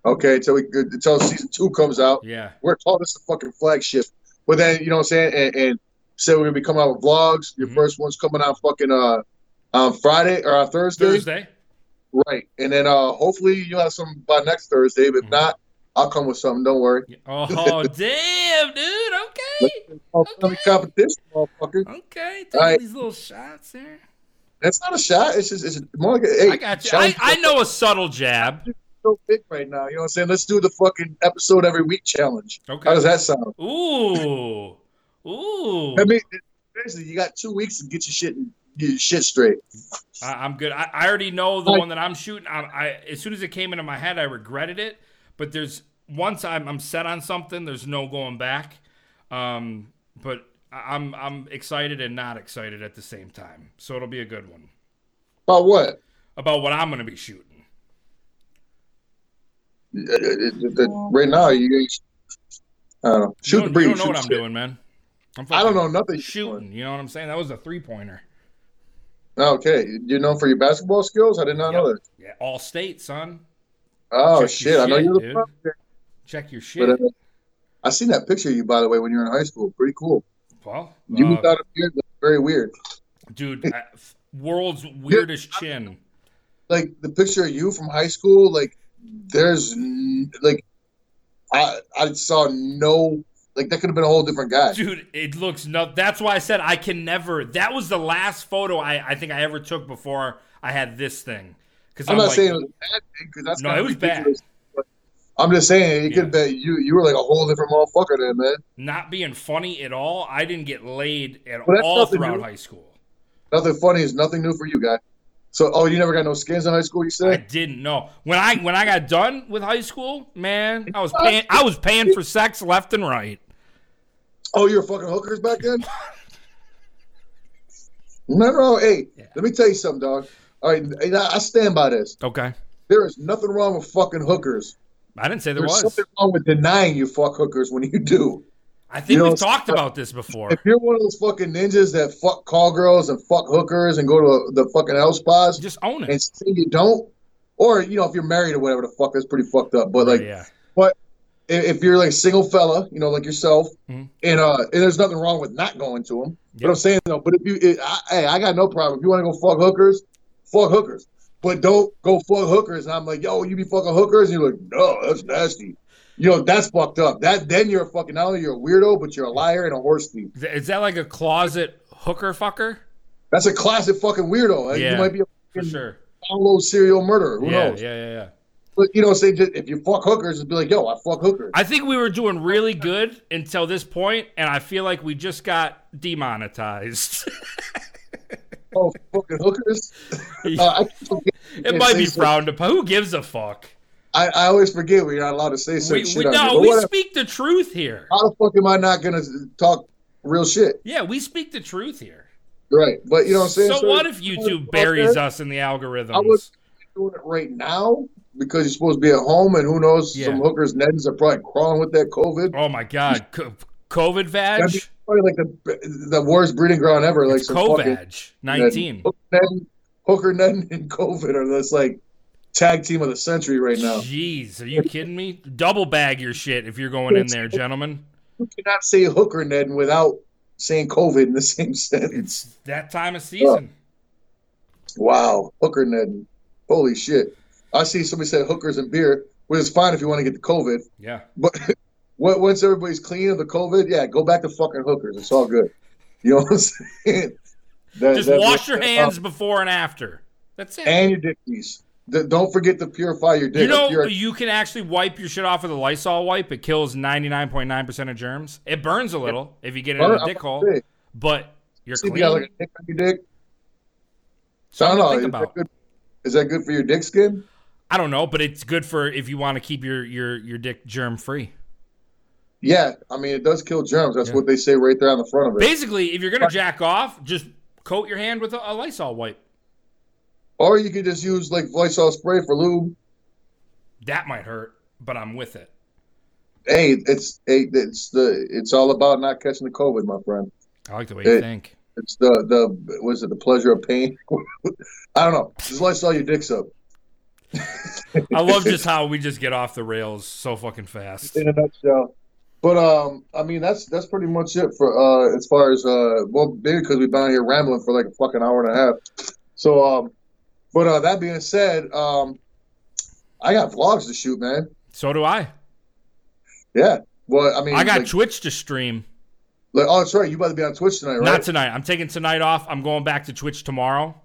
Speaker 2: Okay, until we until season two comes out,
Speaker 1: Yeah.
Speaker 2: we're calling this the fucking flagship. But then you know what I'm saying, and, and said we're gonna be coming out with vlogs. Your
Speaker 1: Mhm.
Speaker 2: first one's coming out fucking uh on Friday or on
Speaker 1: Thursday.
Speaker 2: Right. And then uh hopefully you'll have some by next Thursday. But if
Speaker 1: Mhm.
Speaker 2: not, I'll come with something. Don't worry. [laughs]
Speaker 1: Oh damn, dude. Okay.
Speaker 2: Oh, friendly competition, motherfucker.
Speaker 1: Okay. Taking
Speaker 2: All right.
Speaker 1: these little shots here.
Speaker 2: That's not a shot. It's just it's more like a, hey,
Speaker 1: I got you. I,
Speaker 2: challenge
Speaker 1: I know a subtle jab.
Speaker 2: so big right now. You know what I'm saying? Let's do the fucking episode every week challenge. How
Speaker 1: Okay.
Speaker 2: does that sound?
Speaker 1: Ooh. Ooh.
Speaker 2: I mean basically you got two weeks to get your shit and get your shit straight.
Speaker 1: I, I'm good. I, I already know the
Speaker 2: Like-
Speaker 1: one that I'm shooting. I, I as soon as it came into my head, I regretted it. But there's once I'm I'm set on something, there's no going back. Um, but I- I'm I'm excited and not excited at the same time, so it'll be a good one
Speaker 2: About what?
Speaker 1: about what I'm gonna be shooting.
Speaker 2: Uh, uh, uh, uh, Right now you ain't I don't know. Shoot
Speaker 1: you
Speaker 2: the
Speaker 1: don't,
Speaker 2: breeze.
Speaker 1: you don't know
Speaker 2: shoot
Speaker 1: what
Speaker 2: the
Speaker 1: I'm
Speaker 2: shit.
Speaker 1: doing, man. I'm
Speaker 2: I don't
Speaker 1: fucking
Speaker 2: know nothing.
Speaker 1: Shooting, you know what I'm saying? That was a three pointer.
Speaker 2: Okay. You're known for your basketball skills? I did not know
Speaker 1: Yep.
Speaker 2: that.
Speaker 1: Yeah, all state, son.
Speaker 2: Oh
Speaker 1: Check
Speaker 2: shit.
Speaker 1: your
Speaker 2: I know
Speaker 1: shit,
Speaker 2: you're
Speaker 1: dude.
Speaker 2: the fuck.
Speaker 1: Check your shit.
Speaker 2: But, uh, I seen that picture of you, by the way, when you were in high school. Pretty cool.
Speaker 1: well,
Speaker 2: You
Speaker 1: uh,
Speaker 2: without a beard, that's very weird.
Speaker 1: dude, I, f-
Speaker 2: [laughs]
Speaker 1: world's weirdest chin.
Speaker 2: Like the picture of you from high school, like there's n- like I I saw no like that could have been a whole different guy.
Speaker 1: Dude, it looks no. That's why I said I can never. That was the last photo I, I think I ever took before I had this thing. Because
Speaker 2: I'm,
Speaker 1: I'm,
Speaker 2: not
Speaker 1: like,
Speaker 2: saying it was a bad thing because that's
Speaker 1: No,
Speaker 2: kinda
Speaker 1: it was bad.
Speaker 2: ridiculous, but I'm just saying it
Speaker 1: Yeah.
Speaker 2: could have been you. You were like a whole different motherfucker then, man.
Speaker 1: not being funny at all. I didn't get laid at
Speaker 2: Well, that's
Speaker 1: all
Speaker 2: nothing
Speaker 1: throughout
Speaker 2: new.
Speaker 1: high school.
Speaker 2: Nothing funny is nothing new for you, guy. So, oh, you never got no skins in high school, you
Speaker 1: I
Speaker 2: said?
Speaker 1: didn't know when I when I got done with high school, man. I was
Speaker 2: Uh,
Speaker 1: paying I was paying
Speaker 2: [laughs]
Speaker 1: for sex left and right.
Speaker 2: Oh, you were fucking hookers back then? Remember? Oh, hey,
Speaker 1: Yeah.
Speaker 2: let me tell you something, dog. All right, and I I stand by this.
Speaker 1: Okay.
Speaker 2: There is nothing wrong with fucking hookers.
Speaker 1: I didn't say there
Speaker 2: There's
Speaker 1: was.
Speaker 2: something wrong with denying you fuck hookers when you do.
Speaker 1: I think
Speaker 2: you know,
Speaker 1: we've talked about this before.
Speaker 2: If you're one of those fucking ninjas that fuck call girls and fuck hookers and go to the fucking L spas
Speaker 1: Just own it.
Speaker 2: and say you don't, or you know if you're married or whatever the fuck, that's pretty fucked up. But like
Speaker 1: yeah.
Speaker 2: i- if you're like single fella, you know like yourself,
Speaker 1: Mhm.
Speaker 2: and uh, and there's nothing wrong with not going to them. But
Speaker 1: Yeah.
Speaker 2: I'm saying though, but if you, it, I, hey, I got no problem. If you want to go fuck hookers, fuck hookers. But don't go fuck hookers. And I'm like, yo, you be fucking hookers, and you're like, no, that's nasty. You know that's fucked up. That then you're a fucking not only you're a weirdo, but you're a liar and a horse thief.
Speaker 1: Th- Is that like a closet hooker fucker?
Speaker 2: That's a classic fucking weirdo. Like,
Speaker 1: Yeah,
Speaker 2: you might be a
Speaker 1: For
Speaker 2: fucking
Speaker 1: sure.
Speaker 2: down low serial murderer. Mm. Who
Speaker 1: Yeah, yeah,
Speaker 2: knows?
Speaker 1: yeah, yeah.
Speaker 2: But you know, say just, if you fuck hookers, just be like, yo, I fuck hookers.
Speaker 1: I think we were doing really good until this point, and I feel like we just got
Speaker 2: Uh,
Speaker 1: demonetized. [laughs]
Speaker 2: oh, fucking hookers.
Speaker 1: Yeah.
Speaker 2: Uh, I, keep forgetting-
Speaker 1: it
Speaker 2: Yeah,
Speaker 1: might
Speaker 2: say
Speaker 1: be
Speaker 2: so.
Speaker 1: frowned upon. Who gives a fuck?
Speaker 2: I, I always forget when you're not allowed to say
Speaker 1: We,
Speaker 2: certain
Speaker 1: we,
Speaker 2: shit. on here,
Speaker 1: no,
Speaker 2: but
Speaker 1: we
Speaker 2: whatever.
Speaker 1: speak the truth here.
Speaker 2: How the fuck am I not gonna talk real shit?
Speaker 1: Yeah, we speak the truth here.
Speaker 2: Right, but you know what I'm saying.
Speaker 1: So
Speaker 2: sir?
Speaker 1: what if YouTube buries
Speaker 2: Okay.
Speaker 1: us in the algorithms?
Speaker 2: I would- Doing it right now because you're supposed to be at home, and who knows,
Speaker 1: Yeah.
Speaker 2: some hookers' neds are probably crawling with that COVID.
Speaker 1: oh my god,
Speaker 2: [laughs]
Speaker 1: Co- COVID vag,
Speaker 2: That'd be probably like the the worst breeding ground ever. Like some fucking
Speaker 1: Covag, nineteen.
Speaker 2: hooker ned, hooker ned and COVID are this like tag team of the century right now.
Speaker 1: Jeez, are you kidding me? Double bag your shit if you're going in there, gentlemen.
Speaker 2: You cannot say hooker ned without saying COVID in the same sentence.
Speaker 1: It's that time of season.
Speaker 2: Wow, hooker ned, holy shit! I see somebody said hookers and beer, which is fine if you want to get the COVID.
Speaker 1: Yeah.
Speaker 2: But [laughs] what, once everybody's clean of the COVID, yeah, go back to fucking hookers. It's all good. You know what I'm [laughs] saying? That-
Speaker 1: Just
Speaker 2: that-
Speaker 1: wash your
Speaker 2: uh,
Speaker 1: hands before and after. That's it.
Speaker 2: and your dick piece. D- don't forget to purify your dick.
Speaker 1: You know,
Speaker 2: If you're-
Speaker 1: you can actually wipe your shit off with a Lysol wipe. It kills 99.9% of germs. It burns a little if you get it in
Speaker 2: Burn-
Speaker 1: a dick
Speaker 2: I'm
Speaker 1: hole,
Speaker 2: sick.
Speaker 1: but you're
Speaker 2: See if
Speaker 1: clean.
Speaker 2: you got like a dick on your dick. So I
Speaker 1: Something
Speaker 2: don't
Speaker 1: to
Speaker 2: know.
Speaker 1: think
Speaker 2: Is
Speaker 1: about.
Speaker 2: that, good, is that good for your dick skin?
Speaker 1: I don't know, but it's good for if you want to keep your, your, your dick germ free.
Speaker 2: Yeah, I mean it does kill germs. That's
Speaker 1: Yeah.
Speaker 2: what they say right there on the front of it.
Speaker 1: Basically, if you're going to jack off, just coat your hand with a, a Lysol wipe.
Speaker 2: Or you could just use like Lysol spray for lube.
Speaker 1: That might hurt, but I'm with it.
Speaker 2: Hey, it's hey, it's the it's all about not catching the COVID, my friend.
Speaker 1: I like the way you
Speaker 2: It-
Speaker 1: think.
Speaker 2: It's the the was it the pleasure of pain? [laughs] I don't know. Just lifestyle your dicks up.
Speaker 1: I love just how we just get off the rails so fucking fast.
Speaker 2: [laughs] In a nutshell. But um, I mean that's that's pretty much it for uh as far as uh well maybe because we've been out here rambling for like a fucking hour and a half. So um, but uh that being said, um, I got vlogs to shoot, man.
Speaker 1: So do I.
Speaker 2: Yeah. Well, I mean,
Speaker 1: I got
Speaker 2: like,
Speaker 1: Twitch to stream.
Speaker 2: like oh that's right, you about to be on Twitch tonight, right?
Speaker 1: Not tonight. I'm taking tonight off. I'm going back to Twitch tomorrow.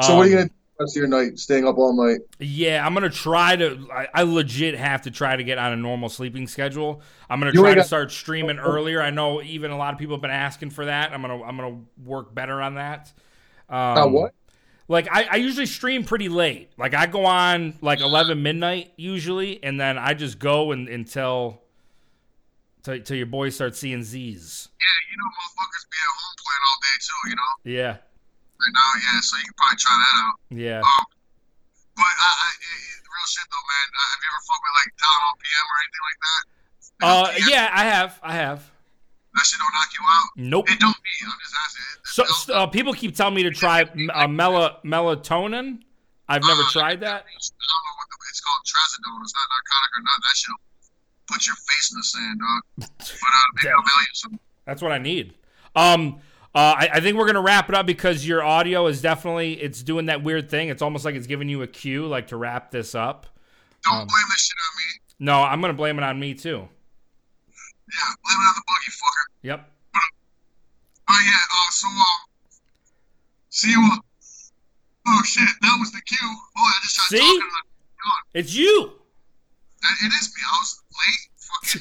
Speaker 2: so what are you
Speaker 1: Um,
Speaker 2: gonna do the rest of your night? Staying up all night?
Speaker 1: Yeah, I'm gonna try to. I, I legit have to try to get on a normal sleeping schedule. I'm gonna
Speaker 2: You
Speaker 1: try
Speaker 2: ain't
Speaker 1: to
Speaker 2: got-
Speaker 1: start streaming earlier. I know even a lot of people have been asking for that. I'm gonna I'm gonna work better on that. Um,
Speaker 2: Now what?
Speaker 1: Like I, I usually stream pretty late. Like I go on like 11 midnight usually, and then I just go and until till, till your boy starts seeing Z's.
Speaker 2: You know, motherfuckers be at home playing all day too. You know.
Speaker 1: Yeah,
Speaker 2: right now, yeah. So you can probably try that out.
Speaker 1: yeah.
Speaker 2: But I, I it, it- real shit though, man. I, have you ever fucked with like down on PM or anything like that?
Speaker 1: Uh, yeah. I have, I have.
Speaker 2: That shit don't knock you out.
Speaker 1: Nope.
Speaker 2: It don't be. I'm just asking. It-
Speaker 1: So,
Speaker 2: it don't-
Speaker 1: so, uh, people keep telling me to try uh, mela- melatonin. I've never tried Ah, that.
Speaker 2: I don't know what the, it's called. Trazodone. It's not narcotic or not. That shit. will Put your face in the sand, dog. But uh, maybe I'll mail you some.
Speaker 1: That's what I need. Um, uh, I, I think we're gonna wrap it up because your audio is definitely it's doing that weird thing. It's almost like it's giving you a cue, like to wrap this up.
Speaker 2: Don't
Speaker 1: Um,
Speaker 2: blame this shit on me.
Speaker 1: No, I'm gonna blame it on me too.
Speaker 2: Yeah, blame it on the buggy fucker.
Speaker 1: Yep.
Speaker 2: Oh yeah. Uh, so um, see you. all. Oh shit, that was the cue. Oh, I just
Speaker 1: See?
Speaker 2: tried talking. to-
Speaker 1: It's you.
Speaker 2: That- It is me. I was late. Fucking.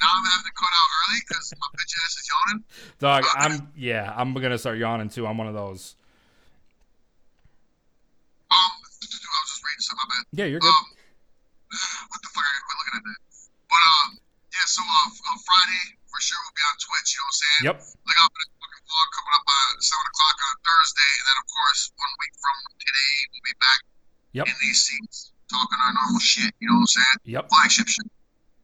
Speaker 2: now I'm having to cut out early because my bitch ass is yawning.
Speaker 1: Dog, I'm yeah, I'm gonna start yawning too. I'm one of those.
Speaker 2: Um, [laughs] I was just reading something. My bad.
Speaker 1: Yeah, you're good.
Speaker 2: Um, [sighs] what the fuck? I gotta quit looking at that. But um, yeah. So uh, f- on Friday for sure we'll be on Twitch. You know what I'm saying?
Speaker 1: Yep.
Speaker 2: Look out for that fucking vlog coming up on seven o'clock on Thursday, and then of course one week from today we'll be back
Speaker 1: Yep.
Speaker 2: in these seats. talking our normal shit. You know what I'm saying?
Speaker 1: Yep.
Speaker 2: Flagship shit.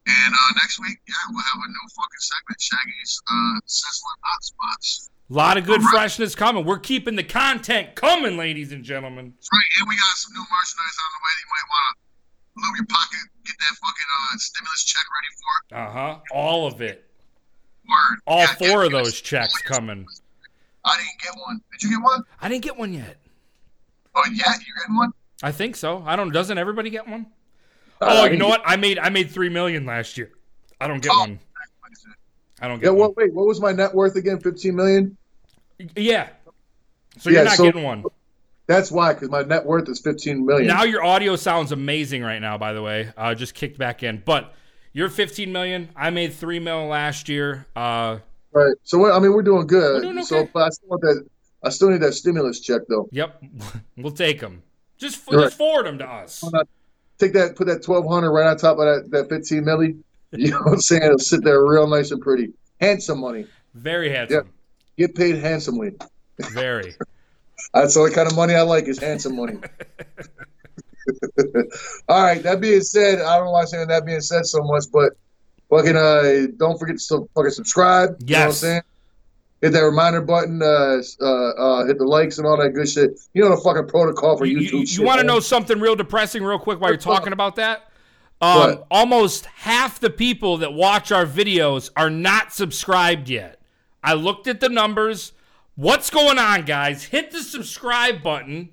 Speaker 2: And uh, next week, yeah, we'll have a new fucking segment, Shaggy's uh, sizzling hot spots.
Speaker 1: A lot of good freshness coming. We're keeping the content coming, ladies and gentlemen.
Speaker 2: That's right, and we got some new merchandise on the way. That you might want to lube your pocket, get that fucking uh, stimulus check ready for it.
Speaker 1: Uh huh. All of it.
Speaker 2: Word.
Speaker 1: All
Speaker 2: Yeah,
Speaker 1: four
Speaker 2: get-
Speaker 1: of
Speaker 2: get
Speaker 1: those
Speaker 2: us-
Speaker 1: checks coming.
Speaker 2: I didn't get one. Did you get one?
Speaker 1: I didn't get one yet.
Speaker 2: Oh yeah, you getting one?
Speaker 1: I think so. I don't. Doesn't everybody get one?
Speaker 2: Uh,
Speaker 1: Oh,
Speaker 2: I
Speaker 1: you
Speaker 2: didn't
Speaker 1: know
Speaker 2: get-
Speaker 1: what? I made I made three million last year. I don't get
Speaker 2: Oh.
Speaker 1: one. I don't get
Speaker 2: Yeah.
Speaker 1: one.
Speaker 2: What? Wait. What was my net worth again? Fifteen million.
Speaker 1: Yeah. So you're
Speaker 2: Yeah,
Speaker 1: not
Speaker 2: so- Oh,
Speaker 1: getting one.
Speaker 2: That's why, because my net worth is fifteen million.
Speaker 1: Now your audio sounds amazing right now. By the way, uh, just kicked back in. But you're 15 million. I made three mil last year. Uh,
Speaker 2: right. So what- I mean, we're doing good.
Speaker 1: We're doing
Speaker 2: So,
Speaker 1: okay.
Speaker 2: but I still want that. I still need that stimulus check though.
Speaker 1: yep, [laughs] we'll take them. Just, f-
Speaker 2: Right.
Speaker 1: just forward them to us.
Speaker 2: Take that. Put that twelve hundred right on top of that that fifteen milli. [laughs] You know what I'm saying? It'll sit there real nice and pretty. Handsome money.
Speaker 1: Very handsome.
Speaker 2: Get paid handsomely.
Speaker 1: Very.
Speaker 2: That's the kind of money I like is
Speaker 1: [laughs]
Speaker 2: handsome money. All right. That being said, I don't know why I'm saying that being said so much, but fucking uh, don't forget to su- fucking subscribe. You know what I'm
Speaker 1: Yes.
Speaker 2: saying? Hit that reminder button. Uh, s- uh, uh, hit the likes and all that good shit. You know the fucking protocol for
Speaker 1: You,
Speaker 2: YouTube. shit,
Speaker 1: want to
Speaker 2: man.
Speaker 1: know something real depressing, real quick, while you're
Speaker 2: What's up?
Speaker 1: talking about that? Um,
Speaker 2: What?
Speaker 1: almost half the people that watch our videos are not subscribed yet. I looked at the numbers. What's going on, guys? Hit the subscribe button.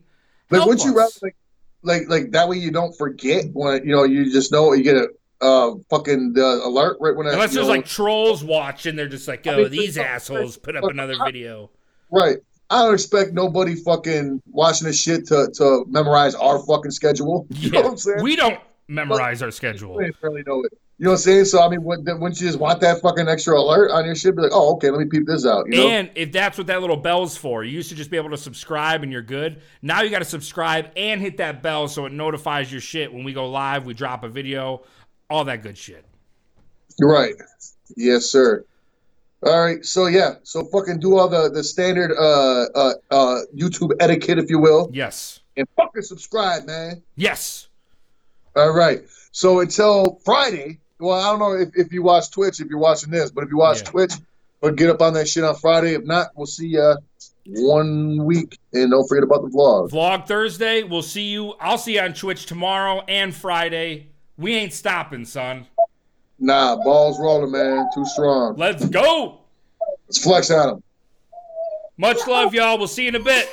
Speaker 2: Like,
Speaker 1: Help
Speaker 2: would you
Speaker 1: us.
Speaker 2: rather like, like, like that way you don't forget when you know you just know you get a uh fucking uh, alert right when I,
Speaker 1: Unless
Speaker 2: you
Speaker 1: there's
Speaker 2: know,
Speaker 1: like trolls watching, they're just like,
Speaker 2: I
Speaker 1: "Oh,
Speaker 2: mean, [laughs]
Speaker 1: these
Speaker 2: it's-
Speaker 1: assholes put up
Speaker 2: [laughs]
Speaker 1: another video."
Speaker 2: Right. I don't expect nobody fucking watching this shit to, to memorize our fucking schedule. [laughs] You know what
Speaker 1: Yeah,
Speaker 2: I'm saying?
Speaker 1: we don't memorize our schedule.
Speaker 2: We really know it. You know what I'm saying? So I mean, wouldn't wouldn't you just want that fucking extra alert on your shit? Be like, oh, okay, let me peep this out. You know?
Speaker 1: And if that's what that little bell's for, you used to just be able to subscribe and you're good. Now you got to subscribe and hit that bell so it notifies your shit when we go live, we drop a video, all that good shit.
Speaker 2: You're right. Yes, sir. All right. So yeah. So fucking do all the the standard uh uh uh YouTube etiquette, if you will,
Speaker 1: Yes.
Speaker 2: and fucking subscribe, man.
Speaker 1: Yes.
Speaker 2: All right. So until Friday, well, I don't know if, if you watch Twitch, if you're watching this, but if you watch
Speaker 1: Yeah.
Speaker 2: Twitch, but get up on that shit on Friday. If not, we'll see ya one week. And don't forget about the vlog.
Speaker 1: Vlog Thursday. We'll see you. I'll see you on Twitch tomorrow and Friday. We ain't stopping, son.
Speaker 2: Nah, balls rolling, man. Too strong.
Speaker 1: Let's go.
Speaker 2: Let's flex on them.
Speaker 1: Much love, y'all. We'll see you in a bit.